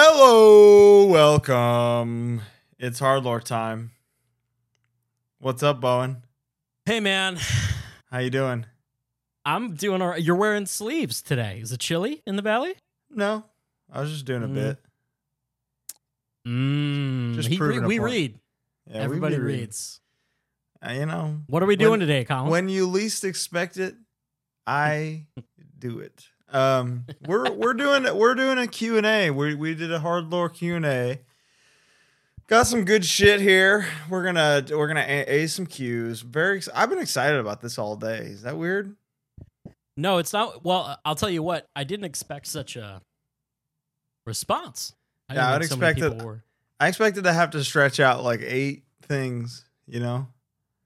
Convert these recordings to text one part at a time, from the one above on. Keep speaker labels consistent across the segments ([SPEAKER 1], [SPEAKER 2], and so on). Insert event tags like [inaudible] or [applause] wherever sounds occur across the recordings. [SPEAKER 1] Hello, welcome. It's hard lore time. What's up, Bowen?
[SPEAKER 2] Hey man,
[SPEAKER 1] How you doing?
[SPEAKER 2] I'm doing all right. You're wearing sleeves today. Is it chilly in the valley?
[SPEAKER 1] No, I was just doing a
[SPEAKER 2] Mm.
[SPEAKER 1] bit.
[SPEAKER 2] Mm,
[SPEAKER 1] Just
[SPEAKER 2] he-
[SPEAKER 1] proving a
[SPEAKER 2] we, we
[SPEAKER 1] point.
[SPEAKER 2] read.
[SPEAKER 1] Yeah, we-
[SPEAKER 2] Everybody
[SPEAKER 1] we read.
[SPEAKER 2] reads.
[SPEAKER 1] Uh, you know,
[SPEAKER 2] What are we
[SPEAKER 1] When-
[SPEAKER 2] doing today, Colin?
[SPEAKER 1] when you least expect it,
[SPEAKER 2] [laughs]
[SPEAKER 1] I do it. Um, we're we're doing we're doing a Q and A. We we did a hard lore Q and A. Got some good shit here. We're gonna we're gonna a, a some Qs. Very ex- I've been excited about this all day. Is that weird?
[SPEAKER 2] no, it's not. Well, I'll tell you what. I didn't expect such a response. I
[SPEAKER 1] Yeah,
[SPEAKER 2] didn't
[SPEAKER 1] I
[SPEAKER 2] think
[SPEAKER 1] would
[SPEAKER 2] so many
[SPEAKER 1] expect
[SPEAKER 2] people were-
[SPEAKER 1] I expected to have to stretch out like eight things, you know?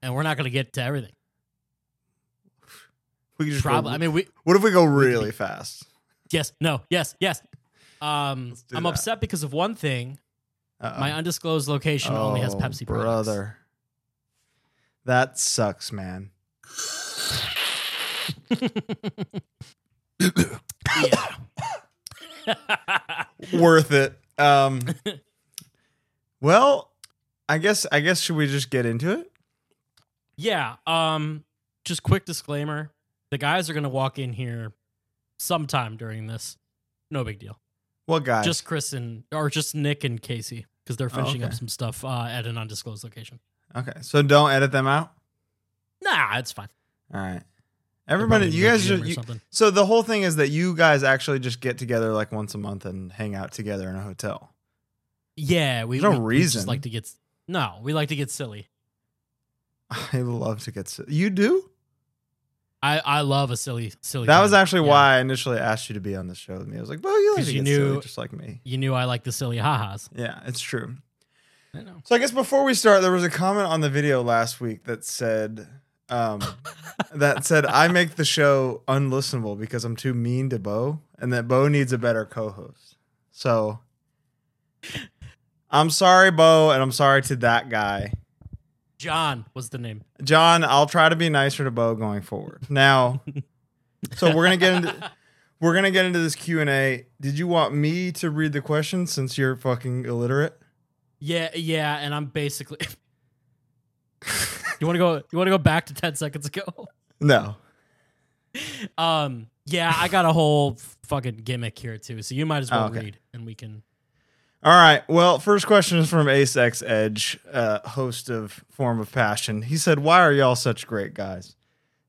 [SPEAKER 2] and we're not going to get to everything.
[SPEAKER 1] We could just go-
[SPEAKER 2] Probably. I mean, we.
[SPEAKER 1] what if we go really fast?
[SPEAKER 2] Yes. No. Yes. Yes. Um,
[SPEAKER 1] Let's do
[SPEAKER 2] I'm
[SPEAKER 1] that.
[SPEAKER 2] upset because of one thing.
[SPEAKER 1] Uh-oh.
[SPEAKER 2] My undisclosed location only has
[SPEAKER 1] Oh,
[SPEAKER 2] Pepsi products.
[SPEAKER 1] brother. That sucks, man.
[SPEAKER 2] [laughs]
[SPEAKER 1] [coughs]
[SPEAKER 2] Yeah. [coughs]
[SPEAKER 1] Worth it.
[SPEAKER 2] [laughs]
[SPEAKER 1] Um Well, I guess I guess should we just get into it?
[SPEAKER 2] Yeah. Um. Just quick disclaimer: the guys are gonna walk in here sometime during this. No big deal.
[SPEAKER 1] What guy?
[SPEAKER 2] Just Chris and or just Nick and Casey because they're
[SPEAKER 1] Oh,
[SPEAKER 2] finishing up
[SPEAKER 1] okay.
[SPEAKER 2] some stuff uh, at an undisclosed location.
[SPEAKER 1] Okay. So don't edit them out.
[SPEAKER 2] Nah, it's fine.
[SPEAKER 1] All right.
[SPEAKER 2] They're
[SPEAKER 1] Everybody,
[SPEAKER 2] probably
[SPEAKER 1] you
[SPEAKER 2] in the
[SPEAKER 1] guys
[SPEAKER 2] gym
[SPEAKER 1] just
[SPEAKER 2] or
[SPEAKER 1] you,
[SPEAKER 2] something.
[SPEAKER 1] so the whole thing is that you guys actually just get together like once a month and hang out together in a hotel. [laughs]
[SPEAKER 2] Yeah, we
[SPEAKER 1] There's no
[SPEAKER 2] we- we just
[SPEAKER 1] reason.
[SPEAKER 2] like to get s- no, we like to get silly.
[SPEAKER 1] I love to get si- you do.
[SPEAKER 2] I I love a silly silly.
[SPEAKER 1] That was
[SPEAKER 2] time.
[SPEAKER 1] actually
[SPEAKER 2] Yeah.
[SPEAKER 1] why I initially asked you to be on the show with me. I was like, "Well, you like
[SPEAKER 2] 'Cause
[SPEAKER 1] to
[SPEAKER 2] you
[SPEAKER 1] get silly
[SPEAKER 2] knew-
[SPEAKER 1] just like me."
[SPEAKER 2] you knew I like the silly ha-has.
[SPEAKER 1] Yeah, it's true.
[SPEAKER 2] I know.
[SPEAKER 1] So I guess before we start, there was a comment on the video last week that said,
[SPEAKER 2] [laughs]
[SPEAKER 1] um, "That said, I make the show unlistenable because I'm too mean to Bo, and that Bo needs a better co-host." So I'm sorry, Bo, and I'm sorry to that guy.
[SPEAKER 2] John was the name.
[SPEAKER 1] John, I'll try to be nicer to Bo going forward. Now, so we're gonna get into
[SPEAKER 2] [laughs]
[SPEAKER 1] we're gonna get into this Q and A. Did you want me to read the question since you're fucking illiterate?
[SPEAKER 2] Yeah, yeah, and I'm basically. [laughs] you want to go? You want to go back to ten seconds ago? [laughs]
[SPEAKER 1] No.
[SPEAKER 2] Um, yeah, I got a whole fucking gimmick here too, so you might as well
[SPEAKER 1] Oh, okay.
[SPEAKER 2] read, and we can.
[SPEAKER 1] All right. Well, first question is from Ace X Edge, uh, host of Form of Passion. He said, "Why are y'all such great guys?"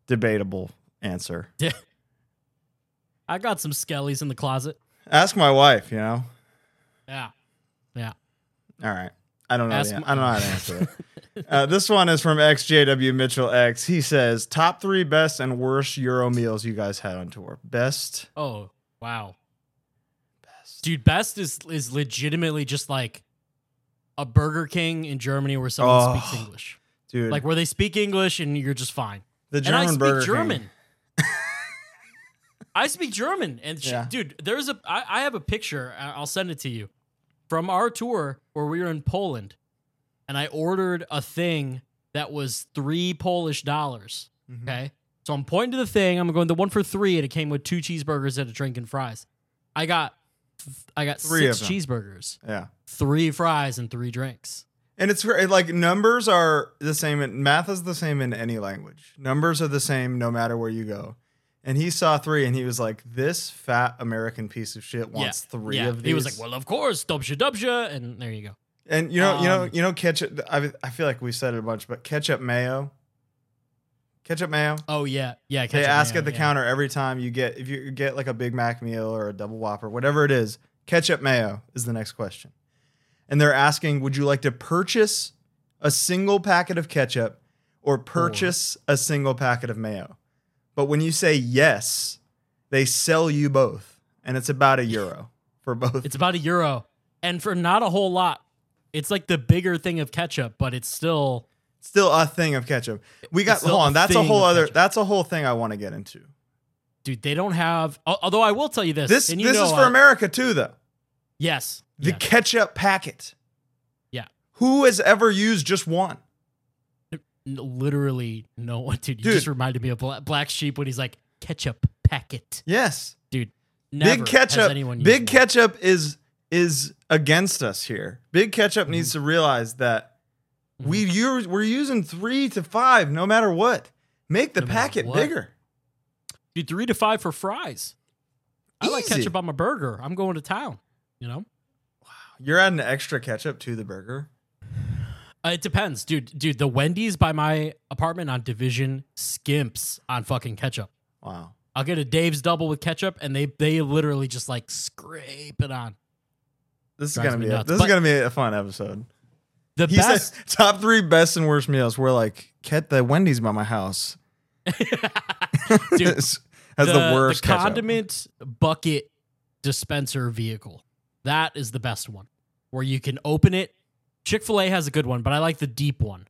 [SPEAKER 1] Debatable answer.
[SPEAKER 2] I got some skellies in the closet.
[SPEAKER 1] Ask my wife. You know.
[SPEAKER 2] Yeah,
[SPEAKER 1] All right. I don't know.
[SPEAKER 2] Ask
[SPEAKER 1] the-
[SPEAKER 2] my-
[SPEAKER 1] I don't know how
[SPEAKER 2] [laughs]
[SPEAKER 1] to answer that. Uh, this one is from XJW Mitchell X. He says, "Top three best and worst Euro meals you guys had on tour. Best,
[SPEAKER 2] Oh wow,
[SPEAKER 1] best.
[SPEAKER 2] dude, best is is legitimately just like a Burger King in Germany where someone
[SPEAKER 1] Oh,
[SPEAKER 2] speaks English,
[SPEAKER 1] dude.
[SPEAKER 2] like where they speak English and you're just fine.
[SPEAKER 1] the
[SPEAKER 2] and
[SPEAKER 1] German
[SPEAKER 2] I speak
[SPEAKER 1] Burger King.
[SPEAKER 2] German.
[SPEAKER 1] [laughs]
[SPEAKER 2] I speak German, and sh-
[SPEAKER 1] Yeah.
[SPEAKER 2] dude, there's a. I, I have a picture. I- I'll send it to you from our tour where we were in Poland, and I ordered a thing that was three Polish dollars.
[SPEAKER 1] Mhm.
[SPEAKER 2] Okay, so I'm pointing to the thing. I'm going the one for three, and it came with two cheeseburgers and a drink and fries. I got, I got
[SPEAKER 1] Three of
[SPEAKER 2] six
[SPEAKER 1] them.
[SPEAKER 2] cheeseburgers,
[SPEAKER 1] Yeah.
[SPEAKER 2] three fries, and three drinks.
[SPEAKER 1] And it's it, like numbers are the same. In, math is the same in any language. Numbers are the same no matter where you go. And he saw three, and he was like, "This fat American piece of shit wants three
[SPEAKER 2] yeah.
[SPEAKER 1] of these."
[SPEAKER 2] He was like, "Well, of course, dubsha dubsha," and there you go.
[SPEAKER 1] and you know, you know,
[SPEAKER 2] um,
[SPEAKER 1] you know, ketchup. I, I feel like we said it a bunch, but ketchup mayo, ketchup mayo.
[SPEAKER 2] Oh yeah, yeah.
[SPEAKER 1] They
[SPEAKER 2] ketchup
[SPEAKER 1] ask
[SPEAKER 2] mayo,
[SPEAKER 1] at the
[SPEAKER 2] yeah.
[SPEAKER 1] counter every time you get if you get like a Big Mac meal or a double whopper, whatever it is, ketchup mayo is the next question. And they're asking, would you like to purchase a single packet of ketchup or purchase a single packet of mayo? But when you say yes, they sell you both. And it's about a euro for both.
[SPEAKER 2] It's about a euro, and for not a whole lot. It's like the bigger thing of ketchup, but it's still
[SPEAKER 1] Still a thing of ketchup. We got
[SPEAKER 2] It's still
[SPEAKER 1] hold on,
[SPEAKER 2] a
[SPEAKER 1] that's a
[SPEAKER 2] thing
[SPEAKER 1] whole
[SPEAKER 2] of
[SPEAKER 1] other
[SPEAKER 2] ketchup.
[SPEAKER 1] that's a whole thing I want to get into.
[SPEAKER 2] dude. They don't have. al- Although I will tell you this.
[SPEAKER 1] This
[SPEAKER 2] and you
[SPEAKER 1] this
[SPEAKER 2] know
[SPEAKER 1] is for
[SPEAKER 2] I-
[SPEAKER 1] America too though.
[SPEAKER 2] Yes.
[SPEAKER 1] The
[SPEAKER 2] yes.
[SPEAKER 1] ketchup packet.
[SPEAKER 2] Yeah.
[SPEAKER 1] Who has ever used just one?
[SPEAKER 2] N- literally no one, dude. You
[SPEAKER 1] Dude.
[SPEAKER 2] just reminded me of Bla- Black Sheep when he's like ketchup packet.
[SPEAKER 1] Yes.
[SPEAKER 2] Never
[SPEAKER 1] big
[SPEAKER 2] Has
[SPEAKER 1] ketchup.
[SPEAKER 2] anyone used
[SPEAKER 1] Big
[SPEAKER 2] one.
[SPEAKER 1] ketchup is is against us here. Big
[SPEAKER 2] Mm-hmm.
[SPEAKER 1] Ketchup needs to realize that we use, we're using three to five no matter what. Make the
[SPEAKER 2] No matter
[SPEAKER 1] packet
[SPEAKER 2] what.
[SPEAKER 1] bigger.
[SPEAKER 2] Dude, three to five for fries. I like
[SPEAKER 1] Easy.
[SPEAKER 2] ketchup on my burger. I'm going to town. You know,
[SPEAKER 1] You're adding extra ketchup to the burger.
[SPEAKER 2] Uh, it depends, dude. Dude, the Wendy's by my apartment on Division skimps on fucking ketchup.
[SPEAKER 1] Wow.
[SPEAKER 2] I'll get a Dave's double with ketchup, and they they literally just like scrape it on.
[SPEAKER 1] This is
[SPEAKER 2] Drives
[SPEAKER 1] gonna
[SPEAKER 2] me
[SPEAKER 1] be a,
[SPEAKER 2] nuts.
[SPEAKER 1] this
[SPEAKER 2] But-
[SPEAKER 1] is gonna be a fun episode.
[SPEAKER 2] The
[SPEAKER 1] He
[SPEAKER 2] best.
[SPEAKER 1] said top three best and worst meals. We're like, get the Wendy's by my house.
[SPEAKER 2] [laughs]
[SPEAKER 1] [laughs]
[SPEAKER 2] Dude,
[SPEAKER 1] has the, worst ketchup.
[SPEAKER 2] condiment bucket dispenser vehicle. That is the best one, where you can open it. Chick Fil A has a good one, but I like the deep one.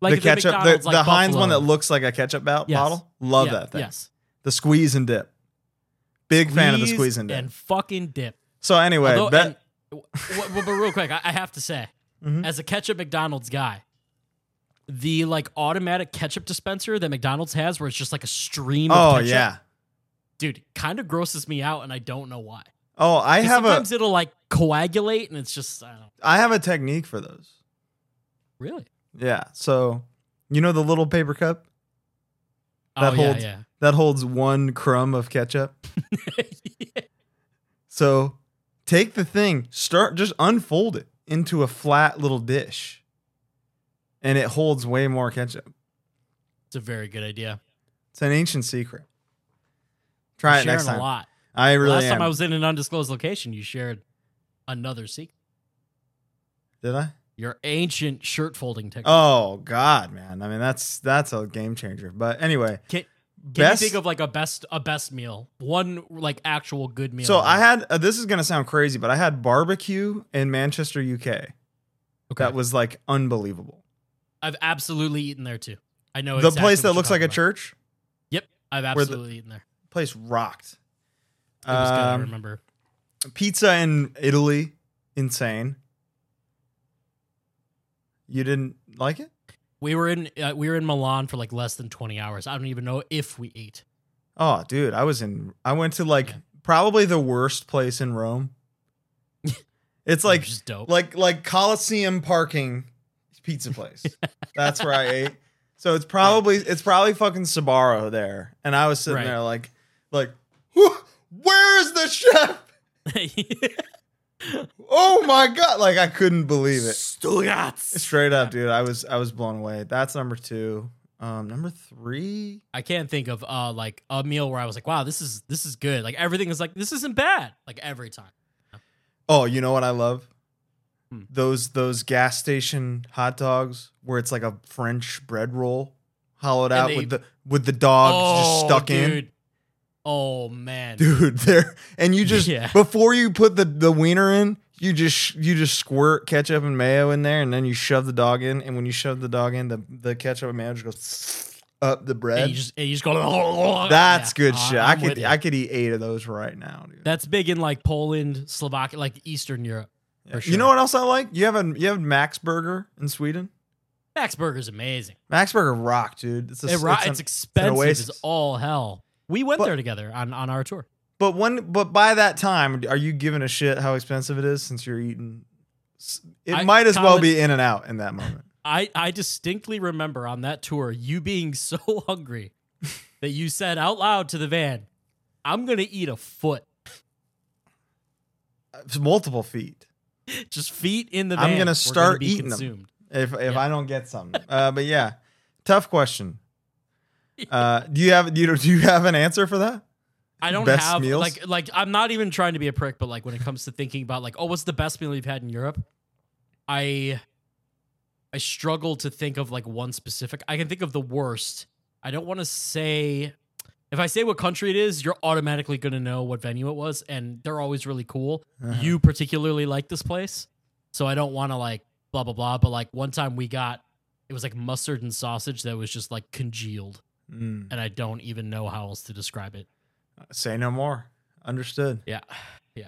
[SPEAKER 2] Like
[SPEAKER 1] the ketchup, the,
[SPEAKER 2] McDonald's, like
[SPEAKER 1] the Heinz
[SPEAKER 2] Buffalo.
[SPEAKER 1] one that looks like a ketchup bo-
[SPEAKER 2] Yes.
[SPEAKER 1] bottle. Love
[SPEAKER 2] Yeah,
[SPEAKER 1] that thing.
[SPEAKER 2] Yes,
[SPEAKER 1] The squeeze and dip. Big fan of the squeeze and dip.
[SPEAKER 2] and fucking dip.
[SPEAKER 1] so anyway,
[SPEAKER 2] Although-
[SPEAKER 1] that,
[SPEAKER 2] and- w- w- but real quick, I, I have to say,
[SPEAKER 1] Mhm.
[SPEAKER 2] as a ketchup McDonald's guy, the like automatic ketchup dispenser that McDonald's has, where it's just like a stream.
[SPEAKER 1] oh
[SPEAKER 2] of ketchup,
[SPEAKER 1] yeah.
[SPEAKER 2] dude, kind of grosses me out, and I don't know why.
[SPEAKER 1] Oh, I
[SPEAKER 2] 'Cause
[SPEAKER 1] have a
[SPEAKER 2] sometimes it'll like coagulate, and it's just I don't
[SPEAKER 1] I have a technique for those.
[SPEAKER 2] really
[SPEAKER 1] Yeah. So you know the little paper cup That
[SPEAKER 2] oh,
[SPEAKER 1] holds-
[SPEAKER 2] yeah,
[SPEAKER 1] that holds one crumb of ketchup.
[SPEAKER 2] yeah. [laughs] yeah.
[SPEAKER 1] So take the thing, start just unfold it into a flat little dish. And it holds way more ketchup.
[SPEAKER 2] It's a very good idea.
[SPEAKER 1] It's an ancient secret. Try it
[SPEAKER 2] sharing
[SPEAKER 1] next
[SPEAKER 2] a
[SPEAKER 1] time.
[SPEAKER 2] lot.
[SPEAKER 1] I really
[SPEAKER 2] Last
[SPEAKER 1] am.
[SPEAKER 2] time I was in an undisclosed location, you shared another secret.
[SPEAKER 1] Did I?
[SPEAKER 2] Your ancient shirt folding technique.
[SPEAKER 1] Oh God, man. I mean that's that's a game changer. But anyway,
[SPEAKER 2] Can- can Can
[SPEAKER 1] best.
[SPEAKER 2] you think of like a best a best meal? One like actual good meal.
[SPEAKER 1] so I had uh, this is gonna sound crazy, but I had barbecue in Manchester, UK.
[SPEAKER 2] Okay.
[SPEAKER 1] That was like unbelievable.
[SPEAKER 2] I've absolutely eaten there too. I know
[SPEAKER 1] the
[SPEAKER 2] Oh, exactly
[SPEAKER 1] place that
[SPEAKER 2] what you're
[SPEAKER 1] looks like a
[SPEAKER 2] talking about.
[SPEAKER 1] church,
[SPEAKER 2] Yep, I've
[SPEAKER 1] the-
[SPEAKER 2] absolutely eaten there.
[SPEAKER 1] place rocked.
[SPEAKER 2] It was good. I
[SPEAKER 1] Um,
[SPEAKER 2] remember.
[SPEAKER 1] pizza in Italy, insane. You didn't like it?
[SPEAKER 2] We were in uh, we were in Milan for like less than twenty hours. I don't even know if we ate.
[SPEAKER 1] Oh, dude, I was in. I went to like
[SPEAKER 2] Yeah.
[SPEAKER 1] probably the worst place in
[SPEAKER 2] [laughs]
[SPEAKER 1] Rome. it's
[SPEAKER 2] It was
[SPEAKER 1] like
[SPEAKER 2] just dope.
[SPEAKER 1] like like Coliseum parking pizza
[SPEAKER 2] [laughs]
[SPEAKER 1] place. That's where I ate. So it's probably it's probably fucking Sabaro there, and I was sitting
[SPEAKER 2] Right.
[SPEAKER 1] there like like "Wh- where's the chef?
[SPEAKER 2] [laughs]
[SPEAKER 1] Oh my god! Like I couldn't believe it.
[SPEAKER 2] Stuttgart.
[SPEAKER 1] Straight up, dude. I was I was blown away. That's number two. Um, number three.
[SPEAKER 2] I can't think of uh like a meal where I was like, wow, this is this is good. Like everything is like this isn't bad. Like every time.
[SPEAKER 1] Oh, you know what I love?
[SPEAKER 2] Hmm.
[SPEAKER 1] Those those gas station hot dogs where it's like a French bread roll hollowed
[SPEAKER 2] And
[SPEAKER 1] out
[SPEAKER 2] they- Oh,
[SPEAKER 1] with the with the dogs just stuck in.
[SPEAKER 2] dude. Oh man.
[SPEAKER 1] [laughs] Dude, there and you just
[SPEAKER 2] Yeah.
[SPEAKER 1] before you put the the wiener in, you just you just squirt ketchup and mayo in there, and then you shove the dog in. And when you shove the dog in, the the ketchup and mayo just goes up the bread.
[SPEAKER 2] And you just and you just go. [laughs] "Oh,
[SPEAKER 1] That's
[SPEAKER 2] Yeah.
[SPEAKER 1] good
[SPEAKER 2] Uh,
[SPEAKER 1] shit. I
[SPEAKER 2] I'm with
[SPEAKER 1] could
[SPEAKER 2] you.
[SPEAKER 1] I could eat eight of those right now, dude.
[SPEAKER 2] That's big in like Poland, Slovakia, like Eastern Europe.
[SPEAKER 1] Yeah.
[SPEAKER 2] for
[SPEAKER 1] You know
[SPEAKER 2] sure.
[SPEAKER 1] what else I like? You have a you have Max Burger in Sweden.
[SPEAKER 2] Max Burger's amazing.
[SPEAKER 1] Max Burger rock, dude. It's a,
[SPEAKER 2] It ro-
[SPEAKER 1] it's
[SPEAKER 2] it's,
[SPEAKER 1] an-
[SPEAKER 2] expensive
[SPEAKER 1] oasis.
[SPEAKER 2] as all hell. We went
[SPEAKER 1] But-
[SPEAKER 2] there together on, on our tour.
[SPEAKER 1] but when but by that time, are you giving a shit how expensive it is since you're eating? s- It
[SPEAKER 2] I-
[SPEAKER 1] might as well
[SPEAKER 2] Colin-
[SPEAKER 1] be In and Out in that moment.
[SPEAKER 2] I, I distinctly remember on that tour you being [laughs] so hungry that you said out loud to the van, I'm going to eat a foot.
[SPEAKER 1] It's multiple feet.
[SPEAKER 2] Just feet in the van.
[SPEAKER 1] I'm gonna
[SPEAKER 2] We're gonna
[SPEAKER 1] start
[SPEAKER 2] be
[SPEAKER 1] eating them.
[SPEAKER 2] consumed.
[SPEAKER 1] If if
[SPEAKER 2] Yeah.
[SPEAKER 1] I don't get some, uh, but yeah, tough question.
[SPEAKER 2] [laughs]
[SPEAKER 1] Uh, do you have do you, do you have an answer for that?
[SPEAKER 2] I don't
[SPEAKER 1] Best
[SPEAKER 2] have
[SPEAKER 1] meals?
[SPEAKER 2] like like I'm not even trying to be a prick, but like when it comes to thinking about like, oh, what's the best meal you've had in Europe? I I struggle to think of like one specific. I can think of the worst. I don't want to say if I say what country it is, you're automatically gonna know what venue it was, and they're always really cool.
[SPEAKER 1] Uh-huh.
[SPEAKER 2] You particularly like this place, so I don't want to like blah blah blah. But like one time we got it was like mustard and sausage that was just like congealed,
[SPEAKER 1] Mm.
[SPEAKER 2] and I don't even know how else to describe it.
[SPEAKER 1] Say no more. Understood.
[SPEAKER 2] Yeah.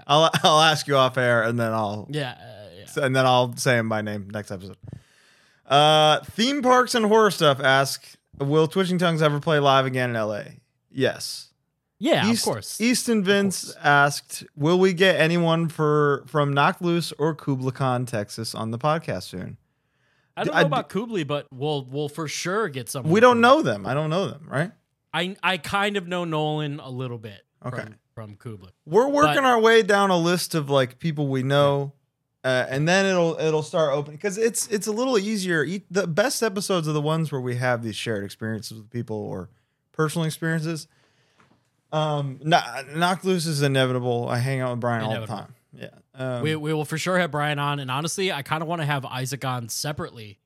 [SPEAKER 1] I'll I'll ask you off air and then I'll
[SPEAKER 2] Yeah, uh, yeah.
[SPEAKER 1] So- and then I'll say him by name next episode. Uh, theme parks and horror stuff. Ask: Will Twitching Tongues ever play live again in L.A.? Yes.
[SPEAKER 2] Yeah,
[SPEAKER 1] East-
[SPEAKER 2] of course.
[SPEAKER 1] Easton Vince asked, "Will we get anyone for from Knocked Loose or Kubla Khan, Texas, on the podcast soon?
[SPEAKER 2] I don't know
[SPEAKER 1] I d-
[SPEAKER 2] about Kubli, but we'll we'll for sure get someone.
[SPEAKER 1] We don't
[SPEAKER 2] from-
[SPEAKER 1] know them. I don't know them. Right?
[SPEAKER 2] I I kind of know Nolan a little bit.
[SPEAKER 1] Okay.
[SPEAKER 2] From, from Kubli.
[SPEAKER 1] We're working
[SPEAKER 2] But-
[SPEAKER 1] our way down a list of like people we know, uh, and then it'll it'll start opening because it's it's a little easier. E- The best episodes are the ones where we have these shared experiences with people or personal experiences. Um, Knock Knocked Loose is inevitable. I hang out with Brian all
[SPEAKER 2] Inevitable.
[SPEAKER 1] the time. Yeah. Um,
[SPEAKER 2] we we will for sure have Brian on, and honestly, I kind of want to have Isaac on separately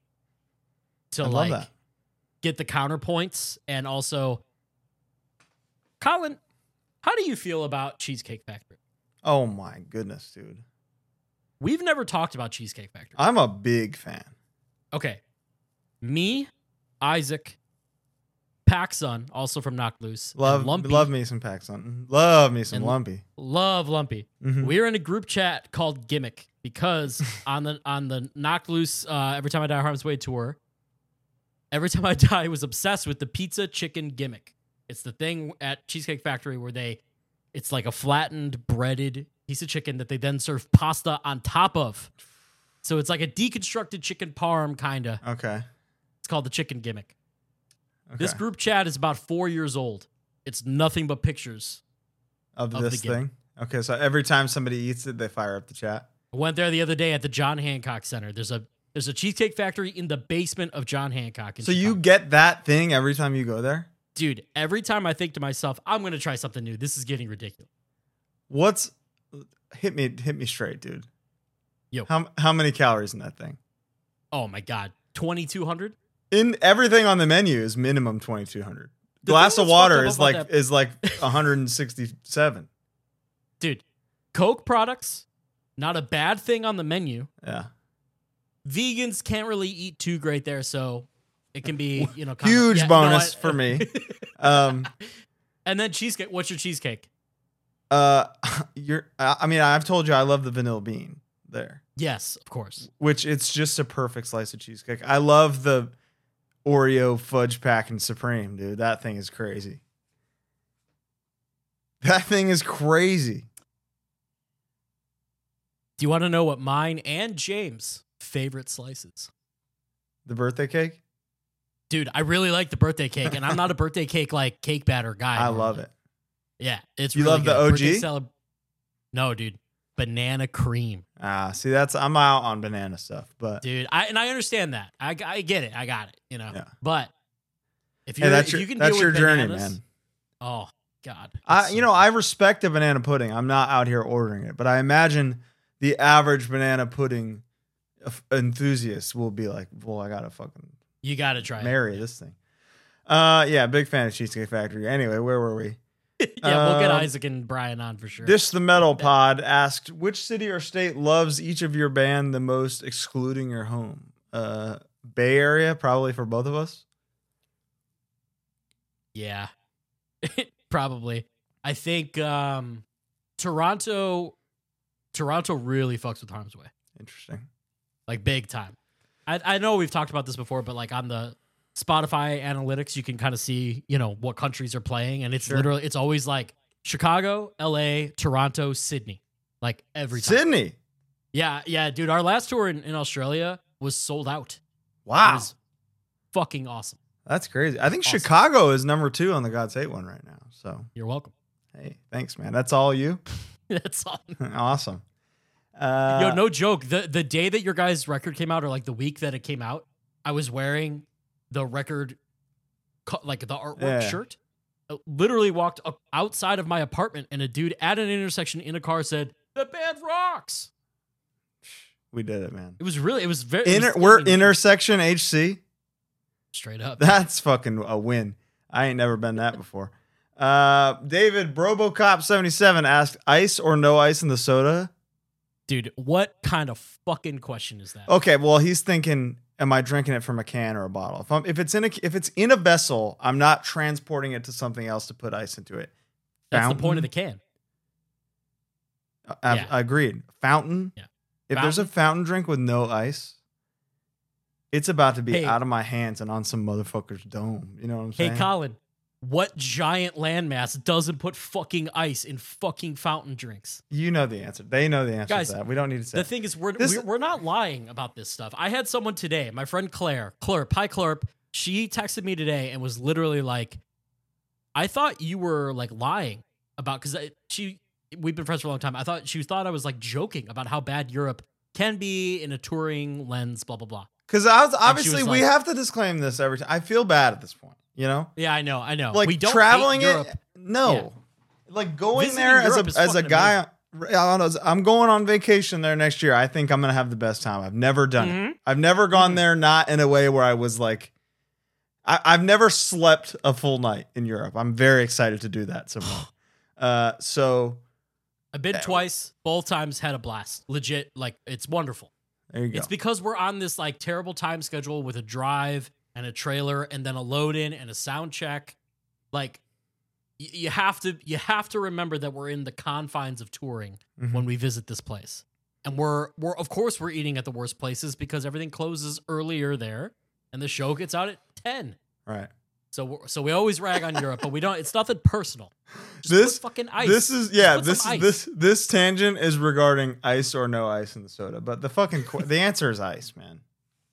[SPEAKER 2] to
[SPEAKER 1] I love
[SPEAKER 2] like
[SPEAKER 1] that.
[SPEAKER 2] get the counterpoints and also. Colin, how do you feel about Cheesecake Factory?
[SPEAKER 1] Oh my goodness, dude.
[SPEAKER 2] We've never talked about Cheesecake Factory.
[SPEAKER 1] I'm a big fan.
[SPEAKER 2] Okay. Me, Isaac, Paxson, also from Knock Loose. and
[SPEAKER 1] Love
[SPEAKER 2] Lumpy.
[SPEAKER 1] love me some Pack Something. Love me some
[SPEAKER 2] And-
[SPEAKER 1] Lumpy.
[SPEAKER 2] Love Lumpy.
[SPEAKER 1] Mhm.
[SPEAKER 2] We're in a group chat called Gimmick because on the on the Knock Loose uh, Every Time I Die Harm's Way tour, Every Time I [laughs] Die I was obsessed with the pizza chicken gimmick. It's the thing at Cheesecake Factory where they it's like a flattened breaded piece of chicken that they then serve pasta on top of. So it's like a deconstructed chicken parm kind of.
[SPEAKER 1] Okay.
[SPEAKER 2] It's called the chicken gimmick.
[SPEAKER 1] okay.
[SPEAKER 2] This group chat is about 4 years old. It's nothing but pictures.
[SPEAKER 1] of,
[SPEAKER 2] of the
[SPEAKER 1] this
[SPEAKER 2] game.
[SPEAKER 1] thing. Okay, so every time somebody eats it, they fire up the chat.
[SPEAKER 2] I went there the other day at the John Hancock Center. There's a there's a cheesecake factory in the basement of John Hancock. in
[SPEAKER 1] So you
[SPEAKER 2] Chicago.
[SPEAKER 1] get that thing every time you go there.
[SPEAKER 2] dude, every time I think to myself, I'm gonna try something new. This is getting ridiculous.
[SPEAKER 1] What's hit me hit me straight, dude.
[SPEAKER 2] Yo.
[SPEAKER 1] How how many calories in that thing?
[SPEAKER 2] Oh my god, 2200.
[SPEAKER 1] In everything on the menu is minimum 2200.
[SPEAKER 2] The
[SPEAKER 1] Glass
[SPEAKER 2] thing
[SPEAKER 1] of
[SPEAKER 2] that's fucked
[SPEAKER 1] water
[SPEAKER 2] up
[SPEAKER 1] is
[SPEAKER 2] about
[SPEAKER 1] like
[SPEAKER 2] that-
[SPEAKER 1] is like
[SPEAKER 2] [laughs]
[SPEAKER 1] 167.
[SPEAKER 2] dude, Coke products, not a bad thing on the menu.
[SPEAKER 1] Yeah.
[SPEAKER 2] Vegans can't really eat too great there, so it can be you know kinda-
[SPEAKER 1] Huge
[SPEAKER 2] yeah, no,
[SPEAKER 1] bonus
[SPEAKER 2] I-
[SPEAKER 1] for me. Um
[SPEAKER 2] [laughs] and then cheesecake. What's your cheesecake?
[SPEAKER 1] uh [laughs] you're I I mean, I've told you I love the vanilla bean there.
[SPEAKER 2] Yes, of course.
[SPEAKER 1] which it's just a perfect slice of cheesecake. I love the Oreo fudge pack and supreme, dude. That thing is crazy. That thing is crazy.
[SPEAKER 2] Do you want to know what mine and James' favorite slices?
[SPEAKER 1] The birthday cake,
[SPEAKER 2] Dude, I really like the birthday cake,
[SPEAKER 1] [laughs]
[SPEAKER 2] and I'm not a birthday cake like cake batter guy.
[SPEAKER 1] I, love it.
[SPEAKER 2] Yeah, it's
[SPEAKER 1] You
[SPEAKER 2] really
[SPEAKER 1] love the
[SPEAKER 2] good.
[SPEAKER 1] OG?
[SPEAKER 2] Birthday celeb- no, dude, banana cream,
[SPEAKER 1] Ah, see, that's I'm out on banana stuff, but
[SPEAKER 2] dude. I and I understand that. I, I get it. I got it. You know,
[SPEAKER 1] Yeah.
[SPEAKER 2] but if
[SPEAKER 1] hey,
[SPEAKER 2] you are
[SPEAKER 1] that's
[SPEAKER 2] if
[SPEAKER 1] your
[SPEAKER 2] you can
[SPEAKER 1] that's
[SPEAKER 2] deal
[SPEAKER 1] your
[SPEAKER 2] with
[SPEAKER 1] journey,
[SPEAKER 2] bananas-
[SPEAKER 1] man.
[SPEAKER 2] Oh God,
[SPEAKER 1] I
[SPEAKER 2] It's
[SPEAKER 1] you
[SPEAKER 2] so
[SPEAKER 1] know I respect a banana pudding. I'm not out here ordering it, but I imagine the average banana pudding f- enthusiast will be like, "Well, I gotta fucking
[SPEAKER 2] you got to try. It.
[SPEAKER 1] marry this thing." Uh, yeah, big fan of Cheesecake Factory. Anyway, where were we?
[SPEAKER 2] [laughs] yeah, we'll get
[SPEAKER 1] Um,
[SPEAKER 2] Isaac and Brian on for sure.
[SPEAKER 1] This the Metal Pod asked, which city or state loves each of your band the most, excluding your home? Uh, Bay Area, probably for both of us.
[SPEAKER 2] yeah, [laughs] probably. I think um, Toronto, Toronto really fucks with harm's way.
[SPEAKER 1] Interesting.
[SPEAKER 2] like big time. I, I know we've talked about this before, but like on the Spotify analytics, you can kind of see you know what countries are playing, and it's
[SPEAKER 1] Sure.
[SPEAKER 2] literally it's always like Chicago, L.A., Toronto, Sydney, like every time.
[SPEAKER 1] Sydney.
[SPEAKER 2] Yeah, yeah, dude. Our last tour in, in Australia was sold out. It
[SPEAKER 1] Wow,
[SPEAKER 2] was fucking awesome.
[SPEAKER 1] that's crazy. I think
[SPEAKER 2] Awesome.
[SPEAKER 1] Chicago is number two on the God's Hate one right now. So
[SPEAKER 2] You're welcome. [laughs]
[SPEAKER 1] hey, thanks, man. That's all you. [laughs]
[SPEAKER 2] That's all.
[SPEAKER 1] awesome. Uh,
[SPEAKER 2] Yo, no joke. The the day that your guys' record came out, or like the week that it came out, I was wearing the record, co- like the artwork
[SPEAKER 1] Yeah.
[SPEAKER 2] shirt. I literally walked up outside of my apartment, and a dude at an intersection in a car said, "The band rocks."
[SPEAKER 1] we did it, man.
[SPEAKER 2] It was really. It was very. it
[SPEAKER 1] Inter-
[SPEAKER 2] was-
[SPEAKER 1] we're
[SPEAKER 2] I mean,
[SPEAKER 1] intersection HC.
[SPEAKER 2] straight up.
[SPEAKER 1] That's fucking a win. I ain't never been that before. Uh, David Brobocop77 asked, ice or no ice in the soda?
[SPEAKER 2] Dude, what kind of fucking question is that?
[SPEAKER 1] Okay, well he's thinking, am I drinking it from a can or a bottle? If I'm, if it's in a if it's in a vessel, I'm not transporting it to something else to put ice into it.
[SPEAKER 2] That's the point
[SPEAKER 1] fountain?
[SPEAKER 2] of the can.
[SPEAKER 1] I,
[SPEAKER 2] Yeah.
[SPEAKER 1] I Uh, agreed. Fountain.
[SPEAKER 2] Yeah.
[SPEAKER 1] If there's a
[SPEAKER 2] Fountain?
[SPEAKER 1] fountain drink with no ice, it's about to be
[SPEAKER 2] Hey.
[SPEAKER 1] out of my hands and on some motherfucker's dome. You know what I'm
[SPEAKER 2] Hey,
[SPEAKER 1] saying?
[SPEAKER 2] Colin, What giant landmass doesn't put fucking ice in fucking fountain drinks?
[SPEAKER 1] You know the answer. They know the answer
[SPEAKER 2] Guys,
[SPEAKER 1] to that. We don't need to say.
[SPEAKER 2] The
[SPEAKER 1] it.
[SPEAKER 2] thing is, we're,
[SPEAKER 1] This-
[SPEAKER 2] we're we're not lying about this stuff. I had someone today, my friend Claire, Clerp, hi Clerp. She texted me today and was literally like, "I thought you were like lying about because she we've been friends for a long time. I thought she thought I was like joking about how bad Europe can be in a touring lens, blah blah blah."
[SPEAKER 1] Because I was obviously
[SPEAKER 2] was
[SPEAKER 1] we
[SPEAKER 2] like-
[SPEAKER 1] have to disclaim this every time. I feel bad at this point. You know,
[SPEAKER 2] Yeah, I know, I know.
[SPEAKER 1] like
[SPEAKER 2] we don't
[SPEAKER 1] traveling
[SPEAKER 2] hate Europe.
[SPEAKER 1] it. No, like going
[SPEAKER 2] Visiting
[SPEAKER 1] there
[SPEAKER 2] Europe
[SPEAKER 1] as
[SPEAKER 2] is
[SPEAKER 1] a as a
[SPEAKER 2] fucking
[SPEAKER 1] guy. I don't know, I'm going on vacation there next year. I think I'm gonna have the best time. I've never done it.
[SPEAKER 2] Mhm.
[SPEAKER 1] I've never gone
[SPEAKER 2] Mhm.
[SPEAKER 1] there not in a way where I was like, I, I've never slept a full night in Europe. I'm very excited to do that someday.
[SPEAKER 2] [sighs]
[SPEAKER 1] uh, so
[SPEAKER 2] I've been
[SPEAKER 1] Yeah.
[SPEAKER 2] twice, both times had a blast. Legit, like it's wonderful.
[SPEAKER 1] there you go.
[SPEAKER 2] It's because we're on this like terrible time schedule with a drive and a trailer and then a load in and a sound check. Like y- you have to you have to remember that we're in the confines of touring
[SPEAKER 1] Mhm.
[SPEAKER 2] when we visit this place. And we're we're of course we're eating at the worst places because everything closes earlier there and the show gets out at 10.
[SPEAKER 1] right.
[SPEAKER 2] So we're, so we always rag on Europe, but we don't it's nothing personal. Just put
[SPEAKER 1] This-
[SPEAKER 2] fucking ice.
[SPEAKER 1] This is yeah.
[SPEAKER 2] put some
[SPEAKER 1] This is
[SPEAKER 2] ice.
[SPEAKER 1] this this tangent is regarding ice or no ice in the soda. But the fucking qu- the answer is ice, man.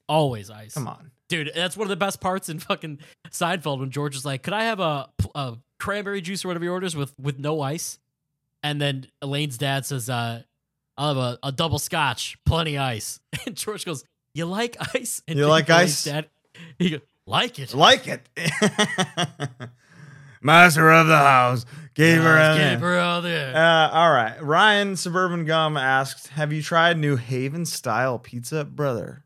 [SPEAKER 2] always ice.
[SPEAKER 1] Come on.
[SPEAKER 2] Dude, that's one of the best parts in fucking Seinfeld when George is like, "Could I have a, a cranberry juice or whatever he orders with with no ice?" And then Elaine's dad says, uh, "I'll have a, a double scotch, plenty ice." [laughs] And George goes, "You like ice?" And
[SPEAKER 1] You
[SPEAKER 2] then
[SPEAKER 1] like
[SPEAKER 2] Elaine's
[SPEAKER 1] ice?
[SPEAKER 2] Dad, he goes, "Like it."
[SPEAKER 1] Like it. [laughs] Master of the house, gave her
[SPEAKER 2] Uh,
[SPEAKER 1] an-
[SPEAKER 2] give her all there.
[SPEAKER 1] Uh, all right. Ryan Suburban Gum asked, "Have you tried New Haven style pizza, brother?"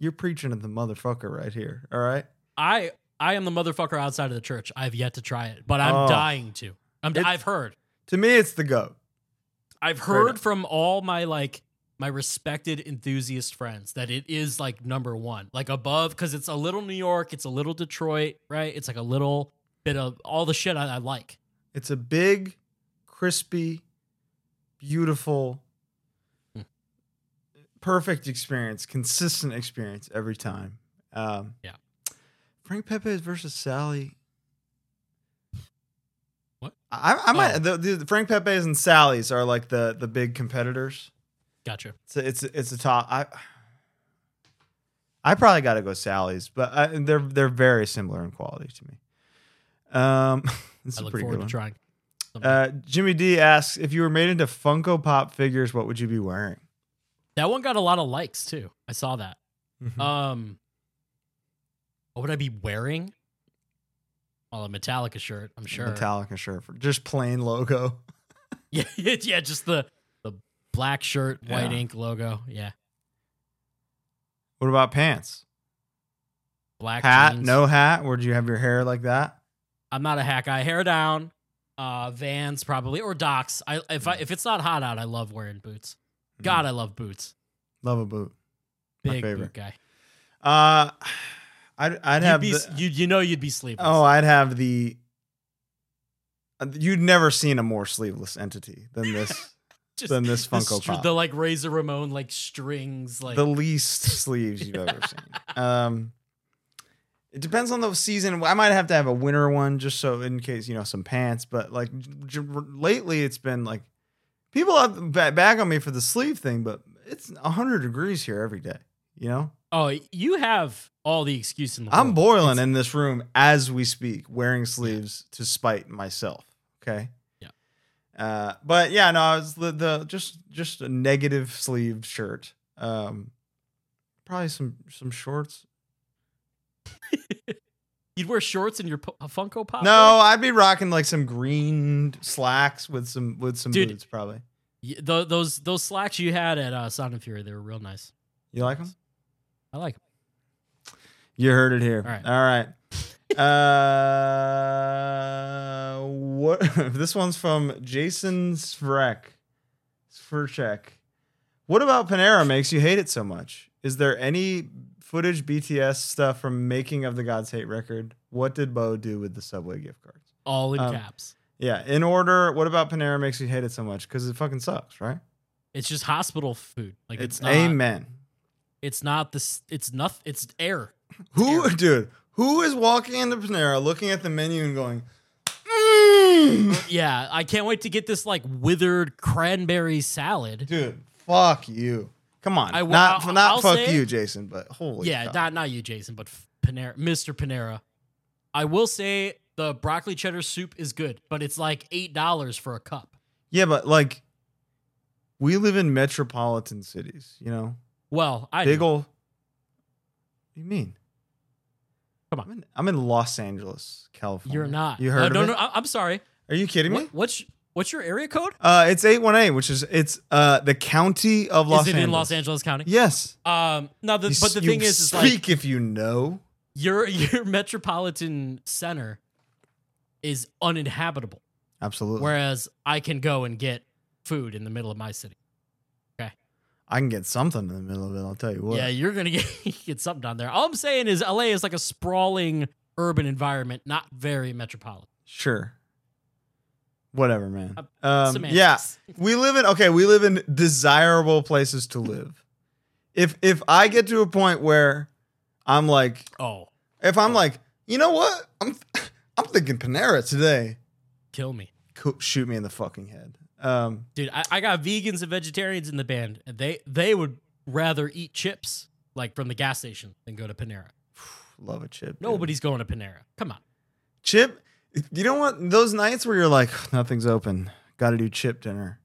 [SPEAKER 1] You're preaching to the motherfucker right here. All right.
[SPEAKER 2] I I am the motherfucker outside of the church. I've yet to try it, but I'm
[SPEAKER 1] Oh.
[SPEAKER 2] dying to. I'm,
[SPEAKER 1] It's-
[SPEAKER 2] I've heard.
[SPEAKER 1] To me, it's the goat.
[SPEAKER 2] I've
[SPEAKER 1] Fair
[SPEAKER 2] heard
[SPEAKER 1] enough.
[SPEAKER 2] from all my like my respected enthusiast friends that it is like number one, like above, because it's a little New York, it's a little Detroit, right? It's like a little bit of all the shit I, I like.
[SPEAKER 1] It's a big, crispy, beautiful,
[SPEAKER 2] Hmm.
[SPEAKER 1] perfect experience, consistent experience every time. Um,
[SPEAKER 2] Yeah.
[SPEAKER 1] Frank Pepe versus Sally.
[SPEAKER 2] What?
[SPEAKER 1] I, I might.
[SPEAKER 2] Oh.
[SPEAKER 1] The, the Frank Pepe's and Sally's are like the the big competitors.
[SPEAKER 2] Gotcha.
[SPEAKER 1] So it's it's a top. I I probably got to go Sally's, but I, they're they're very similar in quality to me. Um, [laughs] this is
[SPEAKER 2] I
[SPEAKER 1] a
[SPEAKER 2] look
[SPEAKER 1] pretty
[SPEAKER 2] forward
[SPEAKER 1] good
[SPEAKER 2] to
[SPEAKER 1] one.
[SPEAKER 2] trying.
[SPEAKER 1] Uh, Jimmy D asks if you were made into Funko Pop figures, what would you be wearing?
[SPEAKER 2] that one got a lot of likes too. I saw that.
[SPEAKER 1] Hmm.
[SPEAKER 2] Um, what would I be wearing? Well, a Metallica shirt, I'm sure.
[SPEAKER 1] Metallica shirt, for just plain logo. [laughs]
[SPEAKER 2] Yeah, [laughs] yeah, just the the black shirt, white
[SPEAKER 1] Yeah.
[SPEAKER 2] ink logo. Yeah,
[SPEAKER 1] What about pants?
[SPEAKER 2] black
[SPEAKER 1] hat?
[SPEAKER 2] jeans.
[SPEAKER 1] No hat? Or do you have your hair like that?
[SPEAKER 2] I'm not a hat guy. Hair down, uh, Vans probably or Docs. I if
[SPEAKER 1] Mm.
[SPEAKER 2] I, if it's not hot out, I love wearing boots. God, I love boots.
[SPEAKER 1] Love a boot. Mm. My
[SPEAKER 2] Big
[SPEAKER 1] favorite.
[SPEAKER 2] boot guy.
[SPEAKER 1] Uh, I'd I'd
[SPEAKER 2] You'd
[SPEAKER 1] have
[SPEAKER 2] be,
[SPEAKER 1] the,
[SPEAKER 2] you you know you'd be sleepless.
[SPEAKER 1] oh I'd have the. uh, You'd never seen a more sleeveless entity than this
[SPEAKER 2] [laughs] Just
[SPEAKER 1] than this
[SPEAKER 2] the
[SPEAKER 1] Funko
[SPEAKER 2] str-
[SPEAKER 1] Pop.
[SPEAKER 2] The like Razor Ramon like strings like
[SPEAKER 1] the least sleeves you've ever seen. Um, it depends on the season. I might have to have a winter one just so in case you know some pants. But like j- j- lately, it's been like people have ba- back on me for the sleeve thing, but it's hundred degrees here every day. You know,
[SPEAKER 2] oh you have all the excuse in the
[SPEAKER 1] I'm
[SPEAKER 2] world.
[SPEAKER 1] boiling
[SPEAKER 2] It's-
[SPEAKER 1] in this room as we speak, wearing sleeves to spite myself. Okay.
[SPEAKER 2] Yeah.
[SPEAKER 1] Uh, but yeah, no, I was the, the just just a negative sleeve shirt. Um, probably some some shorts.
[SPEAKER 2] You'd wear shorts and your po- a Funko Pop.
[SPEAKER 1] No, I'd be rocking like some green slacks with some with some
[SPEAKER 2] Dude.
[SPEAKER 1] boots. Probably.
[SPEAKER 2] Y- tho- those those slacks you had at uh, Sound and Fury they were real nice.
[SPEAKER 1] You like them?
[SPEAKER 2] I like. 'em.
[SPEAKER 1] You heard it here.
[SPEAKER 2] All right.
[SPEAKER 1] All right. uh, what? [laughs] this one's from Jason Svrek. Svrchek. What about Panera makes you hate it so much? Is there any footage BTS stuff from making of the God's Hate record? What did Bo do with the Subway gift cards?
[SPEAKER 2] All in
[SPEAKER 1] Um,
[SPEAKER 2] caps.
[SPEAKER 1] Yeah, in order. What about Panera makes you hate it so much? Because it fucking sucks, right?
[SPEAKER 2] It's just hospital food. Like it's, not.
[SPEAKER 1] amen.
[SPEAKER 2] It's not this. It's nothing. It's air.
[SPEAKER 1] Who,
[SPEAKER 2] Terrible.
[SPEAKER 1] dude? Who is walking into Panera, looking at the menu and going,
[SPEAKER 2] [laughs]
[SPEAKER 1] mmm.
[SPEAKER 2] Yeah, I can't wait to get this like withered cranberry salad.
[SPEAKER 1] dude, fuck you. Come on.
[SPEAKER 2] I will-
[SPEAKER 1] not
[SPEAKER 2] I'll-
[SPEAKER 1] not
[SPEAKER 2] I'll
[SPEAKER 1] fuck
[SPEAKER 2] say
[SPEAKER 1] you,
[SPEAKER 2] it.
[SPEAKER 1] Jason, but holy
[SPEAKER 2] yeah,
[SPEAKER 1] cow.
[SPEAKER 2] not not you, Jason, but F- Panera, Mr. Panera. I will say the broccoli cheddar soup is good, but it's like eight dollars for a cup.
[SPEAKER 1] yeah, but like we live in metropolitan cities, you know?
[SPEAKER 2] Well, I
[SPEAKER 1] Big ol' What do you mean?
[SPEAKER 2] Come on.
[SPEAKER 1] I'm in, I'm in Los Angeles, California.
[SPEAKER 2] [laughs] you're not. Uh,
[SPEAKER 1] You heard
[SPEAKER 2] No,
[SPEAKER 1] of
[SPEAKER 2] no,
[SPEAKER 1] it?
[SPEAKER 2] no. I- I'm sorry.
[SPEAKER 1] Are you kidding me?
[SPEAKER 2] What, what's what's your area code?
[SPEAKER 1] Uh, it's 818, which is it's uh the county of Los
[SPEAKER 2] is it
[SPEAKER 1] Angeles.
[SPEAKER 2] in Los Angeles County?
[SPEAKER 1] Yes.
[SPEAKER 2] Um, no, the,
[SPEAKER 1] You
[SPEAKER 2] but the
[SPEAKER 1] s- you
[SPEAKER 2] thing is, is like
[SPEAKER 1] speak if you know.
[SPEAKER 2] your [laughs] your metropolitan center is uninhabitable,
[SPEAKER 1] Absolutely.
[SPEAKER 2] whereas I can go and get food in the middle of my city.
[SPEAKER 1] I can get something in the middle of it. I'll tell you what.
[SPEAKER 2] Yeah, you're gonna [laughs] get get something down there. All I'm saying is LA is like a sprawling urban environment, not very metropolitan.
[SPEAKER 1] Sure. Whatever, man. Um,
[SPEAKER 2] Semantics.
[SPEAKER 1] yeah, we live in okay. We live in desirable places to live. If if I get to a point where I'm like,
[SPEAKER 2] Oh,
[SPEAKER 1] if I'm like, you know what, I'm [laughs] I'm thinking Panera today.
[SPEAKER 2] kill me.
[SPEAKER 1] Co- Shoot me in the fucking head. Um,
[SPEAKER 2] Dude, I, I got vegans and vegetarians in the band. And they they would rather eat chips like from the gas station than go to Panera.
[SPEAKER 1] love a chip. dude.
[SPEAKER 2] Nobody's going to Panera. Come on.
[SPEAKER 1] chip. You don't want those nights where you're like, [sighs] nothing's open. Got to do chip dinner.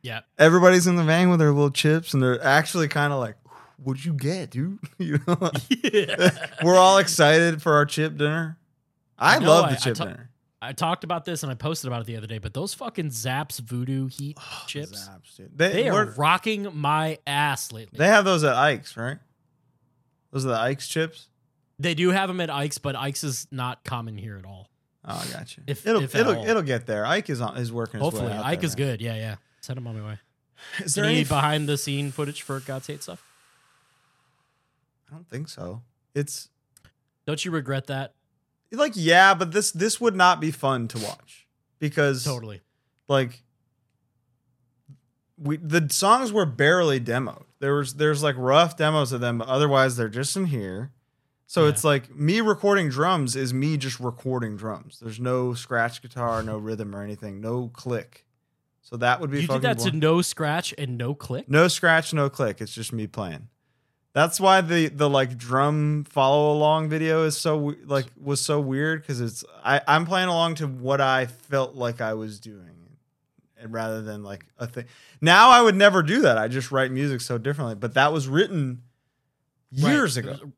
[SPEAKER 2] Yeah.
[SPEAKER 1] Everybody's in the van with their little chips, and they're actually kind of like, "What'd you get, dude?" [laughs] you know. [laughs] [laughs] We're all excited for our chip dinner. I,
[SPEAKER 2] I know,
[SPEAKER 1] love
[SPEAKER 2] I-
[SPEAKER 1] the
[SPEAKER 2] I
[SPEAKER 1] chip
[SPEAKER 2] ta-
[SPEAKER 1] dinner.
[SPEAKER 2] I talked about this and I posted about it the other day, but those fucking Zaps Voodoo Heat chips,
[SPEAKER 1] Zaps, dude. They,
[SPEAKER 2] Oh, they
[SPEAKER 1] they,
[SPEAKER 2] are rocking my ass lately.
[SPEAKER 1] they have those at Ike's, right? Those are the Ike's chips.
[SPEAKER 2] They do have them at Ike's, but Ike's is not common here at all.
[SPEAKER 1] Oh, I got you.
[SPEAKER 2] If-
[SPEAKER 1] it'll
[SPEAKER 2] if at
[SPEAKER 1] it'll
[SPEAKER 2] all.
[SPEAKER 1] it'll get there. Ike is on is working.
[SPEAKER 2] Hopefully,
[SPEAKER 1] his way out
[SPEAKER 2] Ike
[SPEAKER 1] there,
[SPEAKER 2] is
[SPEAKER 1] man.
[SPEAKER 2] good. Yeah, yeah. Send him on my way.
[SPEAKER 1] Is
[SPEAKER 2] Do
[SPEAKER 1] there
[SPEAKER 2] you
[SPEAKER 1] any?
[SPEAKER 2] need behind the scene footage for God's Hate stuff?
[SPEAKER 1] I don't think so. It's
[SPEAKER 2] Don't you regret that?
[SPEAKER 1] like yeah, but this this would not be fun to watch because
[SPEAKER 2] Totally.
[SPEAKER 1] like we the songs were barely demoed. There was there's like rough demos of them, but otherwise they're just in here. So
[SPEAKER 2] Yeah.
[SPEAKER 1] it's like me recording drums is me just recording drums. There's no scratch guitar, no rhythm or anything, no click. So that would be
[SPEAKER 2] You
[SPEAKER 1] fucking
[SPEAKER 2] did that to
[SPEAKER 1] boring.
[SPEAKER 2] no scratch and no click?
[SPEAKER 1] no scratch, no click. It's just me playing. That's why the the like drum follow along video is so we- like was so weird because it's I I'm playing along to what I felt like I was doing, and rather than like a thing. Now I would never do that. I just write music so differently. But that was written
[SPEAKER 2] Right.
[SPEAKER 1] years
[SPEAKER 2] It
[SPEAKER 1] ago,
[SPEAKER 2] was, it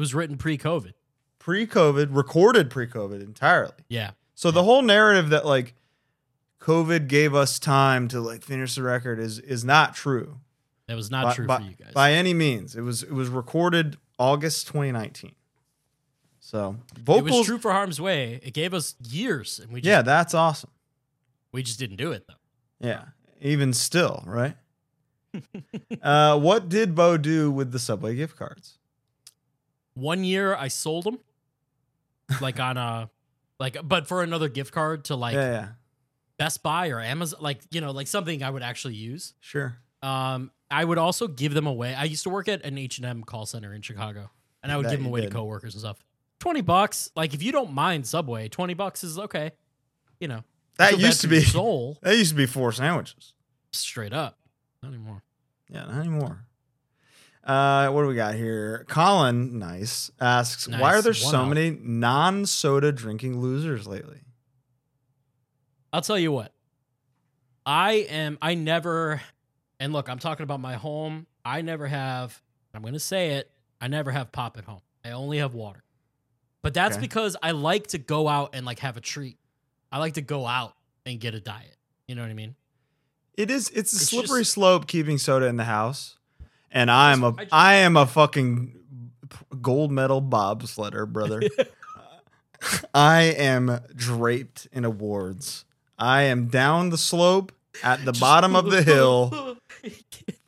[SPEAKER 2] was written pre COVID.
[SPEAKER 1] pre-COVID, recorded pre-COVID entirely.
[SPEAKER 2] Yeah.
[SPEAKER 1] So the whole narrative that like COVID gave us time to like finish the record is is not true.
[SPEAKER 2] That was not
[SPEAKER 1] By-
[SPEAKER 2] true
[SPEAKER 1] by-
[SPEAKER 2] for you guys.
[SPEAKER 1] By any means, it was it was recorded August 2019. So
[SPEAKER 2] it
[SPEAKER 1] vocals,
[SPEAKER 2] was true for Harm's Way. It gave us years and we just,
[SPEAKER 1] yeah, that's awesome.
[SPEAKER 2] we just didn't do it though.
[SPEAKER 1] Yeah, even still, right?
[SPEAKER 2] [laughs]
[SPEAKER 1] uh, what did Bo do with the Subway gift cards?
[SPEAKER 2] One year I sold them like on a, like, but for another gift card to like
[SPEAKER 1] yeah, yeah,
[SPEAKER 2] Best Buy or Amazon, like, you know, like something I would actually use.
[SPEAKER 1] sure.
[SPEAKER 2] Um, I would also give them away. I used to work at an H and M call center in Chicago, and I would
[SPEAKER 1] That
[SPEAKER 2] give them
[SPEAKER 1] you
[SPEAKER 2] away
[SPEAKER 1] did.
[SPEAKER 2] to coworkers and stuff. Twenty bucks, like if you don't mind Subway, twenty bucks is okay. You know,
[SPEAKER 1] That
[SPEAKER 2] I feel bad
[SPEAKER 1] used to
[SPEAKER 2] for your
[SPEAKER 1] be [laughs]
[SPEAKER 2] soul
[SPEAKER 1] that used to be four sandwiches.
[SPEAKER 2] straight up. Not anymore.
[SPEAKER 1] Yeah, not anymore. Uh, what do we got here? Colin, nice, asks, why
[SPEAKER 2] Nice,
[SPEAKER 1] are there
[SPEAKER 2] one
[SPEAKER 1] so
[SPEAKER 2] up.
[SPEAKER 1] many non-soda drinking losers lately?
[SPEAKER 2] I'll tell you what. I am. I never. And look, I'm talking about my home. I never have. I'm gonna say it. I never have pop at home. I only have water. But that's
[SPEAKER 1] Okay.
[SPEAKER 2] because I like to go out and like have a treat. I like to go out and get a diet. You know what I mean?
[SPEAKER 1] It is. It's a
[SPEAKER 2] It's
[SPEAKER 1] slippery
[SPEAKER 2] just-
[SPEAKER 1] slope keeping soda in the house, and I am a
[SPEAKER 2] I just-
[SPEAKER 1] I am a fucking gold medal bobsledder,
[SPEAKER 2] [laughs]
[SPEAKER 1] brother. [laughs] I am draped in awards. I am down the slope at the bottom of the hill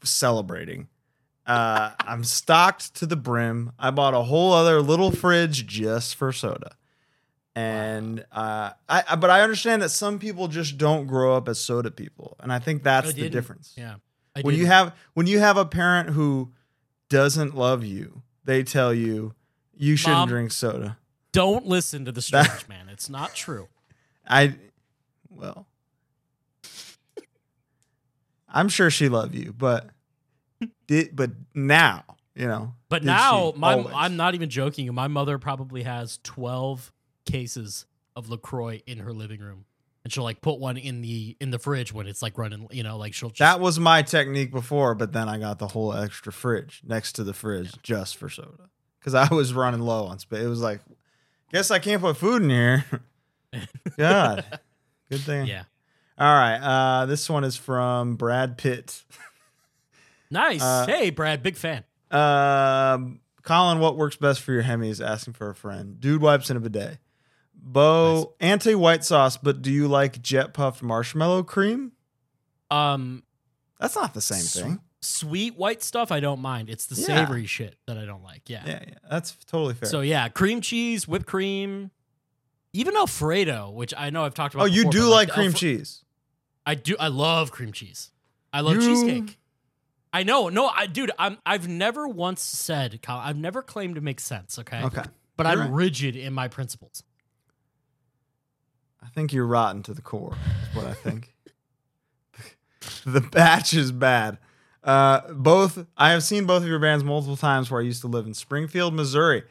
[SPEAKER 1] celebrating. Uh, I'm stocked to the brim. I bought a whole other little fridge just for soda. And uh, I, I- but I understand that some people just don't grow up as soda people, and I think that's the
[SPEAKER 2] didn't.
[SPEAKER 1] difference
[SPEAKER 2] [laughs] Yeah. I
[SPEAKER 1] when you
[SPEAKER 2] didn't.
[SPEAKER 1] have when you have a parent who doesn't love you, they tell you you shouldn't
[SPEAKER 2] Mom.
[SPEAKER 1] drink soda.
[SPEAKER 2] Don't
[SPEAKER 1] [laughs]
[SPEAKER 2] listen to the strange man. It's not true.
[SPEAKER 1] I, well, I'm sure she loved you, but did but now you know.
[SPEAKER 2] But
[SPEAKER 1] did
[SPEAKER 2] now,
[SPEAKER 1] she?
[SPEAKER 2] my
[SPEAKER 1] Always.
[SPEAKER 2] I'm not even joking. you. My mother probably has 12 cases of Lacroix in her living room, and she'll like put one in the in the fridge when it's like running. You know, like she'll just,
[SPEAKER 1] That was my technique before, but then I got the whole extra fridge next to the fridge just for soda because I was running low on space. It was like, guess I can't put food in here. [laughs] God, good thing.
[SPEAKER 2] yeah,
[SPEAKER 1] All right. Uh, this one is from Brad Pitt.
[SPEAKER 2] nice.
[SPEAKER 1] Uh,
[SPEAKER 2] hey, Brad, big fan.
[SPEAKER 1] Um, Colin, what works best for your Hemi is asking for a friend. Dude wipes in a bidet. Bo,
[SPEAKER 2] Nice.
[SPEAKER 1] anti white sauce, but do you like jet puffed marshmallow cream?
[SPEAKER 2] Um,
[SPEAKER 1] That's not the same thing.
[SPEAKER 2] sweet white stuff I don't mind. It's the
[SPEAKER 1] Yeah.
[SPEAKER 2] savory shit that I don't like. Yeah.
[SPEAKER 1] Yeah, yeah, that's totally fair.
[SPEAKER 2] So yeah, cream cheese, whipped cream, even Alfredo, which I know I've talked about.
[SPEAKER 1] oh, you
[SPEAKER 2] before,
[SPEAKER 1] do
[SPEAKER 2] but,
[SPEAKER 1] like
[SPEAKER 2] the
[SPEAKER 1] cream
[SPEAKER 2] Alfre-
[SPEAKER 1] cheese.
[SPEAKER 2] I do. I love cream cheese. I love
[SPEAKER 1] You-
[SPEAKER 2] cheesecake. I know. No, I dude. I'm. I've never once said, Kyle. I've never claimed to make sense. Okay.
[SPEAKER 1] Okay.
[SPEAKER 2] But
[SPEAKER 1] you're
[SPEAKER 2] I'm
[SPEAKER 1] right.
[SPEAKER 2] rigid in my principles.
[SPEAKER 1] I think you're rotten to the core, is what I think. [laughs] the batch is bad. Uh, both I have seen both of your bands multiple times where I used to live in Springfield, Missouri.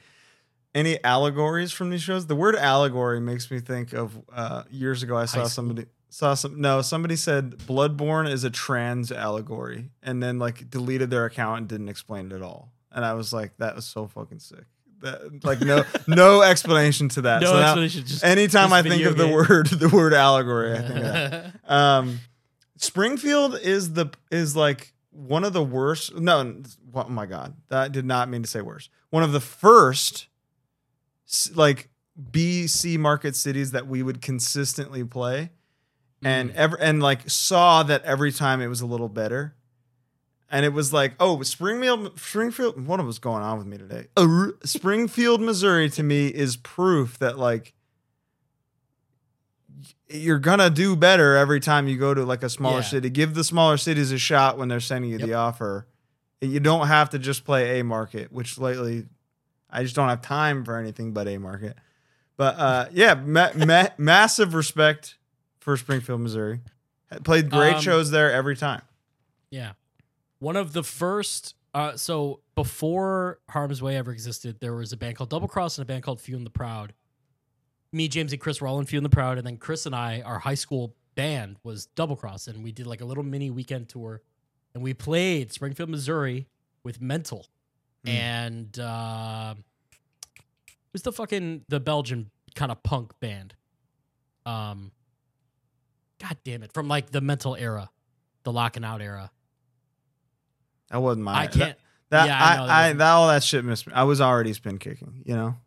[SPEAKER 1] Any allegories from these shows? The word allegory makes me think of uh, years ago I saw
[SPEAKER 2] school.
[SPEAKER 1] somebody saw some no somebody said Bloodborne is a trans allegory and then like deleted their account and didn't explain it at all. And I was like, that was so fucking sick. That like no no explanation to that.
[SPEAKER 2] No
[SPEAKER 1] So now-
[SPEAKER 2] explanation. Just [laughs]
[SPEAKER 1] Anytime
[SPEAKER 2] this
[SPEAKER 1] I think
[SPEAKER 2] video
[SPEAKER 1] of the
[SPEAKER 2] game.
[SPEAKER 1] word [laughs] the word allegory, I think of
[SPEAKER 2] [laughs]
[SPEAKER 1] that. Um, Springfield is the is like one of the worst. No, n- oh my god, that did not mean to say worse. One of the first, s- like B C market cities that we would consistently play, and ever and like saw that every time it was a little better. And it was like, oh, Springfield, Springfield. What was going on with me today? Uh, Springfield, Missouri, to me is proof that like you're gonna do better every time you go to like a smaller
[SPEAKER 2] Yeah.
[SPEAKER 1] city. Give the smaller cities a shot when they're sending you the offer. You don't have to just play a market, which lately I just don't have time for anything but a market. But uh, yeah, ma- ma- massive respect for Springfield, Missouri. Had Played great
[SPEAKER 2] Um,
[SPEAKER 1] shows there every time.
[SPEAKER 2] Yeah. One of the first uh so before Harm's Way ever existed, there was a band called Double Cross and a band called Few and the Proud. Me, James, and Chris were all in Few and the Proud, and then Chris and I, our high school band was Double Cross, and we did like a little mini weekend tour and we played Springfield, Missouri with Mental.
[SPEAKER 1] Hmm.
[SPEAKER 2] And uh it was the fucking the Belgian kind of punk band. Um God damn it, from like the mental era, the locking out era.
[SPEAKER 1] That wasn't my.
[SPEAKER 2] I can't.
[SPEAKER 1] That,
[SPEAKER 2] yeah, I
[SPEAKER 1] I,
[SPEAKER 2] know, that
[SPEAKER 1] I,
[SPEAKER 2] wasn't-
[SPEAKER 1] that all that shit missed me. I was already spin kicking. You know.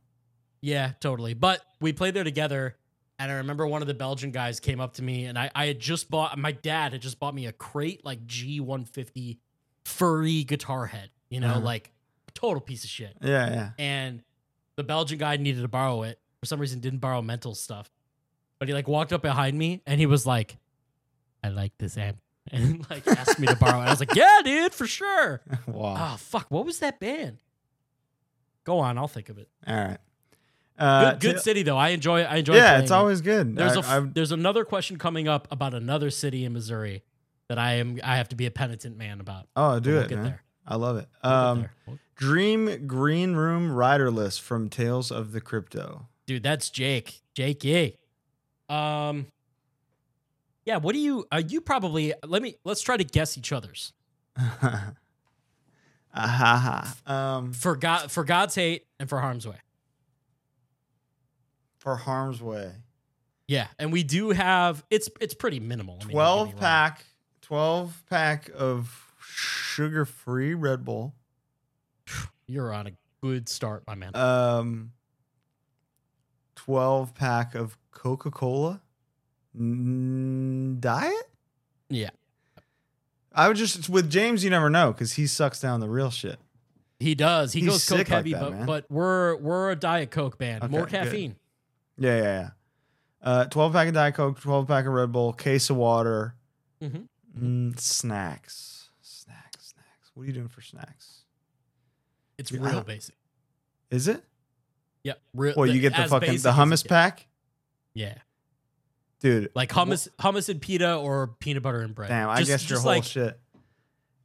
[SPEAKER 2] Yeah, totally. But we played there together, and I remember one of the Belgian guys came up to me, and I, I had just bought my dad had just bought me a crate like G150 furry guitar head, you know,
[SPEAKER 1] Uh-huh.
[SPEAKER 2] like total piece of shit.
[SPEAKER 1] Yeah, yeah. [laughs]
[SPEAKER 2] And the Belgian guy needed to borrow it for some reason, didn't borrow mental stuff, but he like walked up behind me and he was like, "I like this amp." [laughs] And like asked me to borrow it. I was like, "Yeah, dude, for sure."
[SPEAKER 1] Wow.
[SPEAKER 2] Ah, fuck, what was that band? Go on, I'll think of it.
[SPEAKER 1] All right.
[SPEAKER 2] Oh.
[SPEAKER 1] Uh,
[SPEAKER 2] Good, good
[SPEAKER 1] t-
[SPEAKER 2] city though. I enjoy. I enjoy.
[SPEAKER 1] yeah,
[SPEAKER 2] playing
[SPEAKER 1] it's
[SPEAKER 2] it.
[SPEAKER 1] always good.
[SPEAKER 2] There's
[SPEAKER 1] I-
[SPEAKER 2] a f-
[SPEAKER 1] I've-
[SPEAKER 2] there's another question coming up about another city in Missouri that I am I have to be a penitent man about.
[SPEAKER 1] oh, do
[SPEAKER 2] But we'll
[SPEAKER 1] it,
[SPEAKER 2] get
[SPEAKER 1] man.
[SPEAKER 2] there.
[SPEAKER 1] I love it.
[SPEAKER 2] We'll get
[SPEAKER 1] Um,
[SPEAKER 2] there. We'll-
[SPEAKER 1] Dream Green Room Rider List from Tales of the Crypto. [laughs]
[SPEAKER 2] dude, that's Jake. Jake Ye. Um, yeah. What do you? Uh, you probably let me. Let's try to guess each other's.
[SPEAKER 1] Ahaha. Ah, Um,
[SPEAKER 2] For God, for God's hate, and for harm's way.
[SPEAKER 1] for Harm's Way.
[SPEAKER 2] Yeah, and we do have it's it's pretty minimal. I mean, don't get me
[SPEAKER 1] 12
[SPEAKER 2] wrong.
[SPEAKER 1] pack, 12 pack of sugar free Red Bull.
[SPEAKER 2] You're on a good start, my man.
[SPEAKER 1] Um, 12 pack of Coca Cola. Diet?
[SPEAKER 2] Yeah.
[SPEAKER 1] I would just, with James, you never know because he sucks down the real shit.
[SPEAKER 2] He does. He
[SPEAKER 1] He's
[SPEAKER 2] goes coke
[SPEAKER 1] sick like
[SPEAKER 2] heavy,
[SPEAKER 1] that,
[SPEAKER 2] but
[SPEAKER 1] man.
[SPEAKER 2] but we're we're a diet coke band.
[SPEAKER 1] Okay,
[SPEAKER 2] More
[SPEAKER 1] good.
[SPEAKER 2] caffeine.
[SPEAKER 1] Yeah, yeah, yeah. Uh, 12 pack of Diet Coke, 12 pack of Red Bull, case of water,
[SPEAKER 2] Mhm.
[SPEAKER 1] Mm, snacks. Snacks, snacks. What are you doing for snacks?
[SPEAKER 2] It's
[SPEAKER 1] Dude, I
[SPEAKER 2] real
[SPEAKER 1] don't-
[SPEAKER 2] basic.
[SPEAKER 1] Is it?
[SPEAKER 2] Yep. Real,
[SPEAKER 1] Well, you get the
[SPEAKER 2] as
[SPEAKER 1] fucking
[SPEAKER 2] basic
[SPEAKER 1] the
[SPEAKER 2] as it
[SPEAKER 1] hummus
[SPEAKER 2] gets.
[SPEAKER 1] pack,
[SPEAKER 2] Yeah.
[SPEAKER 1] dude.
[SPEAKER 2] Like hummus, hummus and pita, or peanut butter and bread.
[SPEAKER 1] Damn, I
[SPEAKER 2] Just-
[SPEAKER 1] guessed your
[SPEAKER 2] just
[SPEAKER 1] whole
[SPEAKER 2] like-
[SPEAKER 1] shit.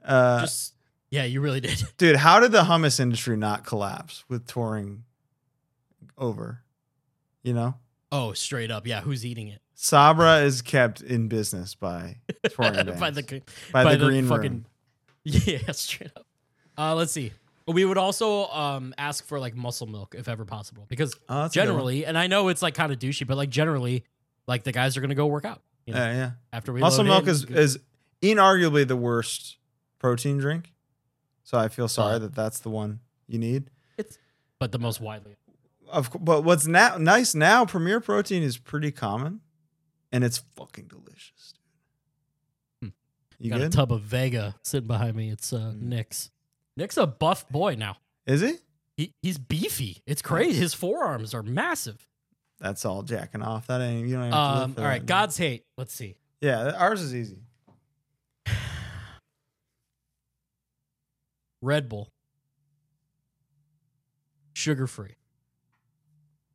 [SPEAKER 1] Uh,
[SPEAKER 2] just yeah, you really did. [laughs]
[SPEAKER 1] dude, how did the hummus industry not collapse with touring over? You know,
[SPEAKER 2] Oh, straight up. Yeah, who's eating it?
[SPEAKER 1] Sabra is kept in business
[SPEAKER 2] [laughs]
[SPEAKER 1] by touring bands,
[SPEAKER 2] by the c-
[SPEAKER 1] by
[SPEAKER 2] by
[SPEAKER 1] the
[SPEAKER 2] the
[SPEAKER 1] green
[SPEAKER 2] fucking-
[SPEAKER 1] room.
[SPEAKER 2] [laughs] yeah, straight up. Uh, let's see. We would also um, ask for like muscle milk if ever possible, because
[SPEAKER 1] Oh, that's a good one.
[SPEAKER 2] generally, and I know it's like kind of douchey, but like generally, like the guys are gonna go work out. You know,
[SPEAKER 1] yeah, yeah.
[SPEAKER 2] after we
[SPEAKER 1] Muscle
[SPEAKER 2] load
[SPEAKER 1] milk
[SPEAKER 2] in,
[SPEAKER 1] is, is inarguably the worst protein drink. So I feel sorry
[SPEAKER 2] Uh,
[SPEAKER 1] that that's the one you need.
[SPEAKER 2] but the most widely.
[SPEAKER 1] Of cou- but what's now nice now Premier Protein is pretty common, and it's fucking delicious.
[SPEAKER 2] Hmm.
[SPEAKER 1] You
[SPEAKER 2] Got a
[SPEAKER 1] good?
[SPEAKER 2] tub of Vega sitting behind me. It's uh,
[SPEAKER 1] Mm.
[SPEAKER 2] Nick's. Nick's a buff boy now.
[SPEAKER 1] is he?
[SPEAKER 2] He he's beefy. It's crazy. His forearms are massive.
[SPEAKER 1] That's all jacking off. That ain't you don't. Even have to live
[SPEAKER 2] Um,
[SPEAKER 1] for
[SPEAKER 2] all
[SPEAKER 1] that,
[SPEAKER 2] right,
[SPEAKER 1] man.
[SPEAKER 2] God's hate. Let's see.
[SPEAKER 1] Yeah, that- ours is easy.
[SPEAKER 2] Red Bull. Sugar free.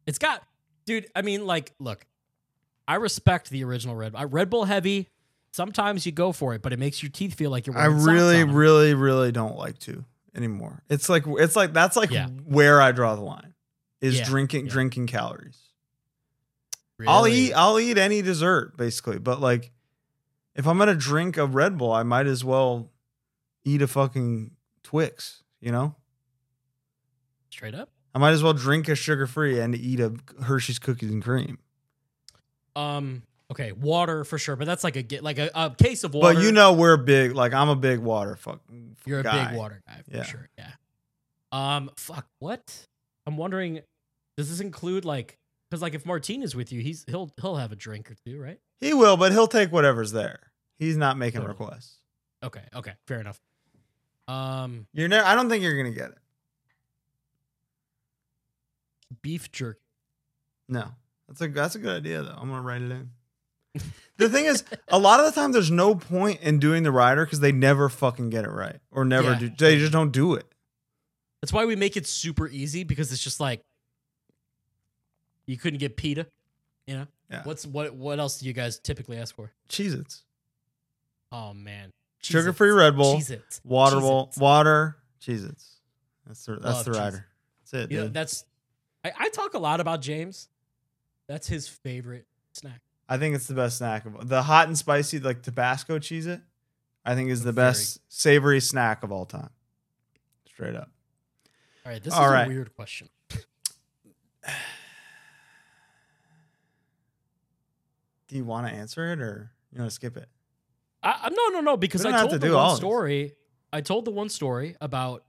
[SPEAKER 2] It's got, dude, I mean, like, look, I respect the original Red Bull. Uh, Red Bull heavy. Sometimes you go for it, but it makes your teeth feel like you're
[SPEAKER 1] I
[SPEAKER 2] wearing socks on
[SPEAKER 1] really,
[SPEAKER 2] them.
[SPEAKER 1] really, really don't like to anymore. It's like it's like that's like
[SPEAKER 2] Yeah.
[SPEAKER 1] where I draw the line is
[SPEAKER 2] Yeah,
[SPEAKER 1] drinking
[SPEAKER 2] yeah.
[SPEAKER 1] drinking calories. I'll
[SPEAKER 2] Really.
[SPEAKER 1] eat uh I'll eat any dessert basically, but like if I'm gonna drink a Red Bull, I might as well eat a fucking Twix. You know,
[SPEAKER 2] straight up.
[SPEAKER 1] I might as well drink a sugar free and eat a Hershey's cookies and cream.
[SPEAKER 2] Um, okay, water for sure, but that's like a get like a, a case of water.
[SPEAKER 1] But you know, we're big. Like I'm a big water fuck.
[SPEAKER 2] you're a
[SPEAKER 1] guy.
[SPEAKER 2] big water guy for
[SPEAKER 1] Yeah.
[SPEAKER 2] sure. Yeah. Um, fuck, what? I'm wondering, does this include like, because like if Martine is with you, he's he'll he'll have a drink or two, right?
[SPEAKER 1] He will, but he'll take whatever's there. He's not making
[SPEAKER 2] Totally.
[SPEAKER 1] requests.
[SPEAKER 2] Okay, okay, fair enough. Um,
[SPEAKER 1] You're never. I don't think you're gonna get it.
[SPEAKER 2] beef jerky.
[SPEAKER 1] No, that's a that's a good idea though. I'm gonna write it
[SPEAKER 2] [laughs]
[SPEAKER 1] in. the thing is, a lot of the time there's no point in doing the rider because they never fucking get it right or never
[SPEAKER 2] Yeah.
[SPEAKER 1] do. They just don't do it.
[SPEAKER 2] That's why we make it super easy because it's just like you couldn't get pita, you know.
[SPEAKER 1] Yeah.
[SPEAKER 2] What's what? What else do you guys typically ask for?
[SPEAKER 1] Cheez Its,
[SPEAKER 2] Oh man,
[SPEAKER 1] sugar free Red Bull,
[SPEAKER 2] Cheez it.
[SPEAKER 1] water Bull,
[SPEAKER 2] Cheez-Its.
[SPEAKER 1] water Cheez Its. That's the that's
[SPEAKER 2] Love
[SPEAKER 1] the
[SPEAKER 2] Cheez-Its.
[SPEAKER 1] rider. That's it.
[SPEAKER 2] You know,
[SPEAKER 1] dude.
[SPEAKER 2] that's I, I talk a lot about James. That's his favorite snack.
[SPEAKER 1] I think it's the best snack. Of, the hot and spicy like Tabasco Cheez It, I think is the
[SPEAKER 2] Very-
[SPEAKER 1] best savory snack of all time. Straight up.
[SPEAKER 2] All right, this
[SPEAKER 1] All
[SPEAKER 2] is
[SPEAKER 1] right.
[SPEAKER 2] a weird question.
[SPEAKER 1] Do you want to answer it or you want to skip it?
[SPEAKER 2] I, I- no, no, no. Because
[SPEAKER 1] We
[SPEAKER 2] I
[SPEAKER 1] don't have
[SPEAKER 2] told
[SPEAKER 1] to
[SPEAKER 2] the
[SPEAKER 1] do all
[SPEAKER 2] one
[SPEAKER 1] of these.
[SPEAKER 2] story. I told the one story about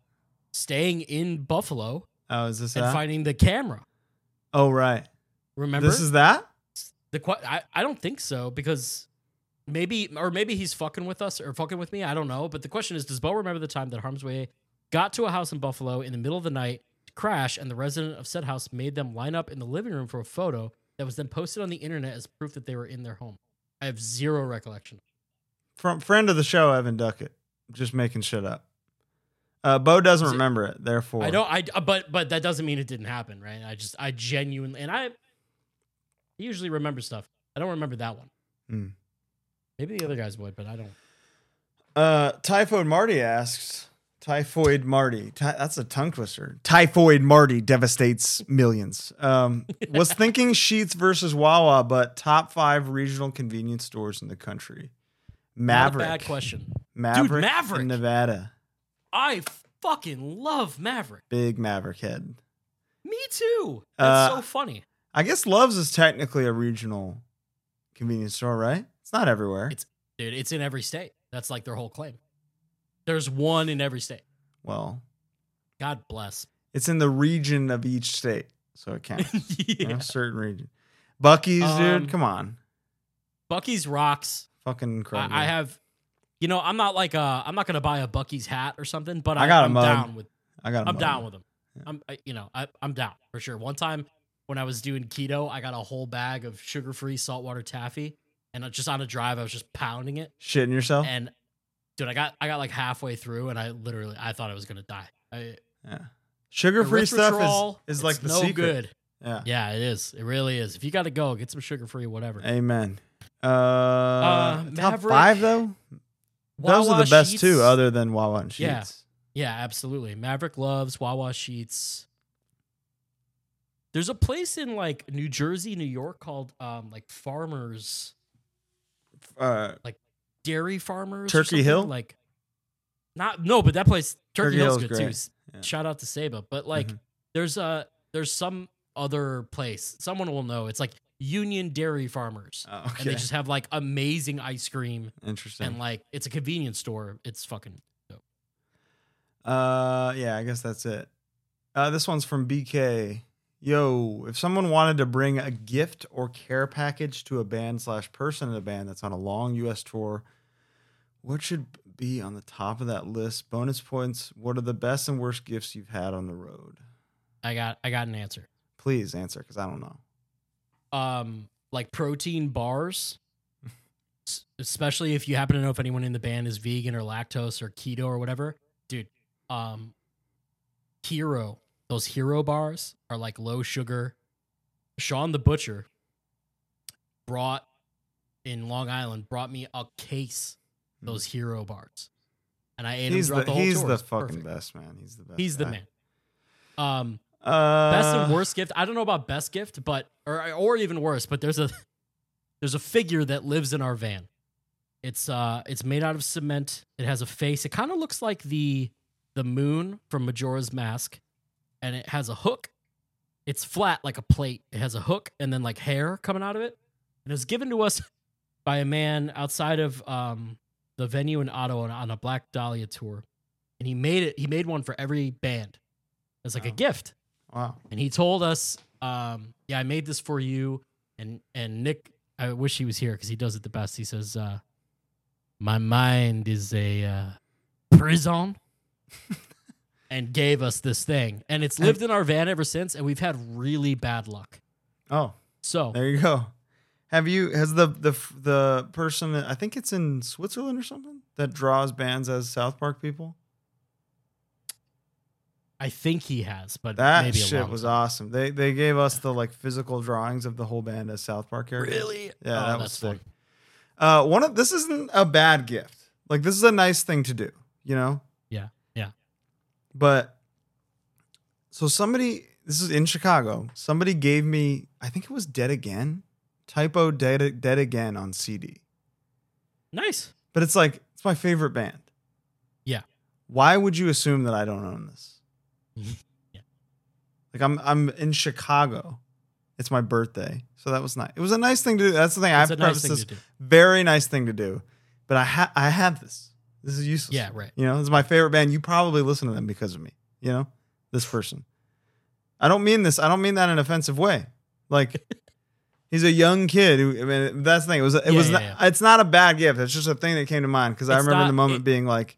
[SPEAKER 2] staying in Buffalo
[SPEAKER 1] Oh, is this
[SPEAKER 2] and
[SPEAKER 1] that?
[SPEAKER 2] finding the camera.
[SPEAKER 1] oh, right.
[SPEAKER 2] Remember
[SPEAKER 1] This is that?
[SPEAKER 2] the que- I, I don't think so because maybe or maybe he's fucking with us or fucking with me. I don't know. But the question is, does Bo remember the time that Harm's Way got to a house in Buffalo in the middle of the night to crash, and the resident of said house made them line up in the living room for a photo that was then posted on the internet as proof that they were in their home. I have zero recollection.
[SPEAKER 1] From friend of the show, Evan Duckett. Just making shit up. Uh, Bo doesn't
[SPEAKER 2] Is it-
[SPEAKER 1] remember it, therefore.
[SPEAKER 2] I don't. I uh, but but that doesn't mean it didn't happen, right? I just I genuinely and I usually remember stuff. I don't remember that one.
[SPEAKER 1] Hmm.
[SPEAKER 2] Maybe the other guys would, but I don't.
[SPEAKER 1] Uh, Typhoid Marty asks. Typhoid Marty. Ty- that's a tongue twister. Typhoid Marty devastates millions.
[SPEAKER 2] [laughs]
[SPEAKER 1] Um, was thinking Sheets versus Wawa, but top five regional convenience stores in the country.
[SPEAKER 2] Not a
[SPEAKER 1] Maverick.
[SPEAKER 2] bad question.
[SPEAKER 1] Maverick,
[SPEAKER 2] Maverick.
[SPEAKER 1] in Nevada.
[SPEAKER 2] I fucking love Maverick.
[SPEAKER 1] Big Maverick head.
[SPEAKER 2] Me too. That's
[SPEAKER 1] Uh,
[SPEAKER 2] so funny.
[SPEAKER 1] I guess Love's is technically a regional convenience store, right? It's not everywhere.
[SPEAKER 2] It's- Dude, it's in every state. That's like their whole claim. There's one in every state.
[SPEAKER 1] well,
[SPEAKER 2] God bless. [laughs]
[SPEAKER 1] it's in the region of each state, so it counts. you know,
[SPEAKER 2] yeah.
[SPEAKER 1] certain region. Bucky's,
[SPEAKER 2] Um,
[SPEAKER 1] dude. Come on,
[SPEAKER 2] Bucky's rocks.
[SPEAKER 1] fucking incredible.
[SPEAKER 2] I, I have you know, I'm not like uh I'm not gonna buy a Bucky's hat or something, but
[SPEAKER 1] I
[SPEAKER 2] I,
[SPEAKER 1] got a
[SPEAKER 2] I'm
[SPEAKER 1] mug.
[SPEAKER 2] down with
[SPEAKER 1] I got.
[SPEAKER 2] I'm down with them.
[SPEAKER 1] Yeah.
[SPEAKER 2] I'm I, you know, I I'm down for sure. One time when I was doing keto, I got a whole bag of sugar free saltwater taffy and I- just on a drive I was just pounding it.
[SPEAKER 1] shitting yourself.
[SPEAKER 2] and dude, I got I got like halfway through, and I literally I thought I was gonna die. I
[SPEAKER 1] yeah, Sugar free
[SPEAKER 2] Erythritol,
[SPEAKER 1] stuff is, is
[SPEAKER 2] it's
[SPEAKER 1] like the
[SPEAKER 2] no
[SPEAKER 1] secret.
[SPEAKER 2] good.
[SPEAKER 1] Yeah.
[SPEAKER 2] Yeah, it is. It really is. If you got to go, get some sugar free, whatever.
[SPEAKER 1] Amen. Uh, top
[SPEAKER 2] Uh, Maverick,
[SPEAKER 1] five though. Those are
[SPEAKER 2] Wawa
[SPEAKER 1] the best
[SPEAKER 2] sheets.
[SPEAKER 1] too, other than Wawa and Sheets.
[SPEAKER 2] Yeah. Yeah, absolutely. Maverick loves Wawa sheets. There's a place in like New Jersey, New York called um like Farmers
[SPEAKER 1] Uh,
[SPEAKER 2] Dairy Farmers. or
[SPEAKER 1] Turkey
[SPEAKER 2] something,
[SPEAKER 1] Hill?
[SPEAKER 2] like not no, but that place
[SPEAKER 1] Turkey
[SPEAKER 2] Turkey, Hill's
[SPEAKER 1] Hill's
[SPEAKER 2] good
[SPEAKER 1] great.
[SPEAKER 2] too. S-
[SPEAKER 1] Yeah.
[SPEAKER 2] Shout out to Saba, but like
[SPEAKER 1] Mhm.
[SPEAKER 2] there's a there's some other place. Someone will know. It's like Union Dairy Farmers,
[SPEAKER 1] oh,
[SPEAKER 2] and
[SPEAKER 1] okay.
[SPEAKER 2] they just have like amazing ice cream.
[SPEAKER 1] Interesting.
[SPEAKER 2] and like it's a convenience store. It's fucking
[SPEAKER 1] Uh, yeah, I guess that's it. Uh, this one's from BK. Yo, if someone wanted to bring a gift or care package to a band slash person in a band that's on a long U.S. tour, what should be on the top of that list? Bonus points. What are the best and worst gifts you've had on the road?
[SPEAKER 2] I got I got an answer.
[SPEAKER 1] Please answer, because I don't know.
[SPEAKER 2] Um, like protein bars, s- especially if you happen to know if anyone in the band is vegan or lactose or keto or whatever, dude. Um, hero those hero bars are like low sugar. Sean the butcher brought in Long Island brought me a case of those hero bars, and I ate
[SPEAKER 1] Hmm. He's
[SPEAKER 2] them
[SPEAKER 1] the,
[SPEAKER 2] throughout the, whole
[SPEAKER 1] he's
[SPEAKER 2] tour.
[SPEAKER 1] the
[SPEAKER 2] It's
[SPEAKER 1] fucking
[SPEAKER 2] perfect.
[SPEAKER 1] best man. He's the best.
[SPEAKER 2] He's the
[SPEAKER 1] guy.
[SPEAKER 2] man. Um,
[SPEAKER 1] Uh,
[SPEAKER 2] best and worst gift. I don't know about best gift, but or or even worse, but there's a [laughs] there's a figure that lives in our van. It's uh it's made out of cement. It has a face. It kind of looks like the the moon from Majora's Mask and it has a hook. It's flat like a plate. It has a hook and then like hair coming out of it. And it was given to us [laughs] by a man outside of um the venue in Ottawa on- on a Black Dahlia tour. And he made it he made one for every band. It's like a
[SPEAKER 1] Wow.
[SPEAKER 2] gift
[SPEAKER 1] Wow.
[SPEAKER 2] and he told us, um, "Yeah, I made this for you." And and Nick, I wish he was here because he does it the best. He says, uh, "My mind is a uh,
[SPEAKER 1] [laughs]
[SPEAKER 2] prison," and gave us this thing, and it's lived in our van ever since. And we've had really bad luck.
[SPEAKER 1] Oh,
[SPEAKER 2] So
[SPEAKER 1] There you go. Have you has the the the person I think it's in Switzerland or something that draws bands as South Park people?
[SPEAKER 2] I think he has, but
[SPEAKER 1] That
[SPEAKER 2] maybe a
[SPEAKER 1] shit
[SPEAKER 2] long
[SPEAKER 1] was
[SPEAKER 2] time.
[SPEAKER 1] awesome. They they gave us the like physical drawings of the whole band as South Park characters.
[SPEAKER 2] really.
[SPEAKER 1] Yeah,
[SPEAKER 2] Oh,
[SPEAKER 1] that was
[SPEAKER 2] that's
[SPEAKER 1] sick.
[SPEAKER 2] fun.
[SPEAKER 1] Uh, one of this isn't a bad gift. Like this is a nice thing to do, you know?
[SPEAKER 2] Yeah, yeah.
[SPEAKER 1] But so somebody this is in Chicago. Somebody gave me I think it was Dead Again, typo Dead Dead Again on CD.
[SPEAKER 2] Nice.
[SPEAKER 1] But it's like it's my favorite band.
[SPEAKER 2] Yeah.
[SPEAKER 1] Why would you assume that I don't own this?
[SPEAKER 2] Mm-hmm. Yeah.
[SPEAKER 1] Like I'm I'm in Chicago. It's my birthday. So that was nice. It was a nice thing to do. That's the thing I
[SPEAKER 2] That's a
[SPEAKER 1] prefaced
[SPEAKER 2] nice thing
[SPEAKER 1] this.
[SPEAKER 2] to do.
[SPEAKER 1] Very nice thing to do. But I ha- I have this. This is useless.
[SPEAKER 2] Yeah, right.
[SPEAKER 1] You know, this is my favorite band. You probably listen to them because of me. You know, this person. I don't mean this. I don't mean that in an offensive way.
[SPEAKER 2] [laughs]
[SPEAKER 1] Like, he's a young kid. Who, I mean, that's the thing. It was. It
[SPEAKER 2] Yeah,
[SPEAKER 1] was.
[SPEAKER 2] yeah,
[SPEAKER 1] not, It's not a bad gift. It's just a thing that came to mind because I
[SPEAKER 2] It's
[SPEAKER 1] remember in the
[SPEAKER 2] not-
[SPEAKER 1] moment
[SPEAKER 2] it-
[SPEAKER 1] being like,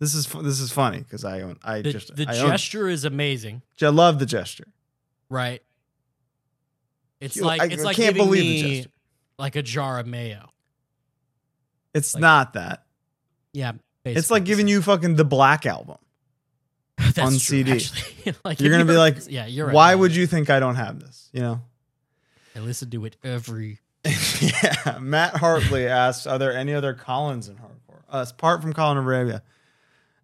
[SPEAKER 1] "This is fu- this is funny" because I own. I
[SPEAKER 2] The,
[SPEAKER 1] just.
[SPEAKER 2] the
[SPEAKER 1] I, own, it.
[SPEAKER 2] gesture is amazing,
[SPEAKER 1] I love the gesture.
[SPEAKER 2] right? It's
[SPEAKER 1] You-
[SPEAKER 2] like
[SPEAKER 1] I,
[SPEAKER 2] it's
[SPEAKER 1] I
[SPEAKER 2] like
[SPEAKER 1] can't
[SPEAKER 2] giving
[SPEAKER 1] believe the
[SPEAKER 2] me
[SPEAKER 1] gesture.
[SPEAKER 2] like a jar of mayo.
[SPEAKER 1] It's
[SPEAKER 2] like-
[SPEAKER 1] not that.
[SPEAKER 2] Yeah,
[SPEAKER 1] It's like giving you fucking the black album.
[SPEAKER 2] [laughs]
[SPEAKER 1] on CD.
[SPEAKER 2] like
[SPEAKER 1] You're
[SPEAKER 2] if
[SPEAKER 1] gonna be
[SPEAKER 2] were-
[SPEAKER 1] like,
[SPEAKER 2] yeah, you're. Right,
[SPEAKER 1] Why
[SPEAKER 2] man.
[SPEAKER 1] would you think I don't have this? You know.
[SPEAKER 2] I listen to it every.
[SPEAKER 1] [laughs] yeah, Matt Hartley asks, "Are there any other Collins in hardcore? Uh, apart from Colin Arabia,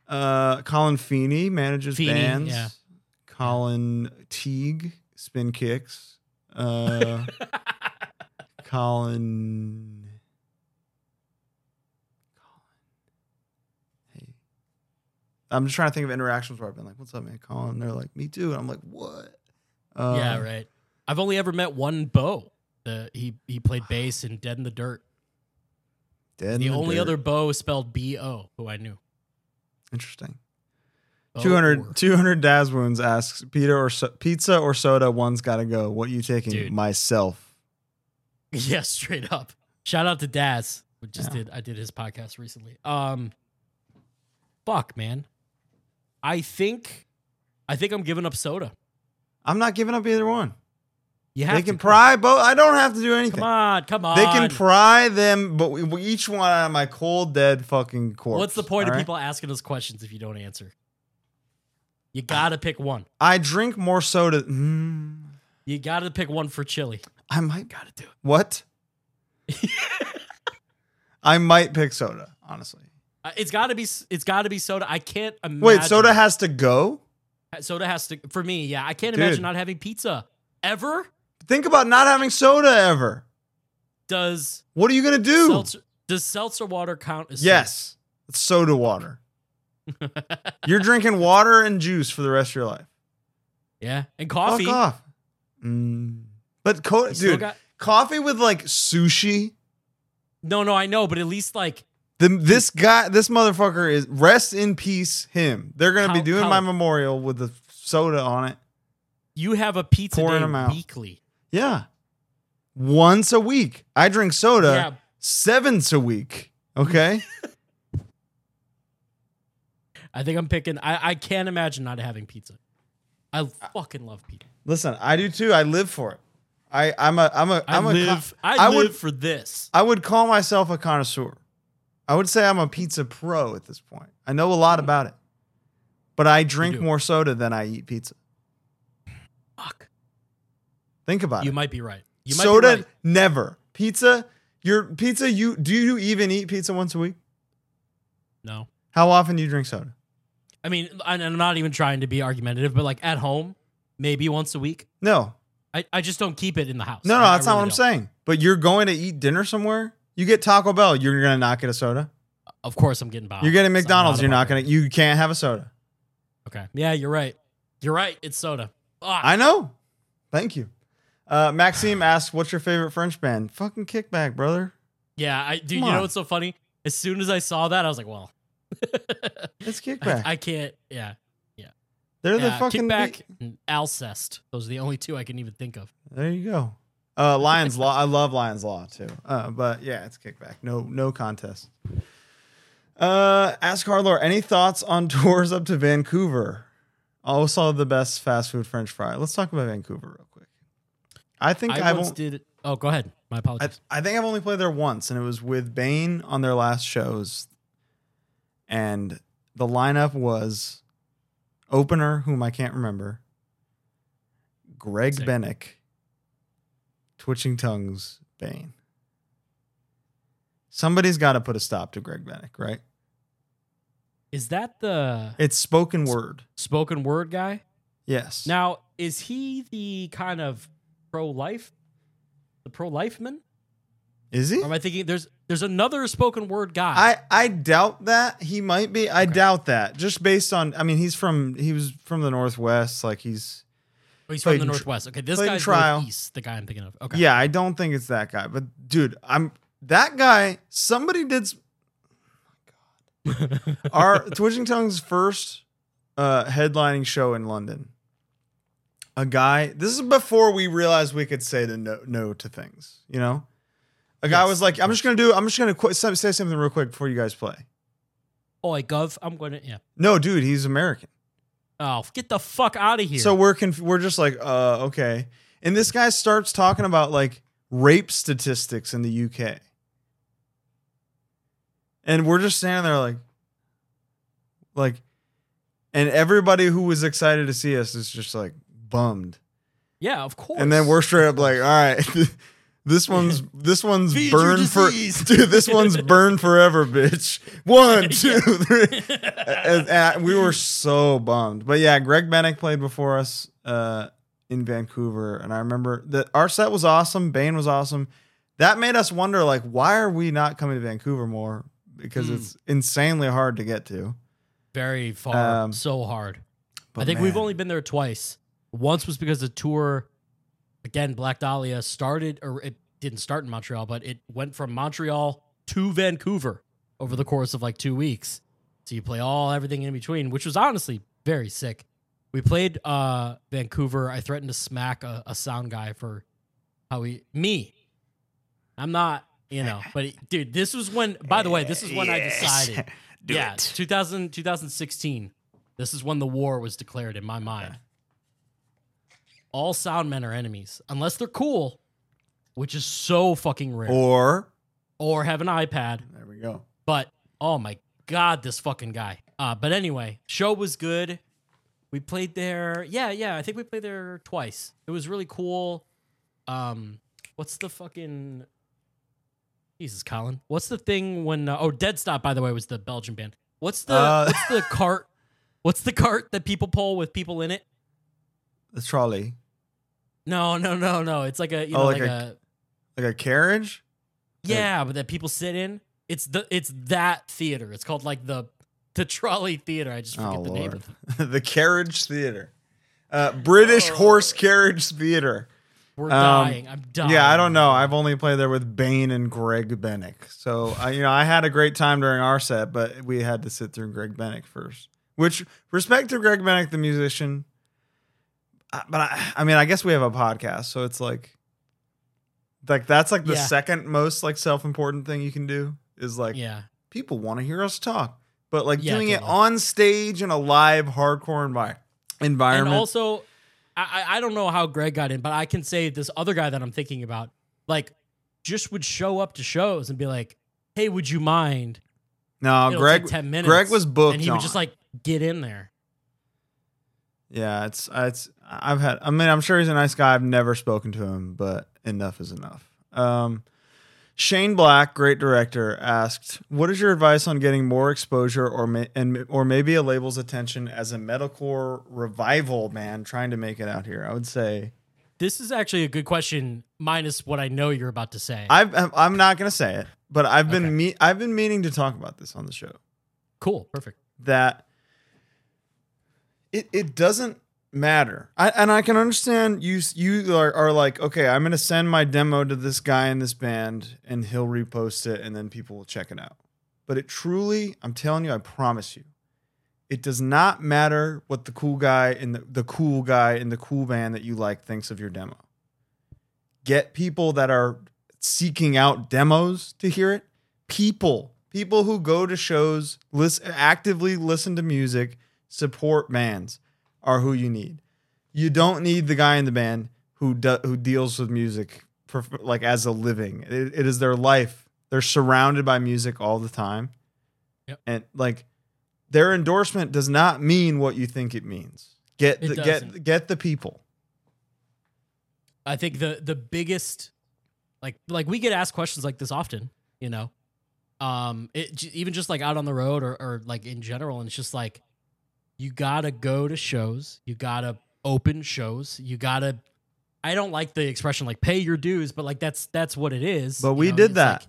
[SPEAKER 1] uh, Colin Feeney manages
[SPEAKER 2] Feeney,
[SPEAKER 1] bands.
[SPEAKER 2] yeah.
[SPEAKER 1] Colin Teague spin kicks.
[SPEAKER 2] [laughs]
[SPEAKER 1] Uh, Colin. Hey, I'm just trying to think of interactions where I've been like, "What's up, man, Colin?" And they're like, "Me too," and I'm like, "What?" Uh,
[SPEAKER 2] yeah, right. I've only ever met one Bo. The he he played bass in Dead in the Dirt.
[SPEAKER 1] Dead in
[SPEAKER 2] the only
[SPEAKER 1] dirt.
[SPEAKER 2] other Bo spelled B O who I knew.
[SPEAKER 1] interesting.
[SPEAKER 2] Bo
[SPEAKER 1] 200,
[SPEAKER 2] Orr.
[SPEAKER 1] 200 Daz Wounds asks pizza or so, pizza or soda. One's got to go. What you taking?
[SPEAKER 2] Dude.
[SPEAKER 1] Myself.
[SPEAKER 2] [laughs] Yeah, straight up. Shout out to Daz, who just
[SPEAKER 1] Yeah.
[SPEAKER 2] did I did his podcast recently. Um fuck, man. I think I think I'm giving up soda.
[SPEAKER 1] I'm not giving up either one.
[SPEAKER 2] You have
[SPEAKER 1] They can
[SPEAKER 2] to
[SPEAKER 1] pry both. I don't have to do anything.
[SPEAKER 2] Come on, come on.
[SPEAKER 1] They can pry them, but we, we- each one out of my cold dead fucking corpse.
[SPEAKER 2] What's the point
[SPEAKER 1] all
[SPEAKER 2] of
[SPEAKER 1] right?
[SPEAKER 2] people asking us questions if you don't answer? You gotta pick one.
[SPEAKER 1] I drink more soda. Mm,
[SPEAKER 2] You gotta pick one for chili.
[SPEAKER 1] I might gotta do it.
[SPEAKER 2] [laughs]
[SPEAKER 1] What? I might pick soda, honestly.
[SPEAKER 2] Uh, It's gotta be. s- It's gotta be soda. I can't imagine.
[SPEAKER 1] Wait, soda has to go?
[SPEAKER 2] Soda has to. For me, yeah. I can't
[SPEAKER 1] Dude.
[SPEAKER 2] imagine not having pizza ever.
[SPEAKER 1] Think about not having soda ever.
[SPEAKER 2] Does
[SPEAKER 1] What are you gonna do?
[SPEAKER 2] seltzer, does seltzer water count as soda?
[SPEAKER 1] Yes, it's soda water. You're drinking water and juice for the rest of your life.
[SPEAKER 2] [laughs] Yeah, and coffee.
[SPEAKER 1] Fuck off. Mm. But co-
[SPEAKER 2] You still
[SPEAKER 1] dude,
[SPEAKER 2] got-
[SPEAKER 1] coffee with like sushi.
[SPEAKER 2] no, no, I know, but at least like
[SPEAKER 1] The, this guy, this motherfucker is rest in peace. Him. They're gonna be
[SPEAKER 2] Col-
[SPEAKER 1] doing my
[SPEAKER 2] Colin.
[SPEAKER 1] memorial with the soda on it.
[SPEAKER 2] you have a pizza
[SPEAKER 1] Pouring
[SPEAKER 2] day
[SPEAKER 1] them out.
[SPEAKER 2] weekly.
[SPEAKER 1] Yeah, once a week. I drink soda
[SPEAKER 2] Yeah,
[SPEAKER 1] sevens a week.
[SPEAKER 2] [laughs]
[SPEAKER 1] Okay,
[SPEAKER 2] I think I'm picking. I, I can't imagine not having pizza. I fucking love pizza.
[SPEAKER 1] listen, I do too. I live for it. I I'm a I'm a
[SPEAKER 2] I
[SPEAKER 1] I'm a co-
[SPEAKER 2] live. I,
[SPEAKER 1] I
[SPEAKER 2] live
[SPEAKER 1] would-
[SPEAKER 2] for this.
[SPEAKER 1] I would call myself a connoisseur. I would say I'm a pizza pro at this point. I know a lot about it, but I drink
[SPEAKER 2] Hmm. do.
[SPEAKER 1] more soda than I eat pizza.
[SPEAKER 2] Fuck.
[SPEAKER 1] Think about
[SPEAKER 2] You
[SPEAKER 1] it.
[SPEAKER 2] might be right. You might
[SPEAKER 1] soda
[SPEAKER 2] be right.
[SPEAKER 1] never. Pizza, your pizza. You do you even eat pizza once a week?
[SPEAKER 2] No,
[SPEAKER 1] How often do you drink soda?
[SPEAKER 2] I mean, and I'm not even trying to be argumentative, but like at home, maybe once a week.
[SPEAKER 1] No,
[SPEAKER 2] I, I just don't keep it in the house.
[SPEAKER 1] no, no.
[SPEAKER 2] I- I
[SPEAKER 1] that's not
[SPEAKER 2] really
[SPEAKER 1] what I'm
[SPEAKER 2] don't.
[SPEAKER 1] saying. But you're going to eat dinner somewhere. You get Taco Bell, you're gonna not get a soda.
[SPEAKER 2] Of course, Ah, I'm getting by.
[SPEAKER 1] you're getting McDonald's, you're not gonna. You can't have a soda.
[SPEAKER 2] Okay. Yeah, you're right. You're right. It's soda. Ah,
[SPEAKER 1] I know. Thank you. Uh, Maxime asks, "What's your favorite French band?" Fucking kickback, brother.
[SPEAKER 2] yeah. I
[SPEAKER 1] Come
[SPEAKER 2] dude. You
[SPEAKER 1] on.
[SPEAKER 2] know what's so funny? As soon as I saw that, I was like, well, [laughs]
[SPEAKER 1] It's
[SPEAKER 2] I,
[SPEAKER 1] kickback.
[SPEAKER 2] I can't. Yeah.
[SPEAKER 1] They're the
[SPEAKER 2] yeah,
[SPEAKER 1] fucking
[SPEAKER 2] kickback and Alcest. Those are the only two I can even think of.
[SPEAKER 1] There you go. Uh, Lions Law. I love Lions Law too. Uh, but yeah, it's kickback. No, no contest. Uh, ask Hardlore. Any thoughts on [laughs] tours up to Vancouver? Also, the best fast food French fry. Let's talk about Vancouver real quick. I think
[SPEAKER 2] I,
[SPEAKER 1] I
[SPEAKER 2] once
[SPEAKER 1] have
[SPEAKER 2] did it. Oh, go ahead. My
[SPEAKER 1] I,
[SPEAKER 2] apologies.
[SPEAKER 1] I think I've only played there once, and it was with Bane on their last shows. And the lineup was opener, whom I can't remember, Greg
[SPEAKER 2] Sick.
[SPEAKER 1] Bennick, Twitching Tongues, Bane. Somebody's got to put a stop to Greg Bennick, right?
[SPEAKER 2] Is that the
[SPEAKER 1] It's spoken word.
[SPEAKER 2] spoken word guy?
[SPEAKER 1] Yes.
[SPEAKER 2] Now, is he the kind of pro life, the pro life man?
[SPEAKER 1] Is he?
[SPEAKER 2] Or am I thinking there's there's another spoken word guy?
[SPEAKER 1] I, I doubt that he might be. I
[SPEAKER 2] Okay.
[SPEAKER 1] doubt that just based on. I mean, he's from he was from the northwest. Like he's
[SPEAKER 2] Oh, he's
[SPEAKER 1] Played
[SPEAKER 2] from the
[SPEAKER 1] in tr-
[SPEAKER 2] Northwest. Okay, this
[SPEAKER 1] played in
[SPEAKER 2] guy's
[SPEAKER 1] trial.
[SPEAKER 2] Northeast, the guy I'm thinking of. Okay.
[SPEAKER 1] Yeah, I don't think it's that guy. But dude, I'm that guy. Somebody did
[SPEAKER 2] [laughs]
[SPEAKER 1] s- our Twitching Tongues first uh, headlining show in London. A guy. This is before we realized we could say the no, no to things. You know, a guy
[SPEAKER 2] Yes,
[SPEAKER 1] was like,
[SPEAKER 2] of
[SPEAKER 1] "I'm just gonna do. I'm just gonna qu- say say something real quick before you guys play."
[SPEAKER 2] Oi, Oh, Gov, I'm going to, yeah.
[SPEAKER 1] No, dude, he's American.
[SPEAKER 2] Oh, get the fuck out of here.
[SPEAKER 1] So we're conf- we're just like, uh, okay. And this guy starts talking about like rape statistics in the UK. And we're just standing there like like and everybody who was excited to see us is just like bummed.
[SPEAKER 2] yeah, of course.
[SPEAKER 1] And then
[SPEAKER 2] [laughs]
[SPEAKER 1] we're straight up like, all right, [laughs] this one's this one's
[SPEAKER 2] Feed your
[SPEAKER 1] burned for [laughs]
[SPEAKER 2] disease.
[SPEAKER 1] dude, this one's burned forever, bitch.
[SPEAKER 2] [laughs]
[SPEAKER 1] One, [laughs] two, three. And- and we were so bummed. But yeah, Greg Bennick played before us uh, in Vancouver, and I remember that our set was awesome. Bane was awesome. That made us wonder, like, why are we not coming to Vancouver more? Because
[SPEAKER 2] Hmm.
[SPEAKER 1] it's insanely hard to get to.
[SPEAKER 2] [laughs] Very far.
[SPEAKER 1] Um,
[SPEAKER 2] so hard.
[SPEAKER 1] But
[SPEAKER 2] I think we've
[SPEAKER 1] man,
[SPEAKER 2] only been there twice. Once was because the tour, again, Black Dahlia started, or it didn't start in Montreal, but it went from Montreal to Vancouver over the course of like two weeks. So you play all everything in between, which was honestly very sick. We played uh, Vancouver. I threatened to smack a, a sound guy for how he me. I'm not, you know, but it- dude, this was when. By the way, this is when I decided
[SPEAKER 1] Do
[SPEAKER 2] yeah,
[SPEAKER 1] it.
[SPEAKER 2] 2000, 2016. This is when the war was declared in my mind. All sound men are enemies, unless they're cool, which is so fucking rare, or,
[SPEAKER 1] Or
[SPEAKER 2] have an iPad.
[SPEAKER 1] there we go.
[SPEAKER 2] But oh my god, this fucking guy. Uh, but anyway, show was good. We played there. Yeah, yeah. I think we played there twice. It was really cool. Um, what's the fucking Jesus, Colin? What's the thing when? Uh, oh, Dead Stop. By the way, was the Belgian band. What's the
[SPEAKER 1] Uh, [laughs]
[SPEAKER 2] what's the cart? What's the cart that people pull with people in it?
[SPEAKER 1] The trolley,
[SPEAKER 2] No, no, no, no. It's like a you
[SPEAKER 1] Oh,
[SPEAKER 2] know
[SPEAKER 1] like
[SPEAKER 2] like,
[SPEAKER 1] a-
[SPEAKER 2] a,
[SPEAKER 1] like a carriage. [laughs]
[SPEAKER 2] yeah, but that people sit in. It's the it's that theater. It's called like the the trolley theater. I just forget
[SPEAKER 1] Oh,
[SPEAKER 2] the name
[SPEAKER 1] Lord.
[SPEAKER 2] of it.
[SPEAKER 1] the carriage theater, uh, British
[SPEAKER 2] Oh.
[SPEAKER 1] horse carriage theater.
[SPEAKER 2] We're
[SPEAKER 1] Um,
[SPEAKER 2] dying. I'm dying.
[SPEAKER 1] Yeah, I don't know. I've only played there with Bane and Greg Bennick. So, I, you know, I had a great time during our set, but we had to sit through Greg Bennick first. Which, respect to Greg Bennick, the musician. I- But I, I mean, I guess we have a podcast, so it's like, like that's like the
[SPEAKER 2] Yeah.
[SPEAKER 1] second most like self important thing you can do is like
[SPEAKER 2] yeah.
[SPEAKER 1] people want to hear us talk, but like
[SPEAKER 2] Yeah,
[SPEAKER 1] doing it
[SPEAKER 2] totally.
[SPEAKER 1] on stage in a live hardcore envi-
[SPEAKER 2] And
[SPEAKER 1] environment.
[SPEAKER 2] also, I, I I don't know how Greg got in, but I can say this other guy that I'm thinking about, like, just would show up to shows and be like, "Hey, would you mind?"
[SPEAKER 1] no, Uh,
[SPEAKER 2] It'll
[SPEAKER 1] Greg,
[SPEAKER 2] take ten minutes.
[SPEAKER 1] Greg was booked,
[SPEAKER 2] and he would
[SPEAKER 1] on.
[SPEAKER 2] just like get in there.
[SPEAKER 1] Yeah, it's it's. I've had. I mean, I'm sure he's a nice guy. I've never spoken to him, but enough is enough. Um, Shane Black, great director, asked, "What is your advice on getting more exposure, or ma- and or maybe a label's attention as a metalcore revival band trying to make it out here?" I would say
[SPEAKER 2] This is actually a good question, minus what I know you're about to say.
[SPEAKER 1] I've, I'm- I'm not going to say it, but I've been
[SPEAKER 2] Okay.
[SPEAKER 1] me- I've been meaning to talk about this on the show.
[SPEAKER 2] cool, perfect.
[SPEAKER 1] that it it doesn't matter. I, and I can understand you s- you are, are like, okay, I'm going to send my demo to this guy in this band and he'll repost it and then people will check it out. But it truly, I'm telling you, I promise you, it does not matter what the cool guy in the, the cool guy in the cool band that you like thinks of your demo. Get people that are seeking out demos to hear it. People, people who go to shows, listen, actively listen to music, support bands are who you need. You don't need the guy in the band who do, who deals with music for, like as a living. It- it is their life. They're surrounded by music all the time.
[SPEAKER 2] Yep.
[SPEAKER 1] And like their endorsement does not mean what you think it means. Get
[SPEAKER 2] It
[SPEAKER 1] the,
[SPEAKER 2] doesn't.
[SPEAKER 1] get get the people.
[SPEAKER 2] I think the the biggest like like we get asked questions like this often, you know. Um it j- even just like out on the road or or like in general and it's just like you got to go to shows, you got to open shows, you got to I don't like the expression like pay your dues, but like that's that's what it is.
[SPEAKER 1] But
[SPEAKER 2] you
[SPEAKER 1] we
[SPEAKER 2] know,
[SPEAKER 1] did
[SPEAKER 2] it's
[SPEAKER 1] that.
[SPEAKER 2] like-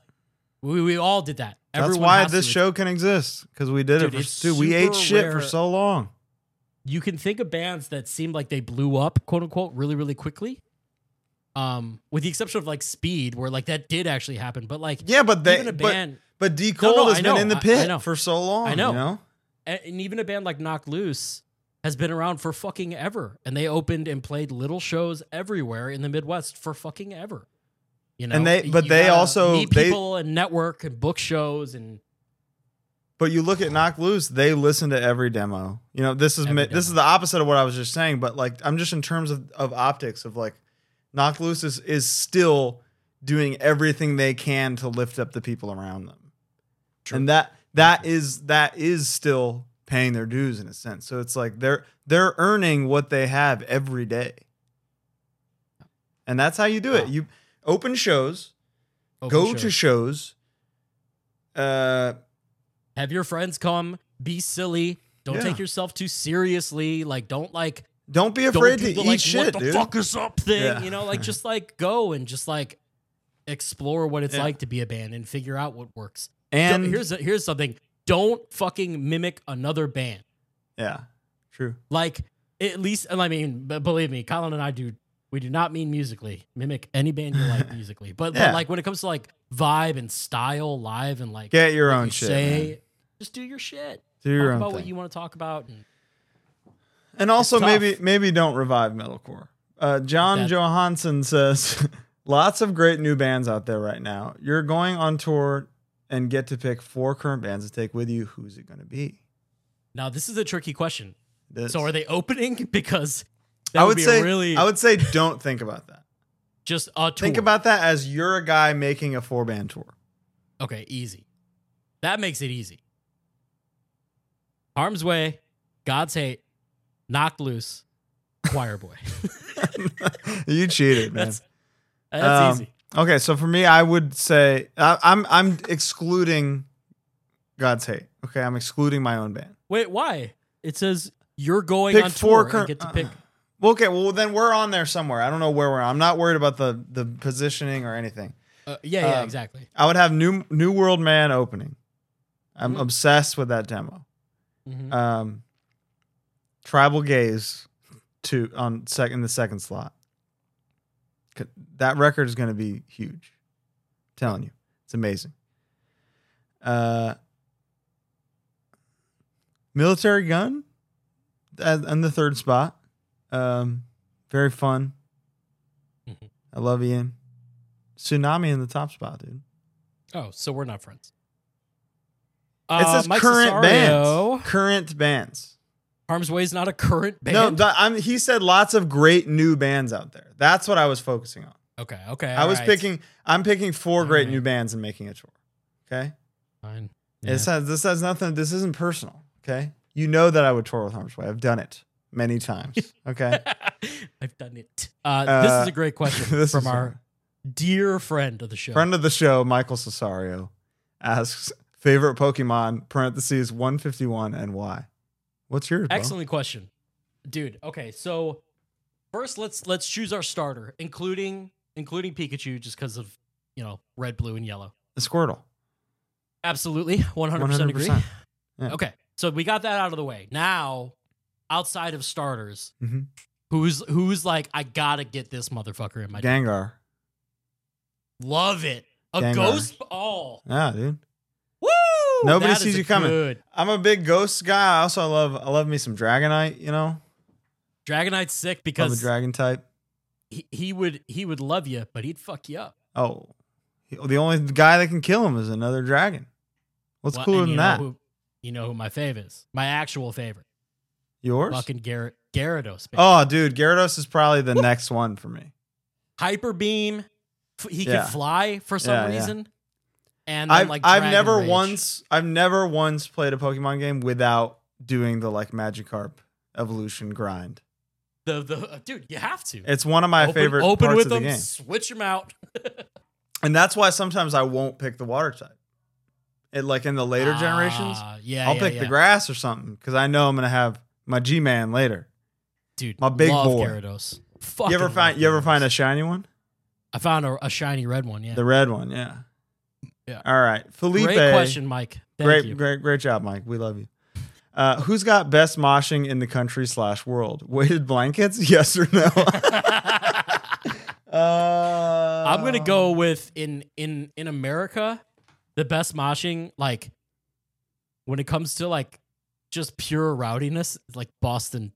[SPEAKER 2] we we all did that.
[SPEAKER 1] That's
[SPEAKER 2] Everyone
[SPEAKER 1] why
[SPEAKER 2] has to.
[SPEAKER 1] this
[SPEAKER 2] It's-
[SPEAKER 1] show can exist because we did
[SPEAKER 2] Dude,
[SPEAKER 1] it
[SPEAKER 2] it's
[SPEAKER 1] for two. We ate
[SPEAKER 2] super
[SPEAKER 1] shit for
[SPEAKER 2] rare.
[SPEAKER 1] so long.
[SPEAKER 2] you can think of bands that seemed like they blew up, quote unquote, really, really quickly. Um, with the exception of like Speed, where like that did actually happen, but like
[SPEAKER 1] Yeah, but they
[SPEAKER 2] even a
[SPEAKER 1] but,
[SPEAKER 2] band
[SPEAKER 1] but D
[SPEAKER 2] No,
[SPEAKER 1] Cole
[SPEAKER 2] no,
[SPEAKER 1] has
[SPEAKER 2] I
[SPEAKER 1] been
[SPEAKER 2] know.
[SPEAKER 1] in the
[SPEAKER 2] I- I
[SPEAKER 1] pit
[SPEAKER 2] know.
[SPEAKER 1] for so long.
[SPEAKER 2] I know.
[SPEAKER 1] You know?
[SPEAKER 2] a- and even a band like Knock Loose has been around for fucking ever, and they opened and played little shows everywhere in the Midwest for fucking ever. You know,
[SPEAKER 1] And they- but
[SPEAKER 2] You
[SPEAKER 1] they
[SPEAKER 2] gotta
[SPEAKER 1] also-
[SPEAKER 2] meet
[SPEAKER 1] they-
[SPEAKER 2] people and network and book shows and
[SPEAKER 1] But you look at Knock Loose, they listen to every demo. You know, this is
[SPEAKER 2] Every
[SPEAKER 1] mi- this is the opposite of what I was just saying, but like I'm just in terms of, of optics of like Knock Loose is, is still doing everything they can to lift up the people around them.
[SPEAKER 2] True.
[SPEAKER 1] And that that is that is still paying their dues in a sense. So it's like they're they're earning what they have every day. And that's how you do it.
[SPEAKER 2] Wow.
[SPEAKER 1] You open shows,
[SPEAKER 2] open
[SPEAKER 1] go
[SPEAKER 2] shows.
[SPEAKER 1] to shows, uh
[SPEAKER 2] have your friends come, be silly, don't
[SPEAKER 1] Yeah.
[SPEAKER 2] take yourself too seriously, like don't like
[SPEAKER 1] Don't be
[SPEAKER 2] Don't
[SPEAKER 1] afraid
[SPEAKER 2] do
[SPEAKER 1] to
[SPEAKER 2] the,
[SPEAKER 1] eat
[SPEAKER 2] like,
[SPEAKER 1] shit,
[SPEAKER 2] what the
[SPEAKER 1] dude.
[SPEAKER 2] fuck is up thing.
[SPEAKER 1] Yeah.
[SPEAKER 2] You
[SPEAKER 1] [laughs]
[SPEAKER 2] know, like just like go and just like explore what it's
[SPEAKER 1] Yeah.
[SPEAKER 2] like to be a band and figure out what works.
[SPEAKER 1] And
[SPEAKER 2] Don't- here's a, here's something: don't fucking mimic another band.
[SPEAKER 1] yeah, true.
[SPEAKER 2] Like at least, and I mean, b- believe me, Colin and I do. We do not mean musically. Mimic any band
[SPEAKER 1] [laughs]
[SPEAKER 2] you like musically, but,
[SPEAKER 1] Yeah.
[SPEAKER 2] but like when it comes to like vibe and style, live and like
[SPEAKER 1] Get your own
[SPEAKER 2] you
[SPEAKER 1] shit.
[SPEAKER 2] say,
[SPEAKER 1] man.
[SPEAKER 2] just do your shit.
[SPEAKER 1] Do your
[SPEAKER 2] talk
[SPEAKER 1] own
[SPEAKER 2] about what
[SPEAKER 1] thing.
[SPEAKER 2] you want to talk about. And
[SPEAKER 1] and also
[SPEAKER 2] It's tough.
[SPEAKER 1] maybe maybe don't revive metalcore. Uh, John
[SPEAKER 2] That-
[SPEAKER 1] Johansson says, [laughs] lots of great new bands out there right now. You're going on tour and get to pick four current bands to take with you. Who's it going to be?
[SPEAKER 2] now this is a tricky question.
[SPEAKER 1] This-
[SPEAKER 2] So are they opening? [laughs] Because that
[SPEAKER 1] I
[SPEAKER 2] would,
[SPEAKER 1] would
[SPEAKER 2] be
[SPEAKER 1] say
[SPEAKER 2] really
[SPEAKER 1] I would say don't think about that.
[SPEAKER 2] just a tour.
[SPEAKER 1] Think about that as you're a guy making a four band tour. [laughs]
[SPEAKER 2] okay, easy. That makes it easy. Harm's Way, God's Hate, knocked loose, choir
[SPEAKER 1] [laughs]
[SPEAKER 2] boy.
[SPEAKER 1] you
[SPEAKER 2] [laughs]
[SPEAKER 1] cheated, man.
[SPEAKER 2] that's that's
[SPEAKER 1] Um,
[SPEAKER 2] easy.
[SPEAKER 1] Okay, so for me, I would say I, I'm I'm excluding God's hate. Okay, I'm excluding my own band.
[SPEAKER 2] Wait, why? It says you're going
[SPEAKER 1] Pick
[SPEAKER 2] on
[SPEAKER 1] four
[SPEAKER 2] tour
[SPEAKER 1] cur- uh,
[SPEAKER 2] and get to pick.
[SPEAKER 1] Well, okay, well then we're on there somewhere. I don't know where we're. I'm not worried about the the positioning or anything.
[SPEAKER 2] Uh, yeah, yeah,
[SPEAKER 1] um,
[SPEAKER 2] exactly.
[SPEAKER 1] I would have new New World Man opening. I'm
[SPEAKER 2] Mhm.
[SPEAKER 1] obsessed with that demo.
[SPEAKER 2] Mhm.
[SPEAKER 1] Um, Tribal Gaze, to on second in the second slot. C- That record is going to be huge. telling you, it's amazing. Uh, military gun, and and the third spot. Um, very fun.
[SPEAKER 2] Mhm.
[SPEAKER 1] I love Ian. Tsunami in the top spot, dude.
[SPEAKER 2] oh, so we're not friends.
[SPEAKER 1] It
[SPEAKER 2] Uh,
[SPEAKER 1] says
[SPEAKER 2] Mike
[SPEAKER 1] current
[SPEAKER 2] Cesario.
[SPEAKER 1] bands. Current bands.
[SPEAKER 2] Harm's Way is not a current band.
[SPEAKER 1] No, th- I'm, he said lots of great new bands out there. That's what I was focusing on.
[SPEAKER 2] okay, okay.
[SPEAKER 1] I was
[SPEAKER 2] alright.
[SPEAKER 1] picking. I'm picking four
[SPEAKER 2] All
[SPEAKER 1] great
[SPEAKER 2] right.
[SPEAKER 1] new bands and making a tour. Okay.
[SPEAKER 2] Fine.
[SPEAKER 1] It says this has nothing. This isn't personal. Okay. You know that I would tour with Harm's Way. I've done it many times.
[SPEAKER 2] [laughs]
[SPEAKER 1] Okay.
[SPEAKER 2] I've done it. Uh, this
[SPEAKER 1] Uh,
[SPEAKER 2] is a great question
[SPEAKER 1] [laughs] this
[SPEAKER 2] from
[SPEAKER 1] is
[SPEAKER 2] our dear friend of the show.
[SPEAKER 1] friend of the show, Michael Cesario, asks favorite Pokemon parentheses 151 and why. What's yours? Bo?
[SPEAKER 2] Excellent question, dude. Okay, so first let's let's choose our starter, including including Pikachu, just because of you know red, blue, and yellow.
[SPEAKER 1] The Squirtle.
[SPEAKER 2] Absolutely, one hundred percent agree.
[SPEAKER 1] 100%. Yeah.
[SPEAKER 2] Okay, so we got that out of the way. Now, outside of starters,
[SPEAKER 1] Mhm.
[SPEAKER 2] who's who's like I gotta get this motherfucker in my
[SPEAKER 1] Gengar.
[SPEAKER 2] love it. A
[SPEAKER 1] Gengar.
[SPEAKER 2] ghost ball.
[SPEAKER 1] Yeah, dude.
[SPEAKER 2] Woo!
[SPEAKER 1] Nobody
[SPEAKER 2] That is
[SPEAKER 1] sees
[SPEAKER 2] a
[SPEAKER 1] you coming.
[SPEAKER 2] Good.
[SPEAKER 1] I'm a big ghost guy. I also love I love me some Dragonite, you know?
[SPEAKER 2] Dragonite's sick
[SPEAKER 1] Love a
[SPEAKER 2] because
[SPEAKER 1] dragon type.
[SPEAKER 2] he, he would he would love you, but he'd fuck you up.
[SPEAKER 1] Oh. He- The only guy that can kill him is another dragon. What's
[SPEAKER 2] Well,
[SPEAKER 1] cooler
[SPEAKER 2] and
[SPEAKER 1] than
[SPEAKER 2] you
[SPEAKER 1] that?
[SPEAKER 2] Know who, you know who my favorite is? My actual favorite.
[SPEAKER 1] Yours?
[SPEAKER 2] Fucking Garrett Gyarados. baby.
[SPEAKER 1] Oh, dude, Gyarados is probably
[SPEAKER 2] [laughs]
[SPEAKER 1] the next one for me.
[SPEAKER 2] Hyper beam. F- He
[SPEAKER 1] Yeah.
[SPEAKER 2] can fly for some
[SPEAKER 1] Yeah, yeah.
[SPEAKER 2] reason. And then,
[SPEAKER 1] I've,
[SPEAKER 2] like
[SPEAKER 1] I've
[SPEAKER 2] Dragon
[SPEAKER 1] never
[SPEAKER 2] Rage.
[SPEAKER 1] once I've never once played a Pokemon game without doing the like Magikarp evolution grind.
[SPEAKER 2] the the dude. You have to.
[SPEAKER 1] It's one of my
[SPEAKER 2] open,
[SPEAKER 1] favorite
[SPEAKER 2] Open
[SPEAKER 1] parts
[SPEAKER 2] with
[SPEAKER 1] of
[SPEAKER 2] them.
[SPEAKER 1] the game.
[SPEAKER 2] Switch them out.
[SPEAKER 1] And that's why sometimes I won't pick the water type. It like in the later generations.
[SPEAKER 2] Ah, Yeah,
[SPEAKER 1] I'll
[SPEAKER 2] yeah,
[SPEAKER 1] pick
[SPEAKER 2] yeah.
[SPEAKER 1] the grass or something because I know I'm gonna have my G Man later.
[SPEAKER 2] dude.
[SPEAKER 1] my big
[SPEAKER 2] love
[SPEAKER 1] boy.
[SPEAKER 2] Gyarados.
[SPEAKER 1] You ever
[SPEAKER 2] Fucking
[SPEAKER 1] find
[SPEAKER 2] love
[SPEAKER 1] you ever
[SPEAKER 2] Gyarados.
[SPEAKER 1] find a shiny one?
[SPEAKER 2] I found a, a shiny red one. Yeah.
[SPEAKER 1] The red one, yeah.
[SPEAKER 2] Yeah.
[SPEAKER 1] All right, Felipe.
[SPEAKER 2] Great question, Mike. Thank
[SPEAKER 1] great,
[SPEAKER 2] you.
[SPEAKER 1] great, great job, Mike. We love you. Uh, who's got best moshing in the country slash world? Weighted blankets? [laughs] Yes or
[SPEAKER 2] [laughs]
[SPEAKER 1] no? uh,
[SPEAKER 2] I'm gonna go with in in in America, the best moshing like when it comes to like just pure rowdiness, like Boston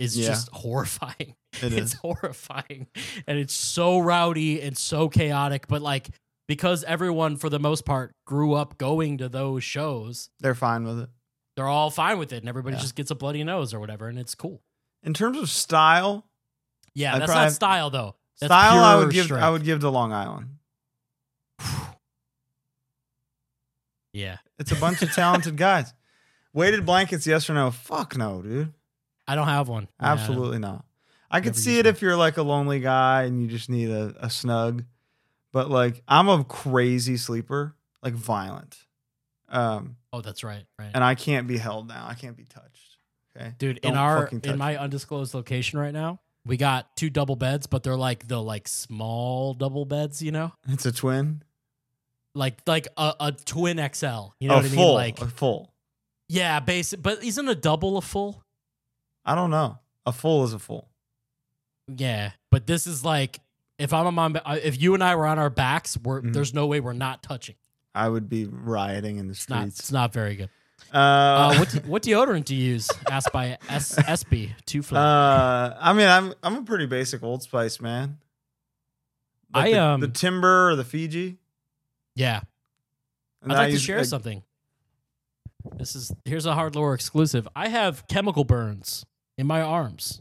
[SPEAKER 2] is
[SPEAKER 1] Yeah.
[SPEAKER 2] just horrifying.
[SPEAKER 1] It
[SPEAKER 2] [laughs]
[SPEAKER 1] is.
[SPEAKER 2] it's horrifying, and it's so rowdy and so chaotic. But like because everyone for the most part grew up going to those shows,
[SPEAKER 1] They're fine with it.
[SPEAKER 2] they're all fine with it, and everybody
[SPEAKER 1] Yeah.
[SPEAKER 2] just gets a bloody nose or whatever, and it's cool.
[SPEAKER 1] In terms of style,
[SPEAKER 2] Yeah,
[SPEAKER 1] I'd
[SPEAKER 2] that's
[SPEAKER 1] probably-
[SPEAKER 2] not style though. That's
[SPEAKER 1] style I
[SPEAKER 2] pure
[SPEAKER 1] would give I
[SPEAKER 2] strength.
[SPEAKER 1] would give to Long Island.
[SPEAKER 2] Yeah,
[SPEAKER 1] It's a bunch of talented
[SPEAKER 2] [laughs]
[SPEAKER 1] guys. Weighted blankets? Yes or no? Fuck no, dude.
[SPEAKER 2] I don't have one. Yeah, I don't.
[SPEAKER 1] Absolutely not. I could
[SPEAKER 2] Never
[SPEAKER 1] see
[SPEAKER 2] used
[SPEAKER 1] it
[SPEAKER 2] one.
[SPEAKER 1] if you're like a lonely guy and you just need a, a snug. But like I'm a crazy sleeper, like violent. Um,
[SPEAKER 2] Oh, that's right, right.
[SPEAKER 1] and I can't be held down. I can't be touched. Okay.
[SPEAKER 2] Dude,
[SPEAKER 1] Don't
[SPEAKER 2] in our
[SPEAKER 1] fucking touch
[SPEAKER 2] in my undisclosed location right now, we got two double beds, but they're like the like small double beds, you know,
[SPEAKER 1] It's a twin.
[SPEAKER 2] like like a, a twin XL. You know
[SPEAKER 1] a
[SPEAKER 2] what I
[SPEAKER 1] full.
[SPEAKER 2] mean? Like
[SPEAKER 1] a full.
[SPEAKER 2] yeah, basic. But isn't a double a full?
[SPEAKER 1] I don't know. A full is a full.
[SPEAKER 2] Yeah, but this is like if I'm on my I- if you and I were on our backs, we're
[SPEAKER 1] Mhm.
[SPEAKER 2] there's no way we're not touching.
[SPEAKER 1] I would be rioting in the
[SPEAKER 2] It's not it's
[SPEAKER 1] streets.
[SPEAKER 2] not very good. Uh,
[SPEAKER 1] uh, [laughs]
[SPEAKER 2] what what deodorant do you use? Asked by S, SB two
[SPEAKER 1] [laughs]
[SPEAKER 2] flat.
[SPEAKER 1] uh, I mean, I'm I'm a pretty basic Old Spice man.
[SPEAKER 2] I,
[SPEAKER 1] the,
[SPEAKER 2] um,
[SPEAKER 1] the timber or the Fiji.
[SPEAKER 2] yeah,
[SPEAKER 1] And
[SPEAKER 2] I'd
[SPEAKER 1] I
[SPEAKER 2] like to
[SPEAKER 1] use,
[SPEAKER 2] share
[SPEAKER 1] like,
[SPEAKER 2] something. This is here's a hard lore exclusive. I have chemical burns in my arms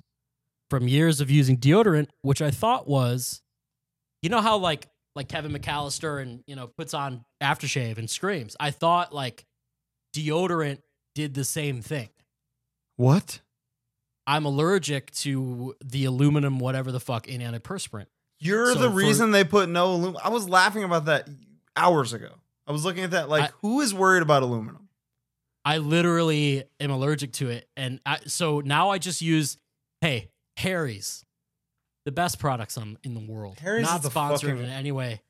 [SPEAKER 2] from years of using deodorant, which I thought was, you know how like like Kevin McAllister and you know puts on aftershave and screams. I thought like deodorant did the same thing.
[SPEAKER 1] What?
[SPEAKER 2] I'm allergic to the aluminum, whatever the fuck, in antiperspirant.
[SPEAKER 1] You're
[SPEAKER 2] So
[SPEAKER 1] the
[SPEAKER 2] for-
[SPEAKER 1] reason they put no aluminum. I was laughing about that hours ago. I was looking at that like,
[SPEAKER 2] I-
[SPEAKER 1] who is worried about aluminum?
[SPEAKER 2] I literally am allergic to it, and I, so now I just use hey Harry's, the best products on, in the world.
[SPEAKER 1] Harry's
[SPEAKER 2] not
[SPEAKER 1] is the
[SPEAKER 2] sponsored
[SPEAKER 1] fucking-
[SPEAKER 2] in any way.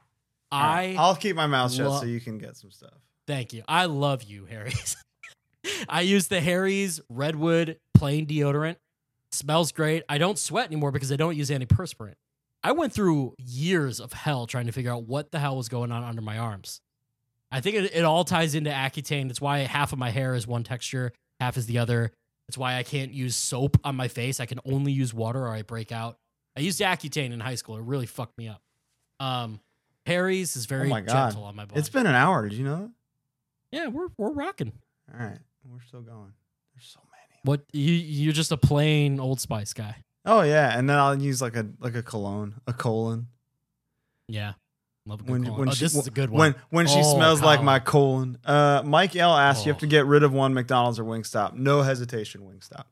[SPEAKER 1] All right,
[SPEAKER 2] I
[SPEAKER 1] I'll keep my mouth shut
[SPEAKER 2] lo-
[SPEAKER 1] so you can get some stuff.
[SPEAKER 2] Thank you. I love you, Harry's. [laughs] I use the Harry's Redwood plain deodorant. Smells great. I don't sweat anymore because I don't use antiperspirant. I went through years of hell trying to figure out what the hell was going on under my arms. I think it, it all ties into Accutane. It's why half of my hair is one texture, half is the other. It's why I can't use soap on my face. I can only use water or I break out. I used Accutane in high school. It really fucked me up. Um, Harry's is very
[SPEAKER 1] Oh my God.
[SPEAKER 2] gentle on my body.
[SPEAKER 1] It's been an hour. Did you know
[SPEAKER 2] Yeah, we're we're rocking.
[SPEAKER 1] that? All right. We're still going. There's so many.
[SPEAKER 2] What you you're just a plain Old Spice guy.
[SPEAKER 1] Oh yeah, and then I'll use like a like a cologne, a colon.
[SPEAKER 2] Yeah, love a good
[SPEAKER 1] When
[SPEAKER 2] call.
[SPEAKER 1] when
[SPEAKER 2] oh,
[SPEAKER 1] she
[SPEAKER 2] this is a good one.
[SPEAKER 1] when when she
[SPEAKER 2] Oh,
[SPEAKER 1] smells like
[SPEAKER 2] Colin.
[SPEAKER 1] my colon. Uh, Mike L asked, you have
[SPEAKER 2] Oh.
[SPEAKER 1] to get rid of one McDonald's or Wingstop. No hesitation, Wingstop.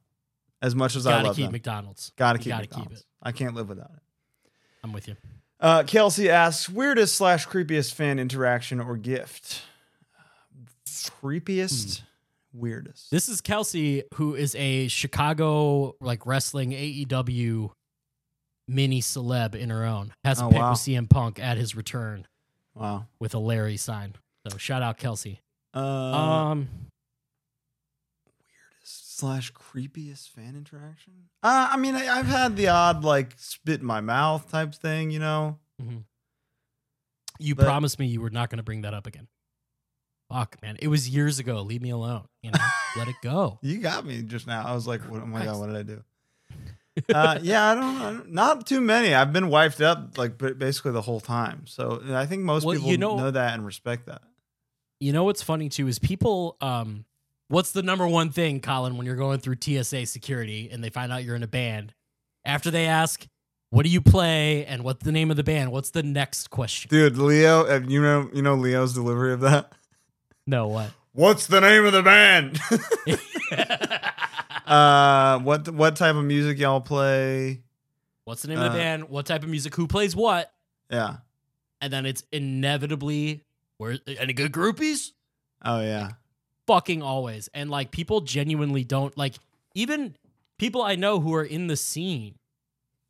[SPEAKER 1] As much as I
[SPEAKER 2] gotta
[SPEAKER 1] love
[SPEAKER 2] keep
[SPEAKER 1] them,
[SPEAKER 2] McDonald's.
[SPEAKER 1] gotta
[SPEAKER 2] you
[SPEAKER 1] keep
[SPEAKER 2] gotta keep
[SPEAKER 1] McDonald's.
[SPEAKER 2] it.
[SPEAKER 1] I can't live without it.
[SPEAKER 2] I'm with you.
[SPEAKER 1] Uh, Kelsey asks, weirdest slash creepiest fan interaction or gift? Creepiest, weirdest.
[SPEAKER 2] Hmm. This is Kelsey, who is a Chicago like wrestling AEW mini celeb in her own. Has a
[SPEAKER 1] Oh,
[SPEAKER 2] pic
[SPEAKER 1] wow.
[SPEAKER 2] with CM Punk at his return
[SPEAKER 1] wow.
[SPEAKER 2] with a Larry sign. So shout out Kelsey.
[SPEAKER 1] Uh,
[SPEAKER 2] um,
[SPEAKER 1] weirdest slash creepiest fan interaction. Uh, I mean, I, I've had the odd like spit in my mouth type thing, you know.
[SPEAKER 2] you
[SPEAKER 1] but-
[SPEAKER 2] promised me you were not going to bring that up again. Fuck, man, it was years ago. Leave me alone. You know,
[SPEAKER 1] [laughs]
[SPEAKER 2] let it go.
[SPEAKER 1] You got me just now. I was like, what, oh my god,
[SPEAKER 2] Christ.
[SPEAKER 1] what did I
[SPEAKER 2] [laughs]
[SPEAKER 1] do? Uh, yeah, I don't, I don't. Not too many. I've been wiped up like ba- basically the whole time. So I think most
[SPEAKER 2] Well,
[SPEAKER 1] people
[SPEAKER 2] you know-
[SPEAKER 1] know that and respect that.
[SPEAKER 2] You know what's funny too is people. Um, what's the number one thing, Colin, when you're going through TSA security and they find out you're in a band? After they ask, "What do you play?" and "What's the name of the band?" What's the next question?
[SPEAKER 1] Dude, Leo, uh, you know, you know Leo's delivery of that.
[SPEAKER 2] [laughs] No, what?
[SPEAKER 1] What's the name of the band? [laughs] uh, what what type of music y'all play?
[SPEAKER 2] [laughs] what's the name of
[SPEAKER 1] Uh,
[SPEAKER 2] the band? What type of music? Who plays what?
[SPEAKER 1] Yeah.
[SPEAKER 2] And then it's inevitably, "Where any good groupies?"
[SPEAKER 1] Oh yeah.
[SPEAKER 2] fucking always. And like people genuinely don't like even people I know who are in the scene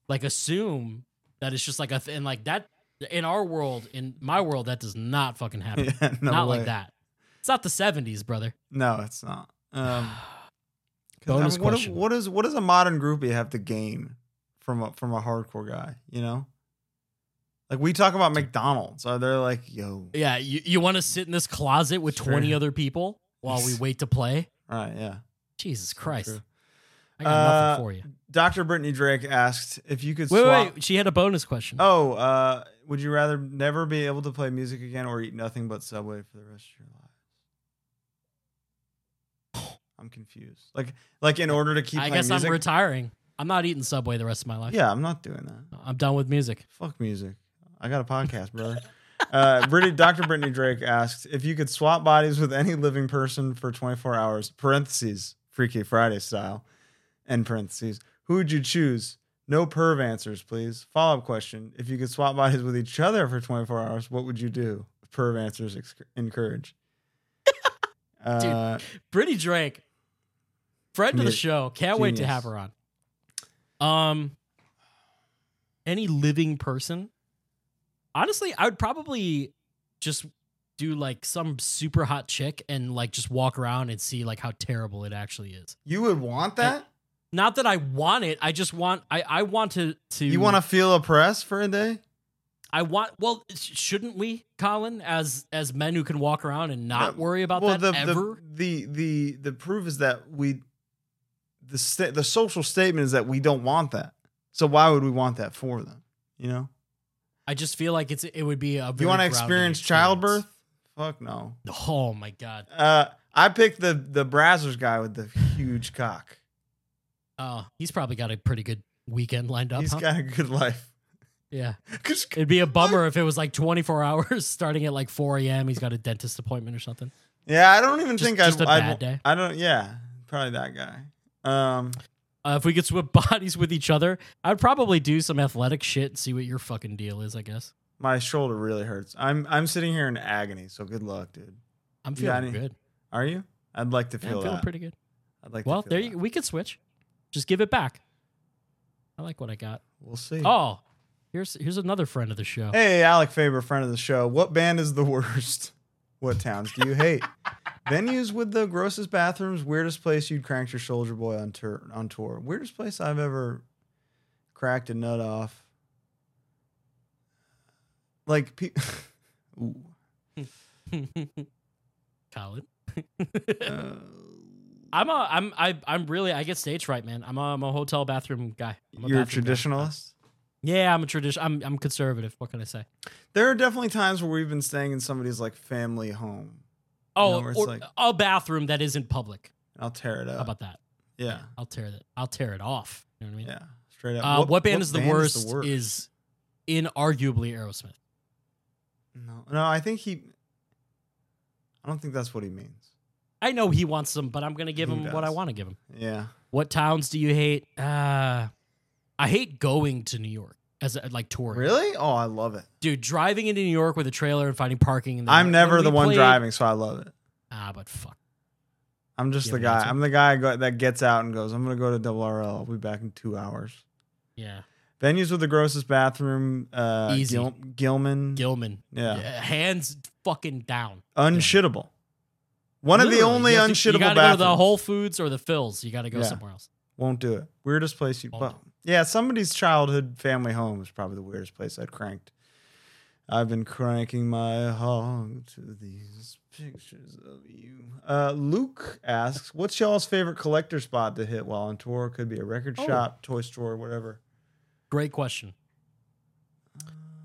[SPEAKER 2] like assume that it's just like a th- and like that in our world in my world that does
[SPEAKER 1] [laughs]
[SPEAKER 2] not fucking happen.
[SPEAKER 1] yeah no
[SPEAKER 2] not
[SPEAKER 1] way.
[SPEAKER 2] like that. It's not the 70s, brother.
[SPEAKER 1] No, it's not. Um, 'cause,
[SPEAKER 2] Bonus
[SPEAKER 1] what,
[SPEAKER 2] question.
[SPEAKER 1] What is what does a modern groupie have to gain from a from a hardcore guy? You know, like we talk about McDonald's. Are they like, yo,
[SPEAKER 2] [sighs] yeah, you, you want to sit in this closet with
[SPEAKER 1] Sure.
[SPEAKER 2] 20 other people while we wait to play?
[SPEAKER 1] right? Yeah.
[SPEAKER 2] Jesus Christ.
[SPEAKER 1] True.
[SPEAKER 2] I got
[SPEAKER 1] Uh,
[SPEAKER 2] nothing for you.
[SPEAKER 1] Dr. Brittany Drake asked if you could
[SPEAKER 2] Wait,
[SPEAKER 1] swap.
[SPEAKER 2] wait, wait, she had a bonus question.
[SPEAKER 1] Oh, uh, would you rather never be able to play music again or eat nothing but Subway for the rest of your life? I'm confused. Like, like in order to keep
[SPEAKER 2] I
[SPEAKER 1] playing
[SPEAKER 2] guess
[SPEAKER 1] music.
[SPEAKER 2] I'm retiring. I'm not eating Subway the rest of my life.
[SPEAKER 1] yeah, I'm not doing that.
[SPEAKER 2] I'm done with music.
[SPEAKER 1] Fuck music. I got a podcast, brother. [laughs] Uh, Brittany, Dr. Brittany Drake asked if you could swap bodies with any living person for 24 hours, parentheses, Freaky Friday style, end parentheses, who would you choose? No perv answers, please. Follow up question If you could swap bodies with each other for 24 hours, what would you do? Perv answers ex- encouraged. Uh,
[SPEAKER 2] Brittany Drake, friend of the
[SPEAKER 1] Genius.
[SPEAKER 2] show. Can't wait to
[SPEAKER 1] Genius.
[SPEAKER 2] have her on. Um, any living person? Honestly, I would probably just do like some super hot chick and like just walk around and see like how terrible it actually is.
[SPEAKER 1] you would want that?
[SPEAKER 2] Not that I want it. I just want I I want to to
[SPEAKER 1] You want to feel oppressed for a day?
[SPEAKER 2] I want well sh- shouldn't we, Colin, as as men who can walk around and not
[SPEAKER 1] No.
[SPEAKER 2] worry about that
[SPEAKER 1] the,
[SPEAKER 2] ever?
[SPEAKER 1] The, the the the proof is that we the sta- the social statement is that we don't want that. So why would we want that for them? You know,
[SPEAKER 2] I just feel like it's it would be a
[SPEAKER 1] you
[SPEAKER 2] very
[SPEAKER 1] want to
[SPEAKER 2] grounding
[SPEAKER 1] experience
[SPEAKER 2] experience.
[SPEAKER 1] childbirth? Fuck no.
[SPEAKER 2] Oh my god.
[SPEAKER 1] Uh, I picked the the Brazzers guy with the huge cock.
[SPEAKER 2] Oh, he's probably got a pretty good weekend lined up.
[SPEAKER 1] He's
[SPEAKER 2] huh?
[SPEAKER 1] got a good life. [laughs]
[SPEAKER 2] yeah.
[SPEAKER 1] 'Cause-
[SPEAKER 2] It'd be a bummer if it was like 24 [laughs] hours starting at like 4 a.m. He's got a dentist appointment or something.
[SPEAKER 1] yeah, I don't even
[SPEAKER 2] Just-
[SPEAKER 1] think
[SPEAKER 2] just
[SPEAKER 1] I'd,
[SPEAKER 2] a
[SPEAKER 1] I'd
[SPEAKER 2] bad
[SPEAKER 1] wa-
[SPEAKER 2] day.
[SPEAKER 1] I don't. Yeah, probably that guy. Um,
[SPEAKER 2] Uh, if we could swap [laughs] bodies with each other, I'd probably do some athletic shit and see what your fucking deal is. I guess
[SPEAKER 1] My shoulder really hurts. I'm I'm sitting here in agony. So good luck, dude.
[SPEAKER 2] I'm
[SPEAKER 1] You got
[SPEAKER 2] feeling
[SPEAKER 1] any-
[SPEAKER 2] good.
[SPEAKER 1] Are you? I'd like to
[SPEAKER 2] Yeah,
[SPEAKER 1] feel
[SPEAKER 2] I'm feeling
[SPEAKER 1] that.
[SPEAKER 2] pretty good.
[SPEAKER 1] I'd like.
[SPEAKER 2] Well,
[SPEAKER 1] to feel
[SPEAKER 2] there
[SPEAKER 1] that.
[SPEAKER 2] you. We could switch. Just give it back. I like what I got.
[SPEAKER 1] We'll see.
[SPEAKER 2] Oh, here's here's another friend of the show.
[SPEAKER 1] Hey, Alec Faber, friend of the show. What band is the worst? [laughs] What towns do you hate? Venues with the grossest bathrooms. Weirdest place you'd cranked your Soldier Boy on tour. On tour. Weirdest place I've ever cracked a nut off. Like, pe- [laughs] Ooh.
[SPEAKER 2] [laughs] Colin. [laughs]
[SPEAKER 1] Uh,
[SPEAKER 2] I'm a I'm I I'm really I get stage fright, man. I'm a, I'm a hotel bathroom guy. I'm
[SPEAKER 1] you're a
[SPEAKER 2] bathroom guy.
[SPEAKER 1] traditionalist.
[SPEAKER 2] Yeah, I'm a tradition. I'm I'm conservative. What can I say?
[SPEAKER 1] There are definitely times where we've been staying in somebody's like family home. know,
[SPEAKER 2] Oh,
[SPEAKER 1] where it's
[SPEAKER 2] or
[SPEAKER 1] like-
[SPEAKER 2] a bathroom that isn't public.
[SPEAKER 1] I'll tear it up.
[SPEAKER 2] How about that?
[SPEAKER 1] yeah,
[SPEAKER 2] I'll tear that. I'll tear it off. You know what I mean?
[SPEAKER 1] yeah, straight up.
[SPEAKER 2] Uh, what, band, is, the worst
[SPEAKER 1] worst?
[SPEAKER 2] is inarguably Aerosmith.
[SPEAKER 1] no, no. I think he. I don't think that's what he means.
[SPEAKER 2] I know he wants them, but I'm gonna give
[SPEAKER 1] He
[SPEAKER 2] him what I
[SPEAKER 1] does.
[SPEAKER 2] want to give him.
[SPEAKER 1] Yeah,
[SPEAKER 2] What towns do you hate? Uh, I hate going to New York as a, like touring.
[SPEAKER 1] really? Oh, I love it.
[SPEAKER 2] dude, driving into New York with a trailer and finding parking. And then-
[SPEAKER 1] I'm never
[SPEAKER 2] when
[SPEAKER 1] the
[SPEAKER 2] we
[SPEAKER 1] one
[SPEAKER 2] played-
[SPEAKER 1] driving, so I love it.
[SPEAKER 2] Ah, but fuck.
[SPEAKER 1] I'm just
[SPEAKER 2] Yeah,
[SPEAKER 1] the
[SPEAKER 2] but that's
[SPEAKER 1] guy.
[SPEAKER 2] what-
[SPEAKER 1] I'm the guy go, that gets out and goes. I'm gonna go to Double RL. I'll be back in two hours.
[SPEAKER 2] Yeah,
[SPEAKER 1] Venues with the grossest bathroom. Uh,
[SPEAKER 2] Easy.
[SPEAKER 1] Gil- Gilman.
[SPEAKER 2] Mm. Gilman.
[SPEAKER 1] yeah.
[SPEAKER 2] Yeah, hands fucking down.
[SPEAKER 1] unshittable. One of
[SPEAKER 2] Literally,
[SPEAKER 1] the only
[SPEAKER 2] you have to-
[SPEAKER 1] unshittable
[SPEAKER 2] You gotta
[SPEAKER 1] bathrooms.
[SPEAKER 2] go to the Whole Foods or the Phils. You gotta go
[SPEAKER 1] Yeah.
[SPEAKER 2] somewhere else.
[SPEAKER 1] Won't do it. Weirdest place you.
[SPEAKER 2] Won't
[SPEAKER 1] Well, yeah, somebody's childhood family home is probably the weirdest place I'd cranked. I've been cranking my hog to these pictures of you. Uh, Luke asks, "What's y'all's favorite collector spot to hit while on tour? Could be a record
[SPEAKER 2] Oh.
[SPEAKER 1] shop, toy store, whatever."
[SPEAKER 2] Great question.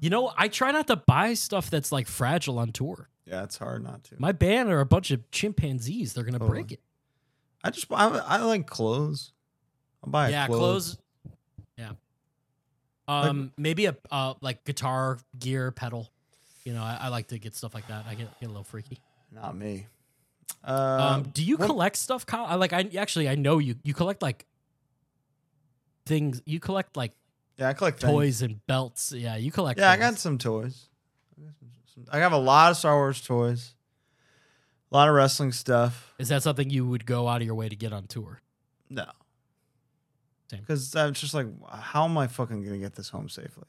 [SPEAKER 2] You know, I try not to buy stuff that's like fragile on tour.
[SPEAKER 1] Yeah, it's hard not to.
[SPEAKER 2] My band are a bunch of chimpanzees. They're
[SPEAKER 1] Oh,
[SPEAKER 2] gonna break it.
[SPEAKER 1] I just I, I like clothes. I'll buy a
[SPEAKER 2] yeah,
[SPEAKER 1] clothes.
[SPEAKER 2] clothes. Yeah. Um, maybe a uh, like guitar gear pedal. You know, I, I like to get stuff like that. I get, get a little freaky.
[SPEAKER 1] Not me.
[SPEAKER 2] Um,
[SPEAKER 1] Uh,
[SPEAKER 2] do you
[SPEAKER 1] what-
[SPEAKER 2] collect stuff, Kyle? I like. I actually, I know you. You collect like things. You collect like
[SPEAKER 1] yeah, I collect things.
[SPEAKER 2] toys and belts. Yeah, you collect.
[SPEAKER 1] Yeah, I
[SPEAKER 2] things.
[SPEAKER 1] got some toys. I got some- some- I have a lot of Star Wars toys, a lot of wrestling stuff.
[SPEAKER 2] Is that something you would go out of your way to get on tour?
[SPEAKER 1] No,
[SPEAKER 2] Same.
[SPEAKER 1] because I'm just like, how am I fucking gonna get this home safely?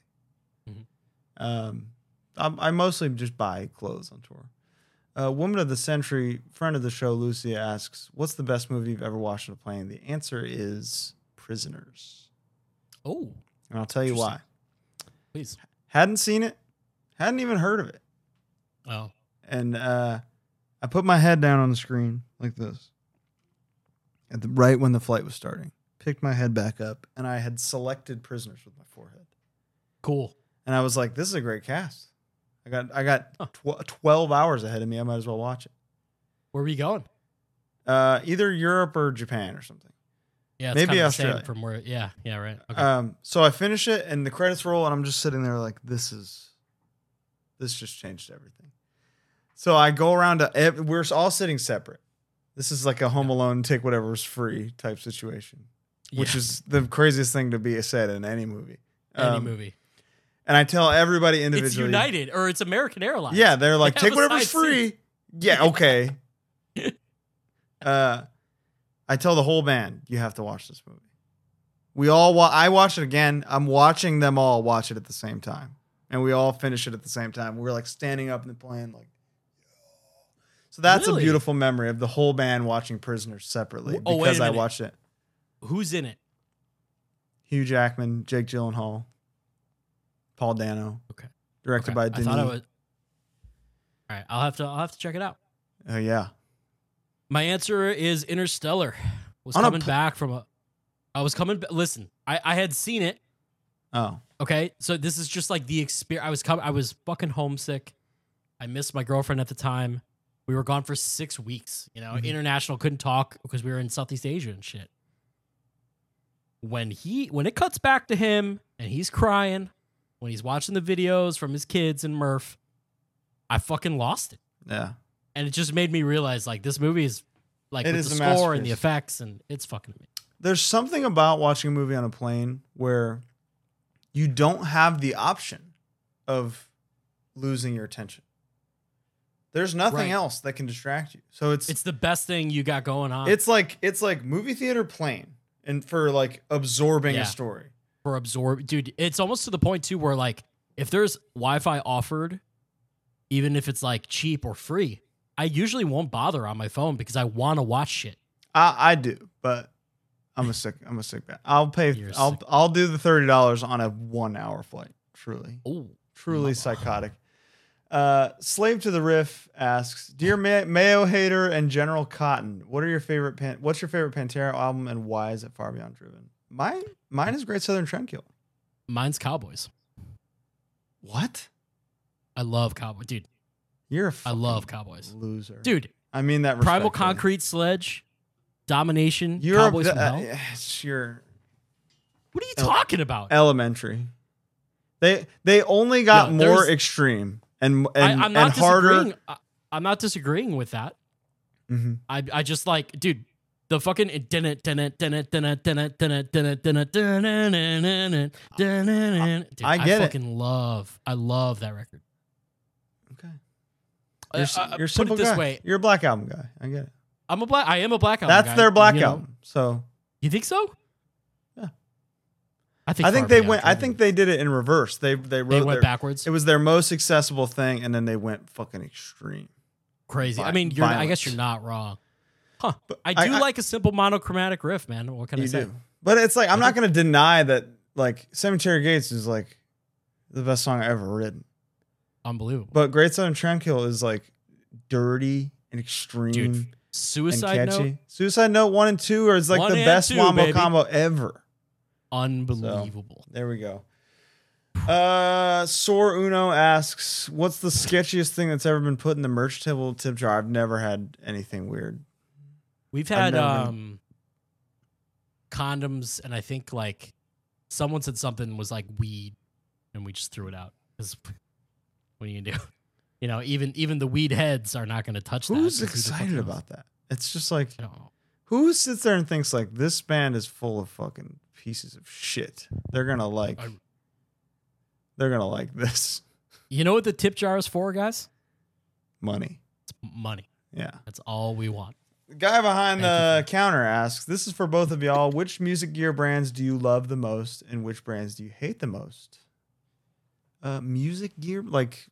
[SPEAKER 2] Mhm.
[SPEAKER 1] Um, I, I mostly just buy clothes on tour. Uh, Woman of the Century, friend of the show, Lucia asks, "What's the best movie you've ever watched on a plane?" The answer is Prisoners,
[SPEAKER 2] Oh,
[SPEAKER 1] and I'll tell you why.
[SPEAKER 2] Interesting. please.
[SPEAKER 1] Hadn't seen it, hadn't even heard of it.
[SPEAKER 2] Oh,
[SPEAKER 1] and uh, I put my head down on the screen like this, at the right when the flight was starting. Picked my head back up, and I had selected prisoners with my forehead,
[SPEAKER 2] cool.
[SPEAKER 1] and I was like, "This is a great cast." I got I got
[SPEAKER 2] Huh.
[SPEAKER 1] tw- twelve hours ahead of me. I might as well watch it.
[SPEAKER 2] Where are we going?
[SPEAKER 1] Uh, either Europe or Japan or something.
[SPEAKER 2] Yeah, it's
[SPEAKER 1] Maybe
[SPEAKER 2] kind of the same
[SPEAKER 1] Australia.
[SPEAKER 2] From where? Yeah, yeah, right. Okay.
[SPEAKER 1] Um, so I finish it, and the credits roll, and I'm just sitting there like, "This is, this just changed everything." So I go around to ev- we're all sitting separate. This is like a Home Alone take whatever's free type situation, which
[SPEAKER 2] Yeah,
[SPEAKER 1] is the craziest thing to be said in any movie.
[SPEAKER 2] any
[SPEAKER 1] Um,
[SPEAKER 2] movie.
[SPEAKER 1] And I tell everybody
[SPEAKER 2] It's
[SPEAKER 1] individually.
[SPEAKER 2] United or it's American Airlines.
[SPEAKER 1] Yeah, they're like,
[SPEAKER 2] [laughs] They have
[SPEAKER 1] take
[SPEAKER 2] a
[SPEAKER 1] whatever's
[SPEAKER 2] side
[SPEAKER 1] free.
[SPEAKER 2] seat. [laughs]
[SPEAKER 1] Yeah, okay. uh, I tell the whole band, you have to watch this movie. We all, wa- I watch it again. I'm watching them all watch it at the same time, and we all finish it at the same time. We're like standing up in the plane, like. So that's
[SPEAKER 2] Really?
[SPEAKER 1] a beautiful memory of the whole band watching Prisoners separately
[SPEAKER 2] Oh, wait a
[SPEAKER 1] because I
[SPEAKER 2] minute.
[SPEAKER 1] watched it.
[SPEAKER 2] Who's in it?
[SPEAKER 1] Hugh Jackman, Jake Gyllenhaal, Paul Dano.
[SPEAKER 2] Okay.
[SPEAKER 1] Directed
[SPEAKER 2] Okay,
[SPEAKER 1] by
[SPEAKER 2] I
[SPEAKER 1] Denis.
[SPEAKER 2] thought I was. All right, I'll have to. I'll have to check it out.
[SPEAKER 1] oh yeah.
[SPEAKER 2] My answer is Interstellar. Was
[SPEAKER 1] On a
[SPEAKER 2] coming
[SPEAKER 1] pl-
[SPEAKER 2] back from a. I was coming. ba- Listen, I I had seen it.
[SPEAKER 1] Oh.
[SPEAKER 2] Okay, so this is just like the experience. I was coming. I was fucking homesick. I missed my girlfriend at the time. We were gone for six weeks. You know,
[SPEAKER 1] Mhm.
[SPEAKER 2] international couldn't talk because we were in Southeast Asia and shit. When he when it cuts back to him and he's crying, when he's watching the videos from his kids and Murph, I fucking lost it
[SPEAKER 1] Yeah.
[SPEAKER 2] and it just made me realize like this movie is like
[SPEAKER 1] It
[SPEAKER 2] with
[SPEAKER 1] is
[SPEAKER 2] the
[SPEAKER 1] a
[SPEAKER 2] score and the
[SPEAKER 1] masterpiece.
[SPEAKER 2] effects and it's fucking amazing.
[SPEAKER 1] there's something about watching a movie on a plane where you don't have the option of losing your attention. There's nothing
[SPEAKER 2] Right.
[SPEAKER 1] else that can distract you. So it's
[SPEAKER 2] It's the best thing you got going on
[SPEAKER 1] it's like it's like movie theater plane and for like absorbing
[SPEAKER 2] Yeah.
[SPEAKER 1] a story.
[SPEAKER 2] for absorb. Dude, it's almost to the point too where like if there's Wi-Fi offered, even if it's like cheap or free, I usually won't bother on my phone because I want to watch shit.
[SPEAKER 1] I I do, but I'm a sick I'm a sick bat. I'll pay
[SPEAKER 2] You're a
[SPEAKER 1] I'll
[SPEAKER 2] sick-
[SPEAKER 1] I'll do the thirty dollars on a one hour flight. Truly.
[SPEAKER 2] Oh,
[SPEAKER 1] Truly
[SPEAKER 2] Wow.
[SPEAKER 1] psychotic. Uh, Slave to the Riff asks, "Dear Ma- Mayo hater and General Cotton, what are your favorite? Pan- what's your favorite Pantera album, and why is it far beyond driven? Mine, mine is Great Southern Trendkill.
[SPEAKER 2] mine's Cowboys.
[SPEAKER 1] What?
[SPEAKER 2] I love Cowboys, dude.
[SPEAKER 1] You're a
[SPEAKER 2] I love
[SPEAKER 1] fucking
[SPEAKER 2] Cowboys,
[SPEAKER 1] loser,
[SPEAKER 2] dude.
[SPEAKER 1] I mean that
[SPEAKER 2] Primal
[SPEAKER 1] respectfully.
[SPEAKER 2] Concrete Sledge, Domination,
[SPEAKER 1] You're
[SPEAKER 2] Cowboys
[SPEAKER 1] a,
[SPEAKER 2] from Hell.
[SPEAKER 1] uh, [sighs] it's your
[SPEAKER 2] What are you
[SPEAKER 1] El-
[SPEAKER 2] talking about?
[SPEAKER 1] elementary. They they only got
[SPEAKER 2] No,
[SPEAKER 1] more
[SPEAKER 2] there's-
[SPEAKER 1] extreme and
[SPEAKER 2] I,
[SPEAKER 1] and,
[SPEAKER 2] I'm not
[SPEAKER 1] and harder.
[SPEAKER 2] disagreeing. I, I'm not disagreeing with that.
[SPEAKER 1] Mhm.
[SPEAKER 2] I I just like, dude, the fucking I
[SPEAKER 1] I get it.
[SPEAKER 2] I fucking love. I love that record.
[SPEAKER 1] Okay,
[SPEAKER 2] I-
[SPEAKER 1] you're, s-
[SPEAKER 2] I- I-
[SPEAKER 1] you're a
[SPEAKER 2] Uh, put
[SPEAKER 1] simple
[SPEAKER 2] it this
[SPEAKER 1] guy.
[SPEAKER 2] way.
[SPEAKER 1] You're a black album guy. I get it.
[SPEAKER 2] I'm a black. I am a black album.
[SPEAKER 1] That's
[SPEAKER 2] guy,
[SPEAKER 1] their black
[SPEAKER 2] you know?
[SPEAKER 1] album. So
[SPEAKER 2] You think so?
[SPEAKER 1] Yeah.
[SPEAKER 2] I think.
[SPEAKER 1] I think
[SPEAKER 2] Far
[SPEAKER 1] they
[SPEAKER 2] Beyond
[SPEAKER 1] went. I
[SPEAKER 2] Driven.
[SPEAKER 1] think they did it in reverse. They they wrote
[SPEAKER 2] they went
[SPEAKER 1] their,
[SPEAKER 2] backwards.
[SPEAKER 1] It was their most accessible thing, and then they went fucking extreme.
[SPEAKER 2] Crazy. I
[SPEAKER 1] vi-
[SPEAKER 2] mean, you're. I
[SPEAKER 1] violence.
[SPEAKER 2] guess you're not wrong. Huh.
[SPEAKER 1] But
[SPEAKER 2] I do
[SPEAKER 1] I-
[SPEAKER 2] like a simple monochromatic riff, man. What can I
[SPEAKER 1] you
[SPEAKER 2] say?
[SPEAKER 1] do, but it's like I'm not going to deny that. Like Cemetery Gates is like the best song I ever written,
[SPEAKER 2] Unbelievable.
[SPEAKER 1] but Great Southern Tramkill is like dirty and extreme
[SPEAKER 2] Dude,
[SPEAKER 1] and
[SPEAKER 2] Suicide
[SPEAKER 1] catchy.
[SPEAKER 2] Note.
[SPEAKER 1] Suicide Note one and two are is like
[SPEAKER 2] One
[SPEAKER 1] the
[SPEAKER 2] and
[SPEAKER 1] best
[SPEAKER 2] two,
[SPEAKER 1] wombo
[SPEAKER 2] baby.
[SPEAKER 1] combo ever.
[SPEAKER 2] Unbelievable.
[SPEAKER 1] There we go. Uh, Sor Uno asks, "What's the sketchiest thing that's ever been put in the merch table tip jar?" I've never had anything weird.
[SPEAKER 2] We've
[SPEAKER 1] I've
[SPEAKER 2] had
[SPEAKER 1] never been-
[SPEAKER 2] um condoms, and I think like someone said something was like weed, and we just threw it out. 'Cause [laughs] what are you gonna do? [laughs] You know, even even the weed heads are not gonna touch
[SPEAKER 1] Who's
[SPEAKER 2] that. 'cause who the fuck
[SPEAKER 1] excited
[SPEAKER 2] knows?
[SPEAKER 1] about that? It's just like
[SPEAKER 2] I don't know.
[SPEAKER 1] who sits there and thinks like this band is full of fucking pieces of shit. They're gonna like.
[SPEAKER 2] I-
[SPEAKER 1] they're gonna like [laughs] this
[SPEAKER 2] You know what the tip jar is for, guys?
[SPEAKER 1] money.
[SPEAKER 2] It's money.
[SPEAKER 1] Yeah.
[SPEAKER 2] That's all we want.
[SPEAKER 1] The guy behind the
[SPEAKER 2] Thank
[SPEAKER 1] counter asks, "This is for both of y'all. Which music gear brands do you love the most, and which brands do you hate the most?" Uh, music gear like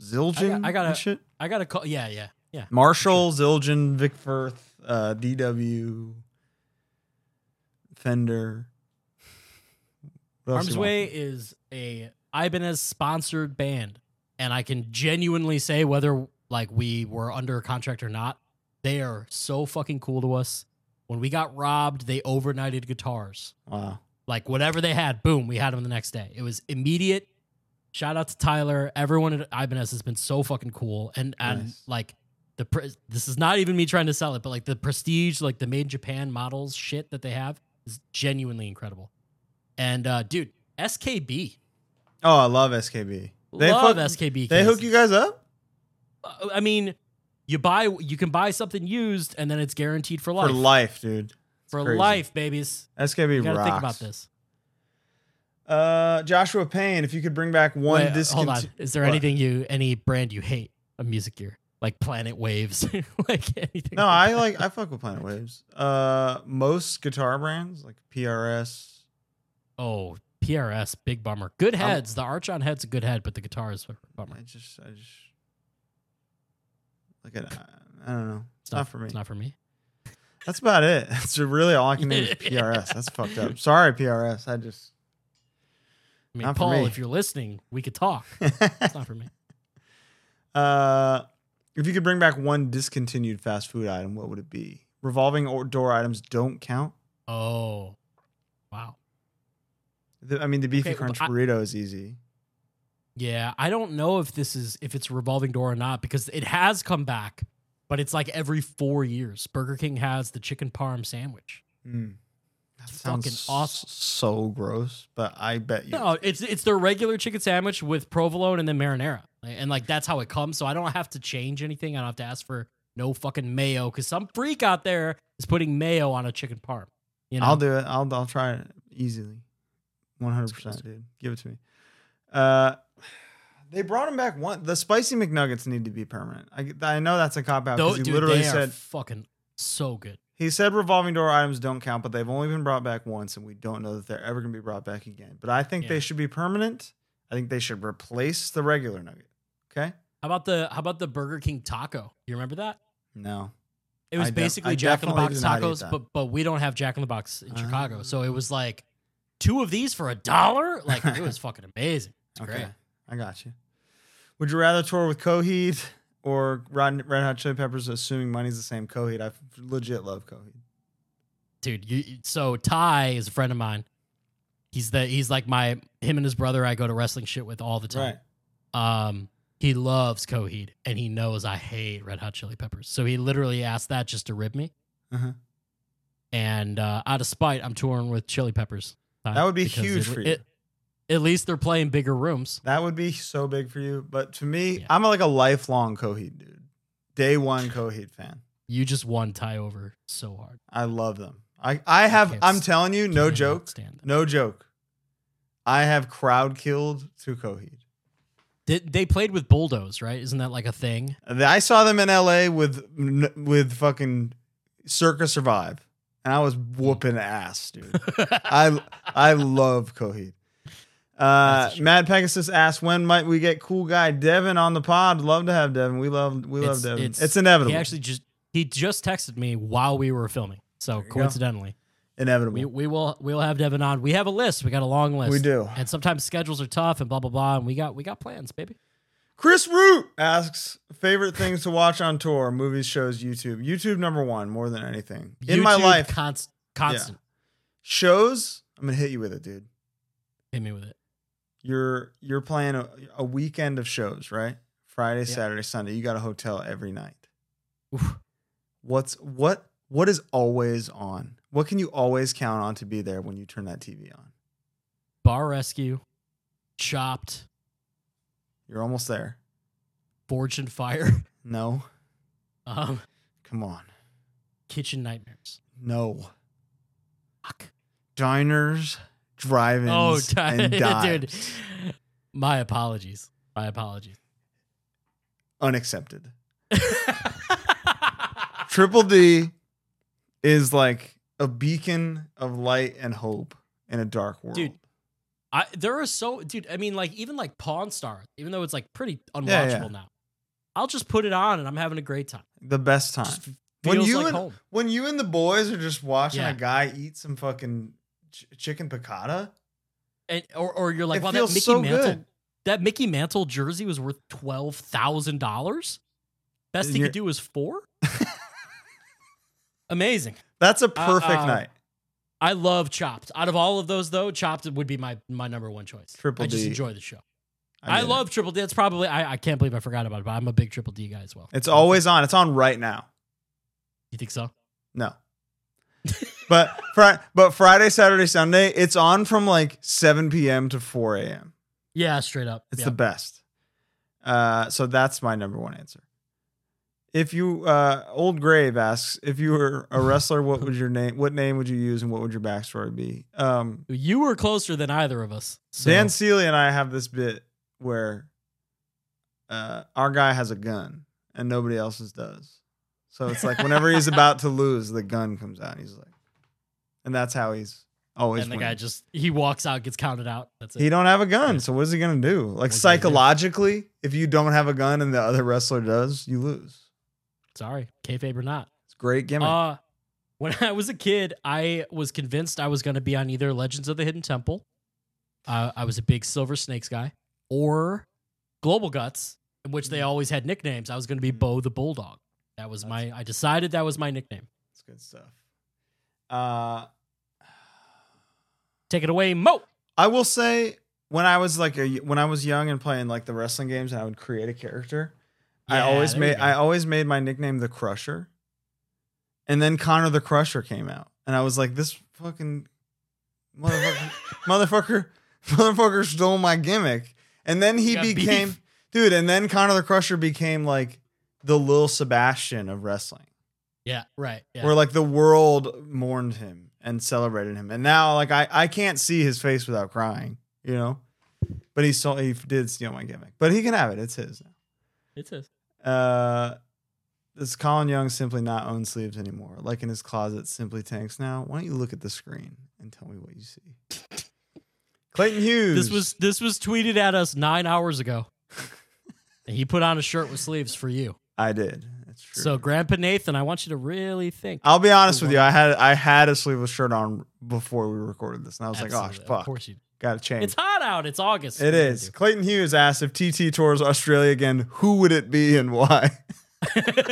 [SPEAKER 1] Zildjian,
[SPEAKER 2] I got
[SPEAKER 1] and
[SPEAKER 2] a-
[SPEAKER 1] shit.
[SPEAKER 2] I gotta call. Yeah, yeah, yeah.
[SPEAKER 1] Marshall, Zildjian, Vic Firth, uh, DW, Fender. What else
[SPEAKER 2] Harm's
[SPEAKER 1] you want?
[SPEAKER 2] Way is a Ibanez sponsored band, and I can genuinely say whether like we were under contract or not, they are so fucking cool to us. When we got robbed, they overnighted guitars.
[SPEAKER 1] Wow,
[SPEAKER 2] Like whatever they had, boom, we had them the next day. It was immediate. Shout out to Tyler. Everyone at Ibanez has been so fucking cool, and and
[SPEAKER 1] Nice.
[SPEAKER 2] like the pre- this is not even me trying to sell it, but like the prestige, like the made in Japan models shit that they have is genuinely incredible. And uh dude, SKB,
[SPEAKER 1] oh, I love SKB. They
[SPEAKER 2] love
[SPEAKER 1] fuck-
[SPEAKER 2] SKB.
[SPEAKER 1] They hook you guys up
[SPEAKER 2] guys. I mean, you buy, you can buy something used, and then it's guaranteed for life.
[SPEAKER 1] for life, dude.
[SPEAKER 2] For
[SPEAKER 1] crazy.
[SPEAKER 2] life, babies.
[SPEAKER 1] SKB
[SPEAKER 2] You gotta
[SPEAKER 1] rocks.
[SPEAKER 2] think about this.
[SPEAKER 1] Uh, Joshua Payne, if you could bring back one
[SPEAKER 2] Wait, uh,
[SPEAKER 1] discont-
[SPEAKER 2] hold on. Is there
[SPEAKER 1] What?
[SPEAKER 2] anything you any brand you hate of music gear? Like Planet Waves, [laughs] like anything.
[SPEAKER 1] No,
[SPEAKER 2] like
[SPEAKER 1] I like I fuck with Planet Waves. Uh, most guitar brands like PRS.
[SPEAKER 2] that. Oh, PRS, big bummer. Good
[SPEAKER 1] I'm-
[SPEAKER 2] heads. the Archon head's a good head, but the guitar is a bummer.
[SPEAKER 1] I just I just like it. I don't know. It's
[SPEAKER 2] not-
[SPEAKER 1] not for me.
[SPEAKER 2] It's not for me.
[SPEAKER 1] That's about it. [laughs] That's really all I can
[SPEAKER 2] [laughs]
[SPEAKER 1] name is PRS. That's fucked up. Sorry, PRS. I just [laughs]
[SPEAKER 2] I mean,
[SPEAKER 1] Not for
[SPEAKER 2] Paul,
[SPEAKER 1] me.
[SPEAKER 2] if you're listening, we could talk. [laughs] It's not for me.
[SPEAKER 1] uh, if you could bring back one discontinued fast food item, what would it be? Revolving or door items don't count.
[SPEAKER 2] Oh, wow.
[SPEAKER 1] The, I mean, the beefy
[SPEAKER 2] Okay, well,
[SPEAKER 1] crunch
[SPEAKER 2] I-
[SPEAKER 1] burrito is easy.
[SPEAKER 2] Yeah, I don't know if this is if it's revolving door or not because it has come back, but it's like every four years. Burger King has the chicken parm sandwich.
[SPEAKER 1] Mm. That
[SPEAKER 2] It's
[SPEAKER 1] sounds
[SPEAKER 2] fucking
[SPEAKER 1] s-
[SPEAKER 2] awesome.
[SPEAKER 1] so gross, but I bet you.
[SPEAKER 2] No, it's it's their regular chicken sandwich with provolone and then marinara, and like that's how it comes. So I don't have to change anything. I don't have to ask for no fucking mayo because some freak out there is putting mayo on a chicken parm. You know,
[SPEAKER 1] I'll do it. I'll I'll try it easily. One hundred percent,
[SPEAKER 2] That's
[SPEAKER 1] dude. Give it to me. Uh, they brought him back one. The spicy McNuggets need to be permanent. I I know that's a cop out
[SPEAKER 2] Though,
[SPEAKER 1] because he
[SPEAKER 2] dude,
[SPEAKER 1] literally
[SPEAKER 2] they
[SPEAKER 1] said
[SPEAKER 2] are fucking so good.
[SPEAKER 1] he said revolving door items don't count, but they've only been brought back once, and we don't know that they're ever going to be brought back again. But I think
[SPEAKER 2] Yeah.
[SPEAKER 1] they should be permanent. I think they should replace the regular nugget. Okay.
[SPEAKER 2] How about the how about the Burger King taco? You remember that?
[SPEAKER 1] No.
[SPEAKER 2] It was
[SPEAKER 1] I def-
[SPEAKER 2] basically
[SPEAKER 1] I
[SPEAKER 2] Jack in the
[SPEAKER 1] definitely
[SPEAKER 2] Box
[SPEAKER 1] did not eat
[SPEAKER 2] tacos,
[SPEAKER 1] that.
[SPEAKER 2] but but we don't have Jack in the Box in Chicago,
[SPEAKER 1] Ah.
[SPEAKER 2] so it was like two of these for a dollar. Like
[SPEAKER 1] [laughs]
[SPEAKER 2] it was fucking amazing. It's
[SPEAKER 1] Okay.
[SPEAKER 2] great.
[SPEAKER 1] I got you. Would you rather tour with Coheed or Rod- Red Hot Chili Peppers? Assuming money's the same. Coheed. I f- legit love Coheed.
[SPEAKER 2] dude. You, so Ty is a friend of mine. He's the he's like my him and his brother. I go to wrestling shit with all the
[SPEAKER 1] Right.
[SPEAKER 2] time. Um, he loves Coheed and he knows I hate Red Hot Chili Peppers. So he literally asked that just to rib me.
[SPEAKER 1] Uh-huh.
[SPEAKER 2] And uh, out of spite, I'm touring with Chili Peppers. Ty,
[SPEAKER 1] That would be
[SPEAKER 2] because
[SPEAKER 1] huge
[SPEAKER 2] it-
[SPEAKER 1] for you.
[SPEAKER 2] it- at least they're playing bigger rooms.
[SPEAKER 1] That would be so big for you. But to me,
[SPEAKER 2] Yeah.
[SPEAKER 1] I'm like a lifelong Coheed dude. Day one Coheed fan.
[SPEAKER 2] You just won Ty over so hard.
[SPEAKER 1] I love them. I, I have,
[SPEAKER 2] can't
[SPEAKER 1] I'm
[SPEAKER 2] s-
[SPEAKER 1] telling you, no
[SPEAKER 2] Cannot
[SPEAKER 1] joke.
[SPEAKER 2] Stand them.
[SPEAKER 1] No joke. I have crowd killed to Coheed.
[SPEAKER 2] Did, they played with bulldoze, right? Isn't that like
[SPEAKER 1] [laughs]
[SPEAKER 2] a thing?
[SPEAKER 1] I saw them in LA with with fucking Circa Survive, and I was
[SPEAKER 2] Hmm.
[SPEAKER 1] whooping ass, dude. I I love Coheed. Uh,
[SPEAKER 2] That's a shame.
[SPEAKER 1] Mad Pegasus asks, when might we get cool guy Devin on the pod? Love to have Devin. We love we love
[SPEAKER 2] It's-
[SPEAKER 1] Devin. It's,
[SPEAKER 2] it's-
[SPEAKER 1] inevitable.
[SPEAKER 2] He actually just he just texted me while we were filming. So
[SPEAKER 1] There you go.
[SPEAKER 2] coincidentally,
[SPEAKER 1] inevitable.
[SPEAKER 2] we, we will we will have Devin on. We have a list. We got a long list.
[SPEAKER 1] We do.
[SPEAKER 2] And sometimes schedules are tough and blah blah blah. And we got we got plans, baby.
[SPEAKER 1] Chris Root asks favorite things to watch on tour: movies, shows, YouTube. YouTube number one, more than anything in my
[SPEAKER 2] YouTube
[SPEAKER 1] life.
[SPEAKER 2] const, constant.
[SPEAKER 1] shows, I'm gonna hit you with it, dude.
[SPEAKER 2] Hit me with it.
[SPEAKER 1] You're you're playing a, a weekend of shows, right? Friday,
[SPEAKER 2] Yeah.
[SPEAKER 1] Saturday, Sunday. You got a hotel every night.
[SPEAKER 2] Oof.
[SPEAKER 1] What's what what is always on? What can you always count on to be there when you turn that TV on?
[SPEAKER 2] Bar rescue, chopped,
[SPEAKER 1] You're almost there.
[SPEAKER 2] fortune fire, [laughs]
[SPEAKER 1] No,
[SPEAKER 2] um,
[SPEAKER 1] come on.
[SPEAKER 2] kitchen nightmares.
[SPEAKER 1] No.
[SPEAKER 2] Fuck.
[SPEAKER 1] Diners, drive-ins,
[SPEAKER 2] Oh,
[SPEAKER 1] and
[SPEAKER 2] [laughs] dude.
[SPEAKER 1] dives.
[SPEAKER 2] My apologies. My apologies. [laughs]
[SPEAKER 1] [laughs] Unaccepted. Triple D is like a beacon of light and hope in a dark world.
[SPEAKER 2] Dude, I there are so dude. I mean, like even like Pawn Stars, even though it's like pretty unwatchable
[SPEAKER 1] Yeah, yeah.
[SPEAKER 2] now. I'll just put it on and I'm having a great time.
[SPEAKER 1] the best time.
[SPEAKER 2] Just f-
[SPEAKER 1] When
[SPEAKER 2] feels
[SPEAKER 1] you
[SPEAKER 2] like
[SPEAKER 1] and-
[SPEAKER 2] home.
[SPEAKER 1] when you and the boys are just watching
[SPEAKER 2] Yeah.
[SPEAKER 1] a guy eat some fucking ch- chicken piccata,
[SPEAKER 2] And or, or you're like,
[SPEAKER 1] it
[SPEAKER 2] wow, that
[SPEAKER 1] feels
[SPEAKER 2] Mickey
[SPEAKER 1] so
[SPEAKER 2] Mantle
[SPEAKER 1] good.
[SPEAKER 2] that Mickey Mantle jersey was worth twelve thousand dollars. Best
[SPEAKER 1] And
[SPEAKER 2] he
[SPEAKER 1] you're-
[SPEAKER 2] could do
[SPEAKER 1] [laughs]
[SPEAKER 2] was four. Amazing.
[SPEAKER 1] That's a perfect
[SPEAKER 2] uh,
[SPEAKER 1] night.
[SPEAKER 2] I love Chopped. Out of all of those, though, Chopped would be my my number one choice.
[SPEAKER 1] Triple
[SPEAKER 2] I just
[SPEAKER 1] D.
[SPEAKER 2] enjoy the show. I,
[SPEAKER 1] get it.
[SPEAKER 2] love Triple D. That's probably I, I can't believe I forgot about it, but I'm a big Triple D guy as well.
[SPEAKER 1] It's always on. It's on right now.
[SPEAKER 2] you think so?
[SPEAKER 1] No. but Friday, but Friday, Saturday, Sunday, it's on from like 7 p.m. to 4 a.m.
[SPEAKER 2] Yeah, straight up.
[SPEAKER 1] It's
[SPEAKER 2] Yeah.
[SPEAKER 1] the best. Uh, so that's my number one answer. If you uh, old grave asks if you were a wrestler, what would your name? What name would you use, and what would your backstory be? Um,
[SPEAKER 2] You were closer than either of us. So
[SPEAKER 1] Dan Seeley and I have this bit where uh, our guy has a gun and nobody else's does. So it's like whenever
[SPEAKER 2] [laughs]
[SPEAKER 1] he's about to lose, the gun comes out. And he's like, and that's how he's always.
[SPEAKER 2] and the
[SPEAKER 1] winning.
[SPEAKER 2] guy just he walks out, gets counted out. That's it.
[SPEAKER 1] he don't have a gun, so what is he gonna do? Like
[SPEAKER 2] What's he gonna do?
[SPEAKER 1] psychologically, if you don't have a gun and the other wrestler does, you lose.
[SPEAKER 2] Sorry, kayfabe or not.
[SPEAKER 1] It's a great gimmick.
[SPEAKER 2] Uh, when [laughs] I was a kid, I was convinced I was going to be on either Legends of the Hidden Temple. Uh, I was a big Silver Snakes guy, or Global Guts, in which they always had nicknames. I was going to be
[SPEAKER 1] Mhm.
[SPEAKER 2] Bo the Bulldog. That was my. I decided that was my nickname.
[SPEAKER 1] It's good stuff. Uh,
[SPEAKER 2] Take it away, Mo.
[SPEAKER 1] I will say when I was like a when I was young and playing like the wrestling games, and I would create a character. I
[SPEAKER 2] Yeah,
[SPEAKER 1] always
[SPEAKER 2] there you
[SPEAKER 1] made
[SPEAKER 2] go.
[SPEAKER 1] I always made my nickname the Crusher, and then Connor the Crusher came out, and I was like, this fucking
[SPEAKER 2] [laughs]
[SPEAKER 1] motherfucker, motherfucker, motherfucker stole my gimmick, and then he
[SPEAKER 2] You got beef.
[SPEAKER 1] became dude, and then Connor the Crusher became like the Lil Sebastian of wrestling,
[SPEAKER 2] Yeah, right. Yeah.
[SPEAKER 1] where like the world mourned him, and celebrated him. And now, like, I, I can't see his face without crying, you know? But he, stole, he did steal my gimmick. But he can have it. It's his now.
[SPEAKER 2] It's his.
[SPEAKER 1] Uh, does Colin Young simply not own sleeves anymore? Like in his closet, simply tanks now? Why don't you look at the screen and tell me what you see? Clayton Hughes.
[SPEAKER 2] [laughs] This was this was tweeted at us nine hours ago.
[SPEAKER 1] [laughs]
[SPEAKER 2] and he put on a shirt with sleeves for you.
[SPEAKER 1] I did. That's true.
[SPEAKER 2] So Grandpa Nathan, I want you to really think.
[SPEAKER 1] I'll be honest with you. I had I had a sleeveless shirt on before we recorded this, and I was
[SPEAKER 2] Absolutely.
[SPEAKER 1] like, "Oh
[SPEAKER 2] Of
[SPEAKER 1] fuck,
[SPEAKER 2] course you.
[SPEAKER 1] got to change."
[SPEAKER 2] It's hot out. It's August.
[SPEAKER 1] it
[SPEAKER 2] What are you
[SPEAKER 1] is. Clayton Hughes asked if TT tours Australia again, who would it be and why?
[SPEAKER 2] gonna do?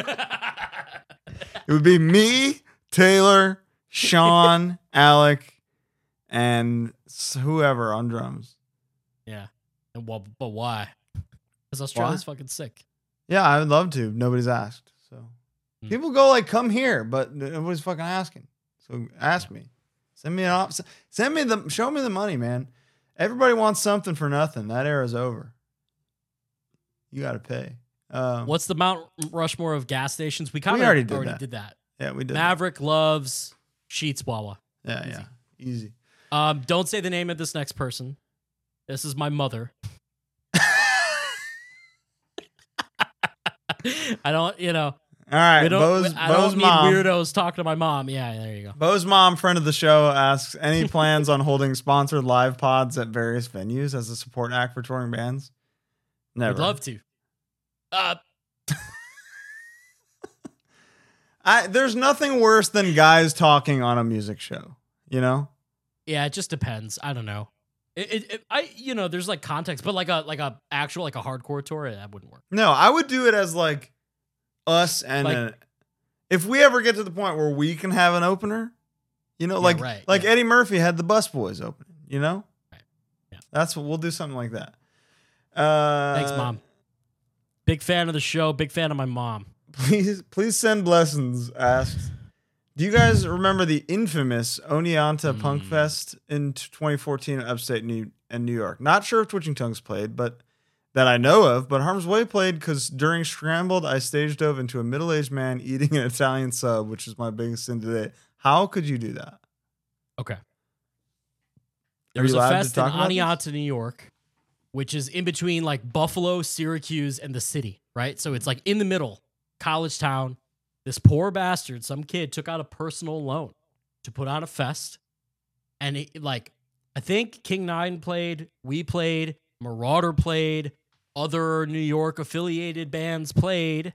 [SPEAKER 2] [laughs]
[SPEAKER 1] it would be me, Taylor,
[SPEAKER 2] [laughs]
[SPEAKER 1] Sean, Alec, and s- whoever on drums.
[SPEAKER 2] yeah. And well, but why? Because Australia's fucking sick.
[SPEAKER 1] Yeah, I would love to. Nobody's asked. So
[SPEAKER 2] Hmm.
[SPEAKER 1] people go like, "Come here," but nobody's fucking asking. So ask me. Send me an op- Send me the. Show me the money, man. Everybody wants something for nothing. That era's over. You got to pay. Um,
[SPEAKER 2] What's the Mount Rushmore of gas stations? We kind of
[SPEAKER 1] already
[SPEAKER 2] already,
[SPEAKER 1] did that.
[SPEAKER 2] did that.
[SPEAKER 1] Yeah, we did. that.
[SPEAKER 2] Maverick loves Sheets Wawa.
[SPEAKER 1] Yeah, yeah, easy.
[SPEAKER 2] Um, don't say the name of this next person. This is my mother. [laughs] I don't, you know,
[SPEAKER 1] All right,
[SPEAKER 2] we don't,
[SPEAKER 1] Bo's,
[SPEAKER 2] I don't
[SPEAKER 1] Bo's
[SPEAKER 2] need
[SPEAKER 1] mom.
[SPEAKER 2] weirdos talking to my mom. Yeah, there you go.
[SPEAKER 1] Bo's mom, friend of the show, asks any plans on holding sponsored live pods at various venues as a support act for touring bands. Never.
[SPEAKER 2] I'd love to. Uh,
[SPEAKER 1] I there's nothing worse than guys talking on a music show, you know?
[SPEAKER 2] yeah, it just depends. I don't know. It, it, it- I, you know, there's like context, but like a like a actual like a hardcore tour, that wouldn't work.
[SPEAKER 1] No, I would do it as like us and
[SPEAKER 2] Like-
[SPEAKER 1] uh, if we ever get to the point where we can have an opener, you know,
[SPEAKER 2] Yeah,
[SPEAKER 1] like
[SPEAKER 2] right,
[SPEAKER 1] like
[SPEAKER 2] yeah.
[SPEAKER 1] Eddie Murphy had the Bus Boys open, you know?
[SPEAKER 2] Right. Yeah.
[SPEAKER 1] That's what we'll do something like that. Uh
[SPEAKER 2] Thanks, mom. Big fan of the show. Big fan of my mom.
[SPEAKER 1] Please please send blessings asks. Do you guys remember the infamous Oneonta Punk
[SPEAKER 2] Mm.
[SPEAKER 1] Fest in t- 2014 in upstate New and New York? Not sure if Twitching Tongues played, but that I know of, but Harm's Way played because during Scrambled, I stage dove into a middle aged man eating an Italian sub, which is my biggest sin today. How could you do that?
[SPEAKER 2] Okay.
[SPEAKER 1] Are
[SPEAKER 2] There was
[SPEAKER 1] you
[SPEAKER 2] a
[SPEAKER 1] allowed to
[SPEAKER 2] fest in
[SPEAKER 1] talk about this?
[SPEAKER 2] Oneonta, New York, which is in between like Buffalo, Syracuse, and the city, right? So it's like in the middle, college town. This poor bastard, some kid, took out a personal loan to put on a fest. And it, like, I think King Nine played, we played, Marauder played, other New York affiliated bands played.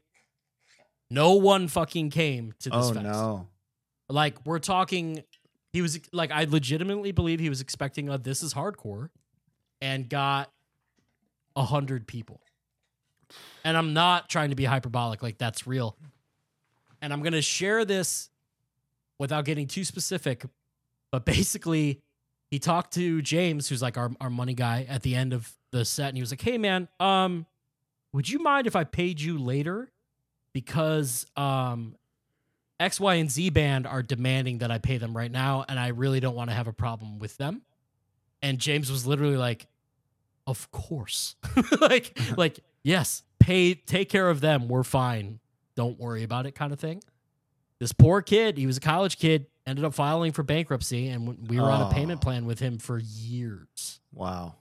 [SPEAKER 2] No one fucking came to this
[SPEAKER 1] Oh,
[SPEAKER 2] fest.
[SPEAKER 1] no.
[SPEAKER 2] Like we're talking, he was like I legitimately believe he was expecting a this is hardcore, and got a hundred people. And I'm not trying to be hyperbolic, like that's real. And I'm gonna share this without getting too specific, but basically, he talked to James, who's like our, our money guy at the end of the set, and he was like, Hey man, um, would you mind if I paid you later? Because um X, Y, and Z band are demanding that I pay them right now, and I really don't want to have a problem with them. And James was literally like, Of course. [laughs] like, like, yes, pay take care of them. We're fine. Don't worry about it, kind of thing. This poor kid, he was a college kid, ended up filing for bankruptcy, and we were on
[SPEAKER 1] Oh.
[SPEAKER 2] a payment plan with him for years.
[SPEAKER 1] Wow.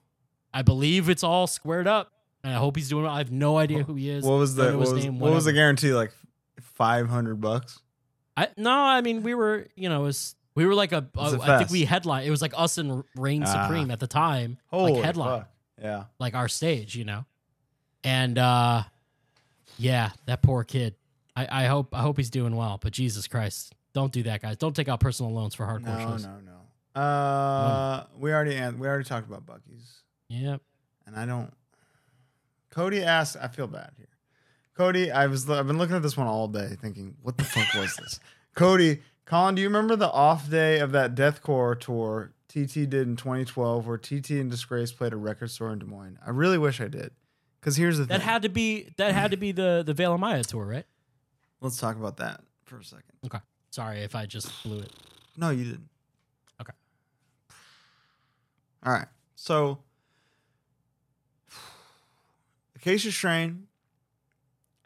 [SPEAKER 2] I believe it's all squared up, and I hope he's doing. I have no idea who he is.
[SPEAKER 1] What was
[SPEAKER 2] don't
[SPEAKER 1] the
[SPEAKER 2] know
[SPEAKER 1] what
[SPEAKER 2] his
[SPEAKER 1] was,
[SPEAKER 2] name,
[SPEAKER 1] what was the
[SPEAKER 2] whatever.
[SPEAKER 1] guarantee? Like 500 bucks?
[SPEAKER 2] I no, I mean we were, you know, it was, we were like a. I
[SPEAKER 1] It's a
[SPEAKER 2] I
[SPEAKER 1] fest.
[SPEAKER 2] think we headline. It was like us and Reign
[SPEAKER 1] Ah.
[SPEAKER 2] Supreme at the time,
[SPEAKER 1] Holy
[SPEAKER 2] like headline,
[SPEAKER 1] fuck. Yeah.
[SPEAKER 2] like our stage, you know. And uh yeah, that poor kid. I, I hope I hope he's doing well. But Jesus Christ, don't do that, guys. Don't take out personal loans for
[SPEAKER 1] No,
[SPEAKER 2] hardcore shows.
[SPEAKER 1] no, no. Uh, we already an- we already talked about Bucky's,
[SPEAKER 2] Yeah,
[SPEAKER 1] and I don't. Cody asked. I feel bad here. Cody, I was I've been looking at this one all day, thinking, what the fuck was this? Cody, Colin, do you remember the off day of that deathcore tour TT did in 2012, where TT and Disgrace played a record store in Des Moines? I really wish I did, because here's the
[SPEAKER 2] that
[SPEAKER 1] thing.
[SPEAKER 2] had to be that had to be the the Veil of Maya tour, right?
[SPEAKER 1] Let's talk about that for a second.
[SPEAKER 2] Sorry if I just blew it.
[SPEAKER 1] No, you didn't.
[SPEAKER 2] Okay.
[SPEAKER 1] All right. So, Acacia Strain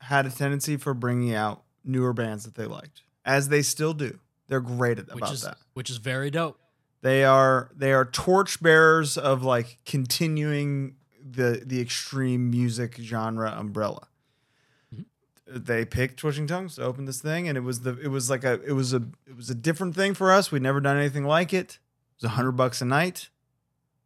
[SPEAKER 1] had a tendency for bringing out newer bands that they liked, as they still do. They're great at,
[SPEAKER 2] which
[SPEAKER 1] about
[SPEAKER 2] is
[SPEAKER 1] that.
[SPEAKER 2] which is very dope.
[SPEAKER 1] They are they are torchbearers of like continuing the the extreme music genre umbrella.
[SPEAKER 2] Mhm.
[SPEAKER 1] They picked Twitching Tongues to open this thing, and it was the it was like a it was a it was a different thing for us. We'd never done anything like it. It was a hundred bucks a night,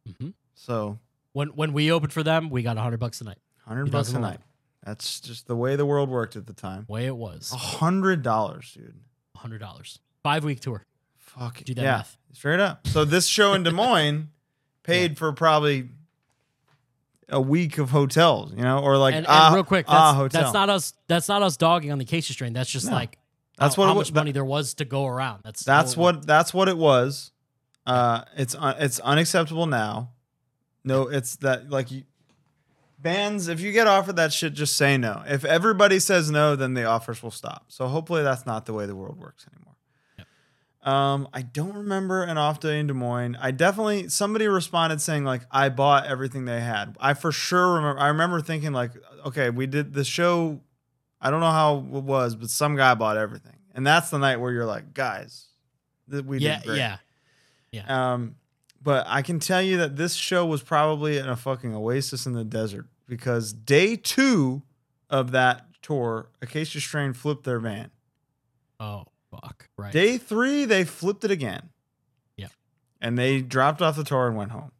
[SPEAKER 2] Mhm.
[SPEAKER 1] so
[SPEAKER 2] When when we opened for them, we got hundred bucks a night.
[SPEAKER 1] hundred bucks a night.
[SPEAKER 2] 2011.
[SPEAKER 1] That's just the way the world worked at the time.
[SPEAKER 2] Way it was
[SPEAKER 1] A hundred dollars, dude.
[SPEAKER 2] hundred dollars. Five week tour.
[SPEAKER 1] Fuck
[SPEAKER 2] Do that
[SPEAKER 1] yeah.
[SPEAKER 2] math.
[SPEAKER 1] Straight up. So this show in Des
[SPEAKER 2] [laughs]
[SPEAKER 1] Moines paid for probably a week of hotels, you know, or like
[SPEAKER 2] and, and
[SPEAKER 1] ah,
[SPEAKER 2] real quick, that's,
[SPEAKER 1] ah, hotel.
[SPEAKER 2] that's not us. That's not us dogging on the Casey train. That's just
[SPEAKER 1] No.
[SPEAKER 2] like
[SPEAKER 1] That's
[SPEAKER 2] how,
[SPEAKER 1] what
[SPEAKER 2] how
[SPEAKER 1] it was-
[SPEAKER 2] much money there was to go around. That's how
[SPEAKER 1] That's
[SPEAKER 2] it
[SPEAKER 1] what
[SPEAKER 2] went.
[SPEAKER 1] that's what it was. Uh, it's un- it's unacceptable now. No, it's that like you, bands. If you get offered that shit, just say no. If everybody says no, then the offers will stop. So hopefully that's not the way the world works anymore. Um, I don't remember an off day in Des Moines. I definitely somebody responded saying like I bought everything they had. I for sure remember. I remember thinking like, okay, we did the show I don't know how it was, but some guy bought everything, and that's the night where you're like, guys, th- we
[SPEAKER 2] yeah,
[SPEAKER 1] did great.
[SPEAKER 2] yeah.
[SPEAKER 1] Um, but I can tell you that this show was probably in a fucking oasis in the desert because day two of that tour, Acacia Strain flipped their van.
[SPEAKER 2] Oh fuck. Right.
[SPEAKER 1] Day three, they flipped it again.
[SPEAKER 2] Yeah.
[SPEAKER 1] And they dropped off the tour and went home.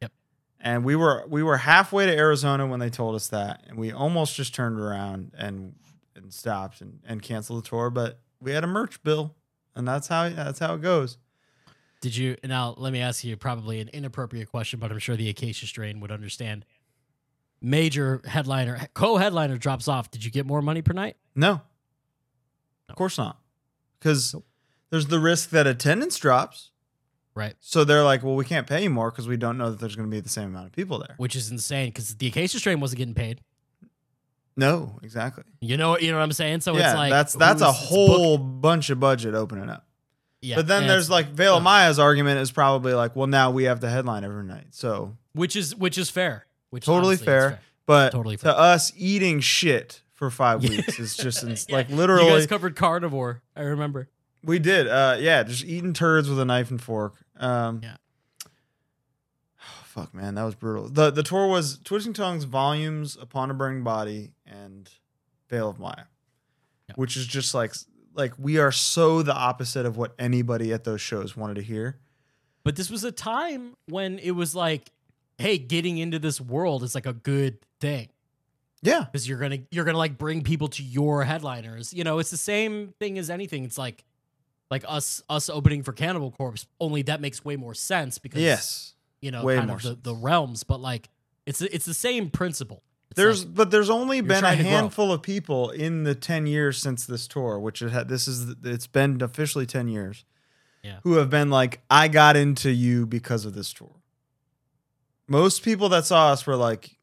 [SPEAKER 2] Yep.
[SPEAKER 1] And we were we were halfway to Arizona when they told us that, and we almost just turned around and and stopped and, and canceled the tour, but we had a merch bill, and that's how that's how it goes.
[SPEAKER 2] Did you now? Let me ask you probably an inappropriate question, but I'm sure the Acacia Strain would understand. Major headliner, co-headliner drops off. Did you get more money per night?
[SPEAKER 1] No,
[SPEAKER 2] No.
[SPEAKER 1] of course not, because there's the risk that attendance drops.
[SPEAKER 2] Right.
[SPEAKER 1] So they're like, well, we can't pay you more because we don't know that there's going to be the same amount of people there.
[SPEAKER 2] Which is insane because the Acacia Strain wasn't getting paid.
[SPEAKER 1] No, exactly.
[SPEAKER 2] You know, you know what I'm saying. So
[SPEAKER 1] yeah,
[SPEAKER 2] it's like
[SPEAKER 1] that's that's a
[SPEAKER 2] who's- it's booked-
[SPEAKER 1] whole bunch of budget opening up.
[SPEAKER 2] Yeah,
[SPEAKER 1] but then
[SPEAKER 2] and
[SPEAKER 1] there's
[SPEAKER 2] it's-
[SPEAKER 1] like Vale
[SPEAKER 2] ugh.
[SPEAKER 1] Maya's argument is probably like, well, now we have the headline every night. So,
[SPEAKER 2] which is which is fair. Which
[SPEAKER 1] Totally
[SPEAKER 2] honestly is
[SPEAKER 1] fair. but
[SPEAKER 2] Totally fair.
[SPEAKER 1] to us eating shit for five
[SPEAKER 2] [laughs] Yeah.
[SPEAKER 1] weeks is just ins-
[SPEAKER 2] [laughs] Yeah.
[SPEAKER 1] like
[SPEAKER 2] You
[SPEAKER 1] literally
[SPEAKER 2] guys covered carnivore. I remember.
[SPEAKER 1] we did. Uh, yeah, just eating turds with a knife and fork. Um,
[SPEAKER 2] Yeah.
[SPEAKER 1] [sighs] fuck, man, that was brutal. the The tour was Twisting Tongues, Volumes, Upon a Burning Body, and Veil of Maya,
[SPEAKER 2] Yeah.
[SPEAKER 1] which is just like like we are so the opposite of what anybody at those shows wanted to hear.
[SPEAKER 2] But this was a time when it was like, hey, getting into this world is like a good thing
[SPEAKER 1] Yeah,
[SPEAKER 2] because you're gonna you're gonna like bring people to your headliners. You know, it's the same thing as anything. It's like like us us opening for Cannibal Corpse. Only that makes way more sense because
[SPEAKER 1] yes.
[SPEAKER 2] you know,
[SPEAKER 1] way
[SPEAKER 2] kind
[SPEAKER 1] more
[SPEAKER 2] of the,
[SPEAKER 1] sense.
[SPEAKER 2] the realms. But like, it's it's the same principle. It's
[SPEAKER 1] There's
[SPEAKER 2] like,
[SPEAKER 1] but there's only
[SPEAKER 2] you're
[SPEAKER 1] been a
[SPEAKER 2] trying to grow.
[SPEAKER 1] handful of people in the 10 years since this tour, which it had, this is it's been officially 10 years.
[SPEAKER 2] Yeah.
[SPEAKER 1] Who have been like I got into you because of this tour. Most people that saw us were like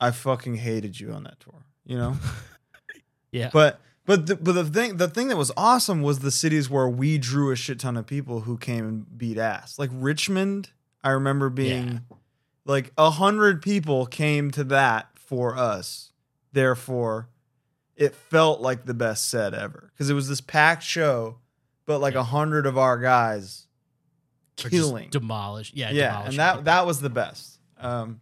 [SPEAKER 1] I fucking hated you on that tour, you know?
[SPEAKER 2] yeah,
[SPEAKER 1] But but the, but the thing the thing that was awesome was the cities where we drew a shit ton of people who came and beat ass. Like Richmond, I remember being
[SPEAKER 2] Yeah.
[SPEAKER 1] like a hundred people came to that for us. Therefore, it felt like the best set ever because it was this packed show, but like a
[SPEAKER 2] Yeah.
[SPEAKER 1] hundred of our guys
[SPEAKER 2] Or just
[SPEAKER 1] killing.
[SPEAKER 2] demolish. Yeah,
[SPEAKER 1] yeah,
[SPEAKER 2] demolish
[SPEAKER 1] and that
[SPEAKER 2] people.
[SPEAKER 1] that was the best. Um,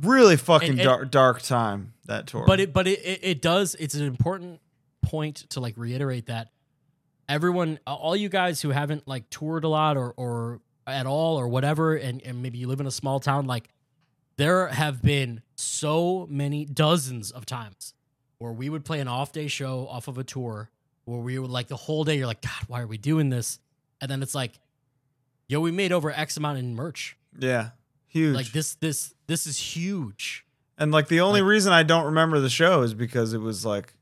[SPEAKER 1] really fucking
[SPEAKER 2] and-
[SPEAKER 1] dark dark time that tour.
[SPEAKER 2] But it but it, it it does. It's an important point to like reiterate that everyone, all you guys who haven't like toured a lot or or at all or whatever, and and maybe you live in a small town, like there have been so many dozens of times where we would play an off day show off of a tour where we would like the whole day you're like god why are we doing this and then it's like yo we made over x amount in merch
[SPEAKER 1] yeah, huge.
[SPEAKER 2] like this this this is huge
[SPEAKER 1] And like the only
[SPEAKER 2] Like-
[SPEAKER 1] reason I don't remember the show is because it was like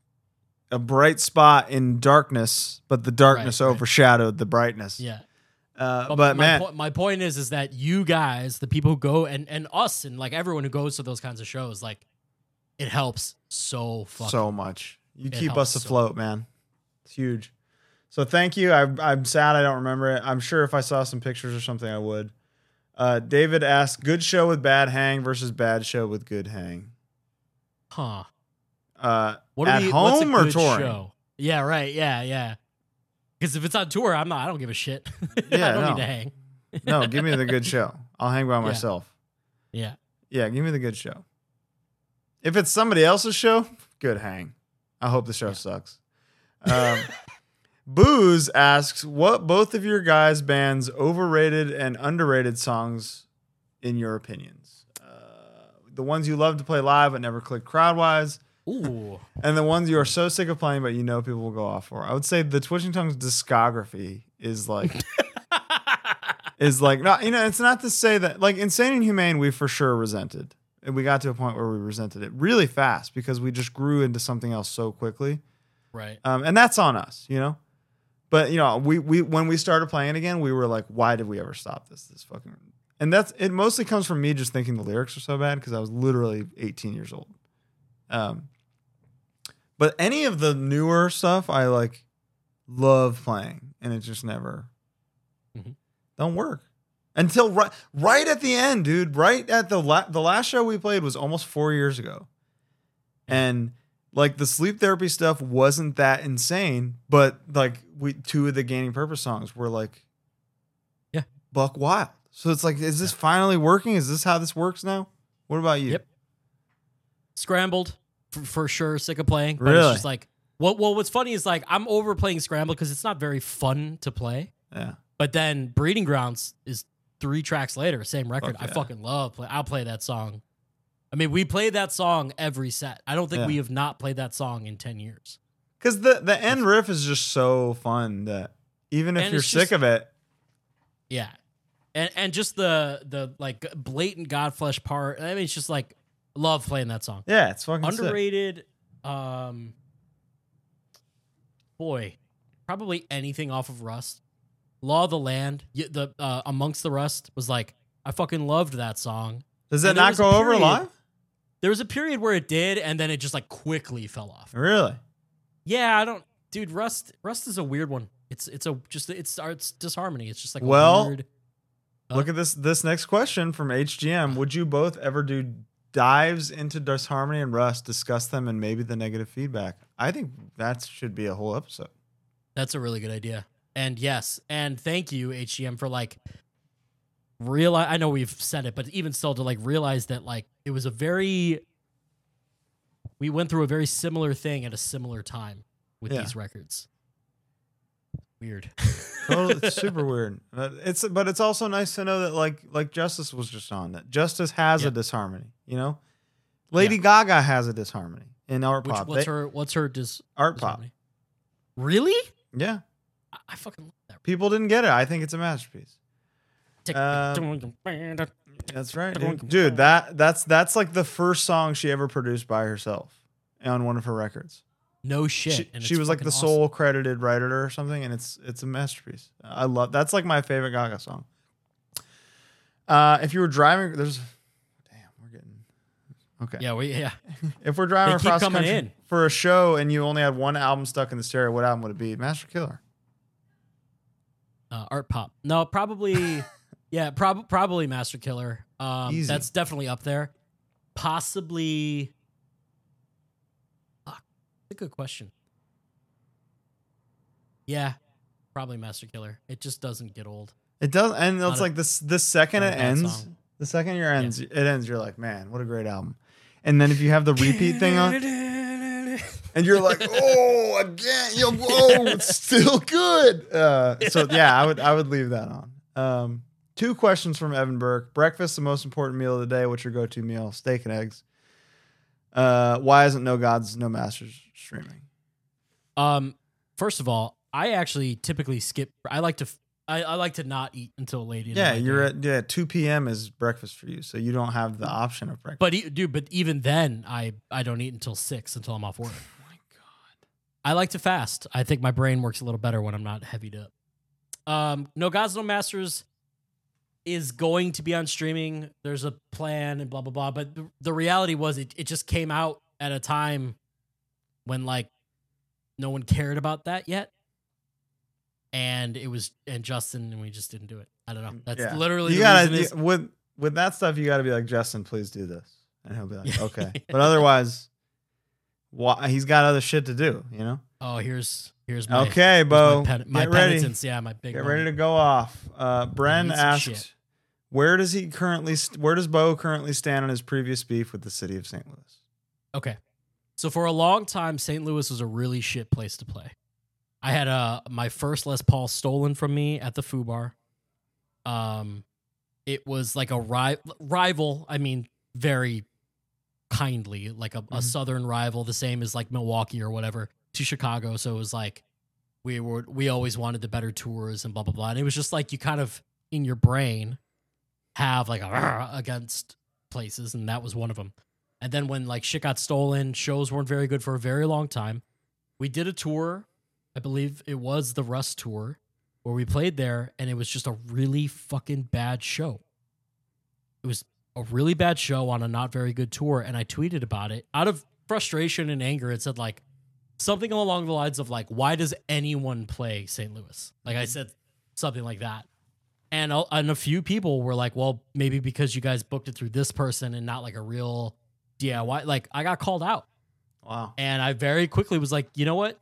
[SPEAKER 1] a bright spot in darkness, but the darkness
[SPEAKER 2] right.
[SPEAKER 1] overshadowed the brightness.
[SPEAKER 2] yeah
[SPEAKER 1] Uh, but,
[SPEAKER 2] my,
[SPEAKER 1] man,
[SPEAKER 2] po- my point is, is that you guys, the people who go and and us and like everyone who goes to those kinds of shows, like it helps so fucking.
[SPEAKER 1] so much. You
[SPEAKER 2] It
[SPEAKER 1] keep
[SPEAKER 2] helps
[SPEAKER 1] us
[SPEAKER 2] so much.
[SPEAKER 1] afloat, man. It's huge. So thank you. I, I'm sad I don't remember it. I'm sure if I saw some pictures or something, I would. Uh, David asked, "Good show with bad hang versus bad show with good hang."
[SPEAKER 2] huh?
[SPEAKER 1] Uh,
[SPEAKER 2] What
[SPEAKER 1] At
[SPEAKER 2] we? what's a
[SPEAKER 1] home or
[SPEAKER 2] good
[SPEAKER 1] touring?
[SPEAKER 2] Show? Yeah, right. Yeah, yeah. Because if it's on tour, I'm not. I don't give a shit. [laughs]
[SPEAKER 1] Yeah,
[SPEAKER 2] I don't
[SPEAKER 1] no.
[SPEAKER 2] need to hang.
[SPEAKER 1] No, give me the good
[SPEAKER 2] [laughs]
[SPEAKER 1] show. I'll hang by myself.
[SPEAKER 2] Yeah.
[SPEAKER 1] Yeah, give me the good show. If it's somebody else's show, good hang. I hope the show sucks. Um, [laughs] Booze asks, "What both of your guys' bands' overrated and underrated songs, in your opinions? Uh, the ones you love to play live but never click crowd-wise,
[SPEAKER 2] Ooh.
[SPEAKER 1] and the ones you are so sick of playing but you know people will go off for." I would say the Twitching Tongues discography is like is like not you know it's not to say that like insane and humane we for sure resented and we got to a point where we resented it really fast because we just grew into something else so quickly
[SPEAKER 2] right.
[SPEAKER 1] um, and that's on us you know but you know we we when we started playing again we were like why did we ever stop this this fucking and that's it mostly comes from me just thinking the lyrics are so bad because i was literally 18 years old um, but any of the newer stuff i like love playing and it just never
[SPEAKER 2] Mhm.
[SPEAKER 1] don't work until right, right at the end dude right at the la- the last show we played was almost 4 years ago and like the sleep therapy stuff wasn't that insane but like we two of the gaining purpose songs were like
[SPEAKER 2] Yeah.
[SPEAKER 1] buck wild so it's like is this finally working is this how this works now what about you
[SPEAKER 2] Yep. Scrambled for, for sure. Sick of playing. But
[SPEAKER 1] Really?
[SPEAKER 2] It's just like what? Well, what's funny is like I'm over playing Scrambled because it's not very fun to play.
[SPEAKER 1] yeah
[SPEAKER 2] But then Breeding Grounds is three tracks later, same record.
[SPEAKER 1] Fuck yeah.
[SPEAKER 2] I fucking love play. I'll play that song. I mean, we play that song every set. I don't think
[SPEAKER 1] Yeah.
[SPEAKER 2] we have not played that song in ten years.
[SPEAKER 1] Because the the end riff is just so fun that even if
[SPEAKER 2] And
[SPEAKER 1] you're
[SPEAKER 2] it's
[SPEAKER 1] sick
[SPEAKER 2] just-
[SPEAKER 1] of it,
[SPEAKER 2] Yeah. And and just the the like blatant Godflesh part. I mean, it's just like love playing that song.
[SPEAKER 1] yeah, it's fucking sick.
[SPEAKER 2] Underrated um boy, probably anything off of Rust. Law of the Land, y- the uh, Amongst the Rust was like I fucking loved that song.
[SPEAKER 1] Does that
[SPEAKER 2] and there
[SPEAKER 1] not
[SPEAKER 2] was a
[SPEAKER 1] go over
[SPEAKER 2] period-
[SPEAKER 1] live?
[SPEAKER 2] There was a period where it did and then it just like quickly fell off.
[SPEAKER 1] Really?
[SPEAKER 2] Yeah, I don't dude, Rust Rust is a weird one. It's it's a just it's it's disharmony. It's just like a
[SPEAKER 1] Well,
[SPEAKER 2] weird Uh,
[SPEAKER 1] Look at this this next question from HGM. Would you both ever do dives into disharmony and rust, discuss them, and maybe the negative feedback? I think that should be a whole episode.
[SPEAKER 2] That's a really good idea. And yes, and thank you, HGM, for like realize. I know we've said it, but even still, to like realize that like it was a very. We went through a very similar thing at a similar time with
[SPEAKER 1] Yeah.
[SPEAKER 2] these records. Weird.
[SPEAKER 1] Totally,
[SPEAKER 2] [laughs]
[SPEAKER 1] it's super weird. But it's but it's also nice to know that like like Justice was just on that. Justice has
[SPEAKER 2] Yeah.
[SPEAKER 1] a disharmony, you know. Lady Gaga has a disharmony in art
[SPEAKER 2] Which,
[SPEAKER 1] pop.
[SPEAKER 2] what's
[SPEAKER 1] They-
[SPEAKER 2] her? What's her? Dis,
[SPEAKER 1] art pop.
[SPEAKER 2] disharmony? Really?
[SPEAKER 1] Yeah.
[SPEAKER 2] I, I fucking love that.
[SPEAKER 1] People didn't get it. I think it's a masterpiece.
[SPEAKER 2] Tick-
[SPEAKER 1] Um, That's right, dude.
[SPEAKER 2] Don't-
[SPEAKER 1] Dude, That that's that's like the first song she ever produced by herself on one of her records.
[SPEAKER 2] no shit.
[SPEAKER 1] she
[SPEAKER 2] and
[SPEAKER 1] she
[SPEAKER 2] it's
[SPEAKER 1] was like
[SPEAKER 2] fucking
[SPEAKER 1] the
[SPEAKER 2] awesome.
[SPEAKER 1] sole credited writer or something, and it's it's a masterpiece. I love that's like my favorite Gaga song. Uh, if you were driving, there's, damn, we're getting okay.
[SPEAKER 2] Yeah, we [laughs] yeah.
[SPEAKER 1] [laughs] If we're driving
[SPEAKER 2] They keep
[SPEAKER 1] across the
[SPEAKER 2] coming
[SPEAKER 1] country
[SPEAKER 2] in.
[SPEAKER 1] for a show and you only had one album stuck in the stereo, what album would it be? Master Killer.
[SPEAKER 2] uh, art pop. No,
[SPEAKER 1] [laughs]
[SPEAKER 2] probably, yeah, prob- probably Master Killer. Um,
[SPEAKER 1] Easy.
[SPEAKER 2] That's definitely up there. Possibly. Fuck, that's a good question. Yeah, probably Master Killer. It just doesn't get old.
[SPEAKER 1] It does, and
[SPEAKER 2] Not
[SPEAKER 1] it's
[SPEAKER 2] a-
[SPEAKER 1] like this. The second
[SPEAKER 2] not a
[SPEAKER 1] it
[SPEAKER 2] bad
[SPEAKER 1] ends,
[SPEAKER 2] song.
[SPEAKER 1] the second year ends, it ends. You're like, man, what a great album. And then if you have the repeat
[SPEAKER 2] [laughs]
[SPEAKER 1] thing on, and you're like, oh, again, yo, whoa, it's still good. Uh, so yeah, I would I would leave that on. Um, two questions from Evan Burke: Breakfast, the most important meal of the day. What's your go-to meal? Steak and eggs. Uh, why isn't No Gods, No Masters streaming?
[SPEAKER 2] Um, first of all, I actually typically skip. I like to. f- I, I like to not eat until late. in the
[SPEAKER 1] Yeah,
[SPEAKER 2] night,
[SPEAKER 1] you're at
[SPEAKER 2] dude.
[SPEAKER 1] yeah, 2 p.m. is breakfast for you, so you don't have the option of breakfast.
[SPEAKER 2] But e- dude, but even then, I I don't eat until six until I'm off work.
[SPEAKER 1] Oh my God.
[SPEAKER 2] I like to fast. I think my brain works a little better when I'm not heavied up. Um, no Gods, no Masters is going to be on streaming. There's a plan and blah blah blah. But the, the reality was, it it just came out at a time when like no one cared about that yet, and it was and Justin and we just didn't do it. I don't know. Oh, That's
[SPEAKER 1] Mm, Yeah.
[SPEAKER 2] literally
[SPEAKER 1] you
[SPEAKER 2] the
[SPEAKER 1] gotta
[SPEAKER 2] reason is-
[SPEAKER 1] you- with with that stuff you gotta be like justin please do this
[SPEAKER 2] [laughs]
[SPEAKER 1] and he'll be like
[SPEAKER 2] Yeah.
[SPEAKER 1] okay but otherwise why he's got other shit to do you know
[SPEAKER 2] Oh, here's here's my
[SPEAKER 1] okay, Bo.
[SPEAKER 2] my, pen- my
[SPEAKER 1] get ready.
[SPEAKER 2] penitence. Yeah, my big.
[SPEAKER 1] Get
[SPEAKER 2] moment.
[SPEAKER 1] ready to go off. Uh, Bren
[SPEAKER 2] Piece of
[SPEAKER 1] asked,
[SPEAKER 2] shit.
[SPEAKER 1] "Where does he currently? St- where does Bo currently stand on his previous beef with the city of St. Louis?"
[SPEAKER 2] Okay. So for a long time, St. Louis was a really shit place to play. I had uh, my first Les Paul stolen from me at the Foo Bar. Um, it was like a ri- rival. I mean, very kindly, like a,
[SPEAKER 1] Mhm.
[SPEAKER 2] a southern rival, the same as like Milwaukee or whatever to Chicago. So it was like we were we always wanted the better tours and blah blah blah. And it was just like you kind of in your brain have like a "Argh" against places, and that was one of them. And then when like shit got stolen, shows weren't very good for a very long time. We did a tour, I believe it was the Rust tour, where we played there, and it was just a really fucking bad show. It was a really bad show on a not very good tour, and I tweeted about it out of frustration and anger. It said like something along the lines of like, "Why does anyone play St. Louis?" Like I said something like that. And, a- and a few people were like, well, maybe because you guys booked it through this person and not like a real DIY. Like I got called out,
[SPEAKER 1] Wow.
[SPEAKER 2] and I very quickly was like, you know what?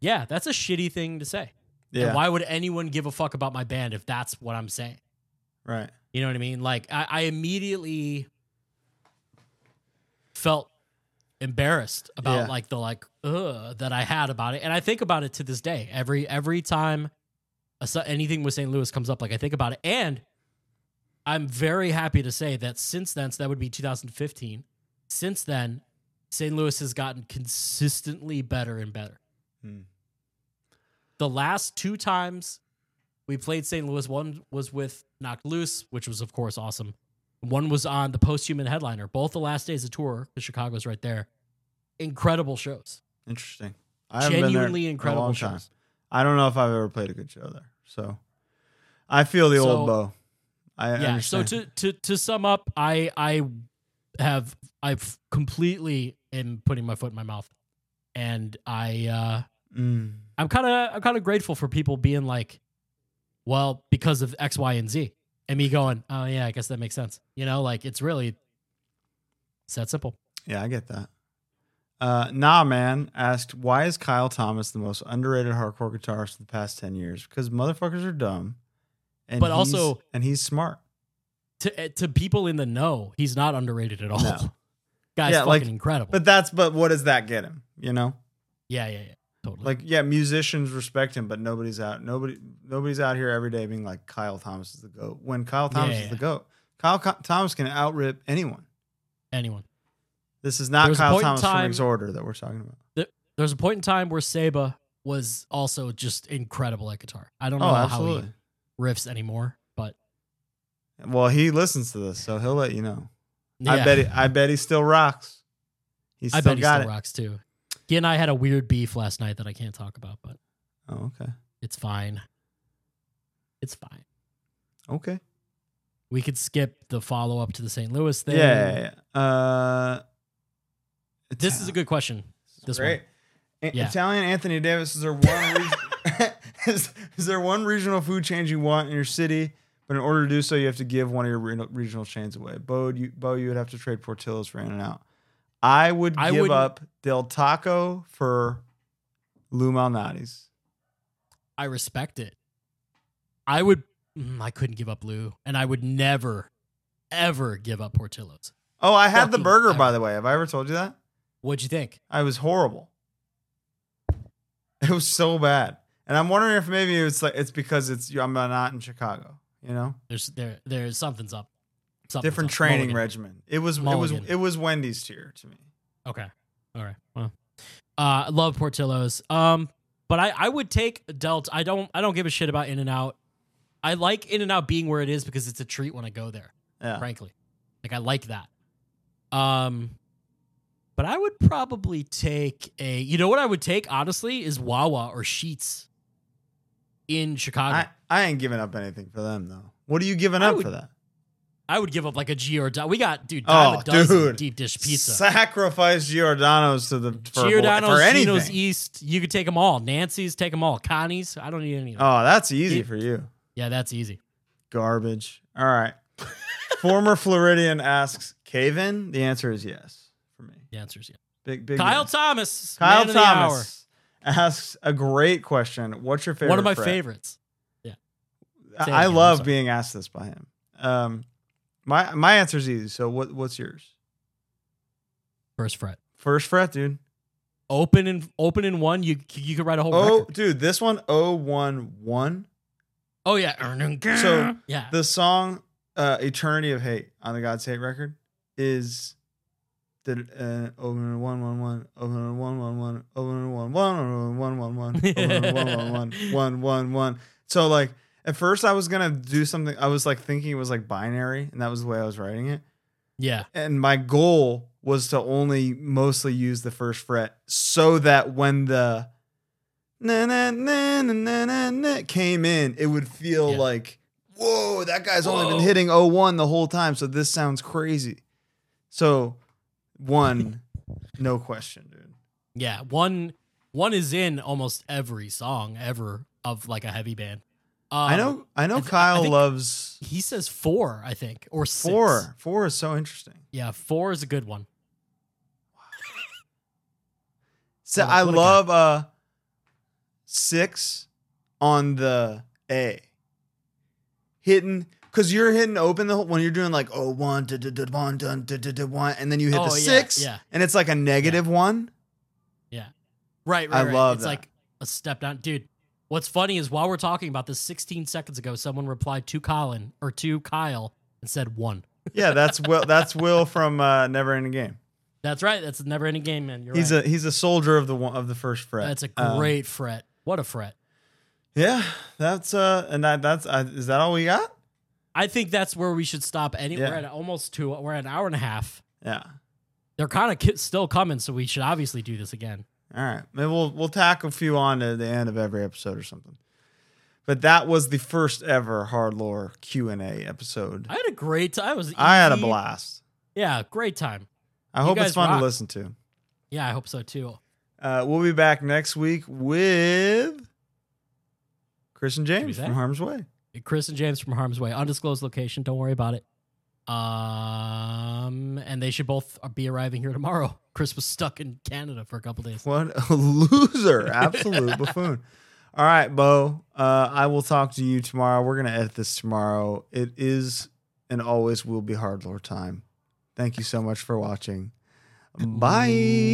[SPEAKER 2] Yeah, that's a shitty thing to say. And
[SPEAKER 1] Yeah.
[SPEAKER 2] why would anyone give a fuck about my band if that's what I'm saying?
[SPEAKER 1] Right.
[SPEAKER 2] You know what I mean? Like I, I immediately felt embarrassed about
[SPEAKER 1] Yeah.
[SPEAKER 2] like the like ugh that I had about it, and I think about it to this day. Every every time a, su- anything with St. Louis comes up, like I think about it, and I'm very happy to say that since then, so that would be 2015. Since then, St. Louis has gotten consistently better and better.
[SPEAKER 1] Hmm.
[SPEAKER 2] The last two times we played St. Louis, one was with Knocked Loose, which was, of course, awesome. One was on the Posthuman Headliner. Both the last days of tour, because Chicago's right there. Incredible shows.
[SPEAKER 1] Interesting. I haven't been there
[SPEAKER 2] Genuinely
[SPEAKER 1] in a
[SPEAKER 2] incredible
[SPEAKER 1] long time.
[SPEAKER 2] shows.
[SPEAKER 1] I don't know if I've ever played a good show there. So I feel the old
[SPEAKER 2] So-
[SPEAKER 1] Bo. I
[SPEAKER 2] yeah
[SPEAKER 1] understand.
[SPEAKER 2] so to, to to sum up i i have i've completely am putting my foot in my mouth and i uh
[SPEAKER 1] Mm.
[SPEAKER 2] i'm kind of i'm kind of grateful for people being like well because of x y and z and me going oh yeah i guess that makes sense you know like it's really it's that simple
[SPEAKER 1] Yeah, I get that. Uh, nah, man asked, why is Kyle Thomas the most underrated hardcore guitarist of the past 10 years? Because motherfuckers are dumb. And
[SPEAKER 2] But
[SPEAKER 1] he's-
[SPEAKER 2] also-
[SPEAKER 1] and he's smart.
[SPEAKER 2] to eh, to people in the know he's not underrated at all
[SPEAKER 1] No.
[SPEAKER 2] [laughs] guys
[SPEAKER 1] Yeah,
[SPEAKER 2] fucking
[SPEAKER 1] like-
[SPEAKER 2] incredible
[SPEAKER 1] But that's, but what does that get him? You know?
[SPEAKER 2] yeah yeah yeah totally
[SPEAKER 1] Like, yeah, musicians respect him, but nobody's out, nobody, nobody's out here every day being like, Kyle Thomas is the GOAT. When Kyle Thomas
[SPEAKER 2] Yeah,
[SPEAKER 1] is
[SPEAKER 2] yeah.
[SPEAKER 1] the GOAT, Kyle Co- Thomas can outrip anyone.
[SPEAKER 2] anyone
[SPEAKER 1] This is not
[SPEAKER 2] There was a
[SPEAKER 1] Kyle
[SPEAKER 2] point in
[SPEAKER 1] Thomas from
[SPEAKER 2] time-
[SPEAKER 1] Exhorter that we're talking about.
[SPEAKER 2] there's a point in time where saba was also just incredible at guitar i don't know
[SPEAKER 1] Oh,
[SPEAKER 2] how he
[SPEAKER 1] absolutely.
[SPEAKER 2] riffs anymore. But
[SPEAKER 1] Well, he listens to this, so he'll let you know. I
[SPEAKER 2] yeah,
[SPEAKER 1] bet he, I bet he still rocks. He
[SPEAKER 2] I
[SPEAKER 1] still
[SPEAKER 2] bet he
[SPEAKER 1] got
[SPEAKER 2] still rocks too. He and I had a weird beef last night that I can't talk about, but
[SPEAKER 1] it. Oh, okay.
[SPEAKER 2] it's fine. It's fine.
[SPEAKER 1] Okay.
[SPEAKER 2] We could skip the follow up to the St. Louis thing.
[SPEAKER 1] Yeah, yeah, yeah. Uh,
[SPEAKER 2] This is a good question. this one.
[SPEAKER 1] A-
[SPEAKER 2] Yeah.
[SPEAKER 1] Italian Anthony Davis is there one reg- [laughs] is, is there one regional food chain you want in your city? But in order to do so, you have to give one of your re- regional chains away. Bo, you, Bo, you would have to trade Portillo's for In and Out. I would
[SPEAKER 2] I
[SPEAKER 1] give
[SPEAKER 2] wouldn't-
[SPEAKER 1] up Del Taco for Lou Malnati's.
[SPEAKER 2] I respect it. I would. mm, I couldn't give up Lou, and I would never, ever give up Portillo's.
[SPEAKER 1] Oh, I had the
[SPEAKER 2] Fucking
[SPEAKER 1] burger, by
[SPEAKER 2] ever.
[SPEAKER 1] the way. Have I ever told you that?
[SPEAKER 2] What'd you think?
[SPEAKER 1] I was horrible. It was so bad, and I'm wondering if maybe it's like it's because it's I'm not in Chicago, you know,
[SPEAKER 2] There's there there's something's up. Something's
[SPEAKER 1] different
[SPEAKER 2] up.
[SPEAKER 1] training
[SPEAKER 2] Mulligan.
[SPEAKER 1] regimen. It was it
[SPEAKER 2] Mulligan.
[SPEAKER 1] was it was Wendy's tier to me.
[SPEAKER 2] Okay. All right. Well, uh, I love Portillo's. Um, but I, I would take Delta. I don't I don't give a shit about In and Out. I like In and Out being where it is because it's a treat when I go there.
[SPEAKER 1] Yeah,
[SPEAKER 2] Frankly, like I like that. Um, but I would probably take a. You know what I would take honestly is Wawa or Sheets in Chicago.
[SPEAKER 1] I,
[SPEAKER 2] I,
[SPEAKER 1] I ain't giving up anything for them though. What are you giving
[SPEAKER 2] I
[SPEAKER 1] up
[SPEAKER 2] would
[SPEAKER 1] for that?
[SPEAKER 2] would give up like a G or Di- we got dude.
[SPEAKER 1] Oh,
[SPEAKER 2] Dime a dozen
[SPEAKER 1] dude.
[SPEAKER 2] deep dish pizza.
[SPEAKER 1] Sacrifice Giordano's to the for,
[SPEAKER 2] Giordano's,
[SPEAKER 1] for anything.
[SPEAKER 2] Gino's East. You could take them all. Nancy's, take them all. Connie's. I don't need any of them.
[SPEAKER 1] oh, that's easy
[SPEAKER 2] Dude.
[SPEAKER 1] for you.
[SPEAKER 2] Yeah, that's easy.
[SPEAKER 1] Garbage. All right. Former Floridian asks, "Cave in?" The answer is yes for me.
[SPEAKER 2] The answer is yeah.
[SPEAKER 1] Big big.
[SPEAKER 2] Kyle
[SPEAKER 1] yes.
[SPEAKER 2] Thomas.
[SPEAKER 1] Kyle
[SPEAKER 2] man of the hour.
[SPEAKER 1] Thomas. asks a great question. What's your favorite?
[SPEAKER 2] One of my
[SPEAKER 1] fret? I-
[SPEAKER 2] favorites. Say it
[SPEAKER 1] I
[SPEAKER 2] again, I'm
[SPEAKER 1] love
[SPEAKER 2] sorry.
[SPEAKER 1] being asked this by him. Um, my my answer's easy. So what what's yours?
[SPEAKER 2] First fret.
[SPEAKER 1] First fret, dude.
[SPEAKER 2] Open and open in one. You you could write a whole
[SPEAKER 1] Oh,
[SPEAKER 2] record.
[SPEAKER 1] dude, this one oh one one.
[SPEAKER 2] Oh yeah.
[SPEAKER 1] So,
[SPEAKER 2] yeah.
[SPEAKER 1] The song uh, "Eternity of Hate" on the God's Hate record is did it, uh, open one one one open one one one open one one open one one one open one one one one one one. So like at first I was gonna do something. I was like thinking it was like binary, and that was the way I was writing it.
[SPEAKER 2] yeah.
[SPEAKER 1] and my goal was to only mostly use the first fret so that when the na na na na na na na came in, it would feel
[SPEAKER 2] Yeah.
[SPEAKER 1] like, whoa, that guy's only been
[SPEAKER 2] Whoa.
[SPEAKER 1] hitting 01 the whole time. So this sounds crazy. So one, no question, dude.
[SPEAKER 2] Yeah. One one is in almost every song ever of like a heavy band. Um,
[SPEAKER 1] I know I know
[SPEAKER 2] I th- I
[SPEAKER 1] Kyle
[SPEAKER 2] think
[SPEAKER 1] loves
[SPEAKER 2] he says four, I think, or six.
[SPEAKER 1] four. Four is so interesting.
[SPEAKER 2] Yeah, four is a good one.
[SPEAKER 1] So
[SPEAKER 2] What a-
[SPEAKER 1] I
[SPEAKER 2] what a guy.
[SPEAKER 1] love uh six on the A. Hitting because you're hitting open the whole, when you're doing like oh one da, da, da, one dun, da, da, da, one and then you hit
[SPEAKER 2] Oh,
[SPEAKER 1] the
[SPEAKER 2] yeah,
[SPEAKER 1] six
[SPEAKER 2] yeah.
[SPEAKER 1] and it's like a negative one.
[SPEAKER 2] Right,
[SPEAKER 1] I
[SPEAKER 2] right, right.
[SPEAKER 1] love
[SPEAKER 2] it's
[SPEAKER 1] that.
[SPEAKER 2] like a step down. Dude, what's funny is while we're talking about this 16 seconds ago, someone replied to Colin or to Kyle and said one.
[SPEAKER 1] Yeah, that's
[SPEAKER 2] [laughs]
[SPEAKER 1] Will that's Will from uh Never Ending Game.
[SPEAKER 2] That's right. That's a never ending game, man. You're
[SPEAKER 1] He's
[SPEAKER 2] right.
[SPEAKER 1] a he's a soldier of the one of the first fret.
[SPEAKER 2] That's a
[SPEAKER 1] Um,
[SPEAKER 2] great fret. What a fret.
[SPEAKER 1] yeah, that's uh and that that's uh, is that all we got?
[SPEAKER 2] I think that's where we should stop. Any,
[SPEAKER 1] Yeah.
[SPEAKER 2] We're at almost two. We're at an hour and a half.
[SPEAKER 1] Yeah.
[SPEAKER 2] They're kind of ki- still coming, so we should obviously do this again.
[SPEAKER 1] All right. Maybe we'll we'll tack a few on to the end of every episode or something. But that was the first ever hard lore Q and A episode.
[SPEAKER 2] I had a great time. I was.
[SPEAKER 1] I had a
[SPEAKER 2] easy.
[SPEAKER 1] blast.
[SPEAKER 2] Yeah, great time.
[SPEAKER 1] I
[SPEAKER 2] You
[SPEAKER 1] hope it's
[SPEAKER 2] guys
[SPEAKER 1] fun
[SPEAKER 2] rock.
[SPEAKER 1] to listen to.
[SPEAKER 2] Yeah, I hope so too.
[SPEAKER 1] Uh, we'll be back next week with Chris and
[SPEAKER 2] we
[SPEAKER 1] James
[SPEAKER 2] say?
[SPEAKER 1] from Harm's Way.
[SPEAKER 2] Chris and James from Harm's Way, undisclosed location. Don't worry about it. Um, and they should both be arriving here tomorrow. [laughs] Chris was stuck in Canada for a couple days.
[SPEAKER 1] What a loser! Absolute buffoon. All right, Bo. Uh, I will talk to you tomorrow. We're gonna edit this tomorrow. It is and always will be hard lore time. Thank you so much for watching. Bye.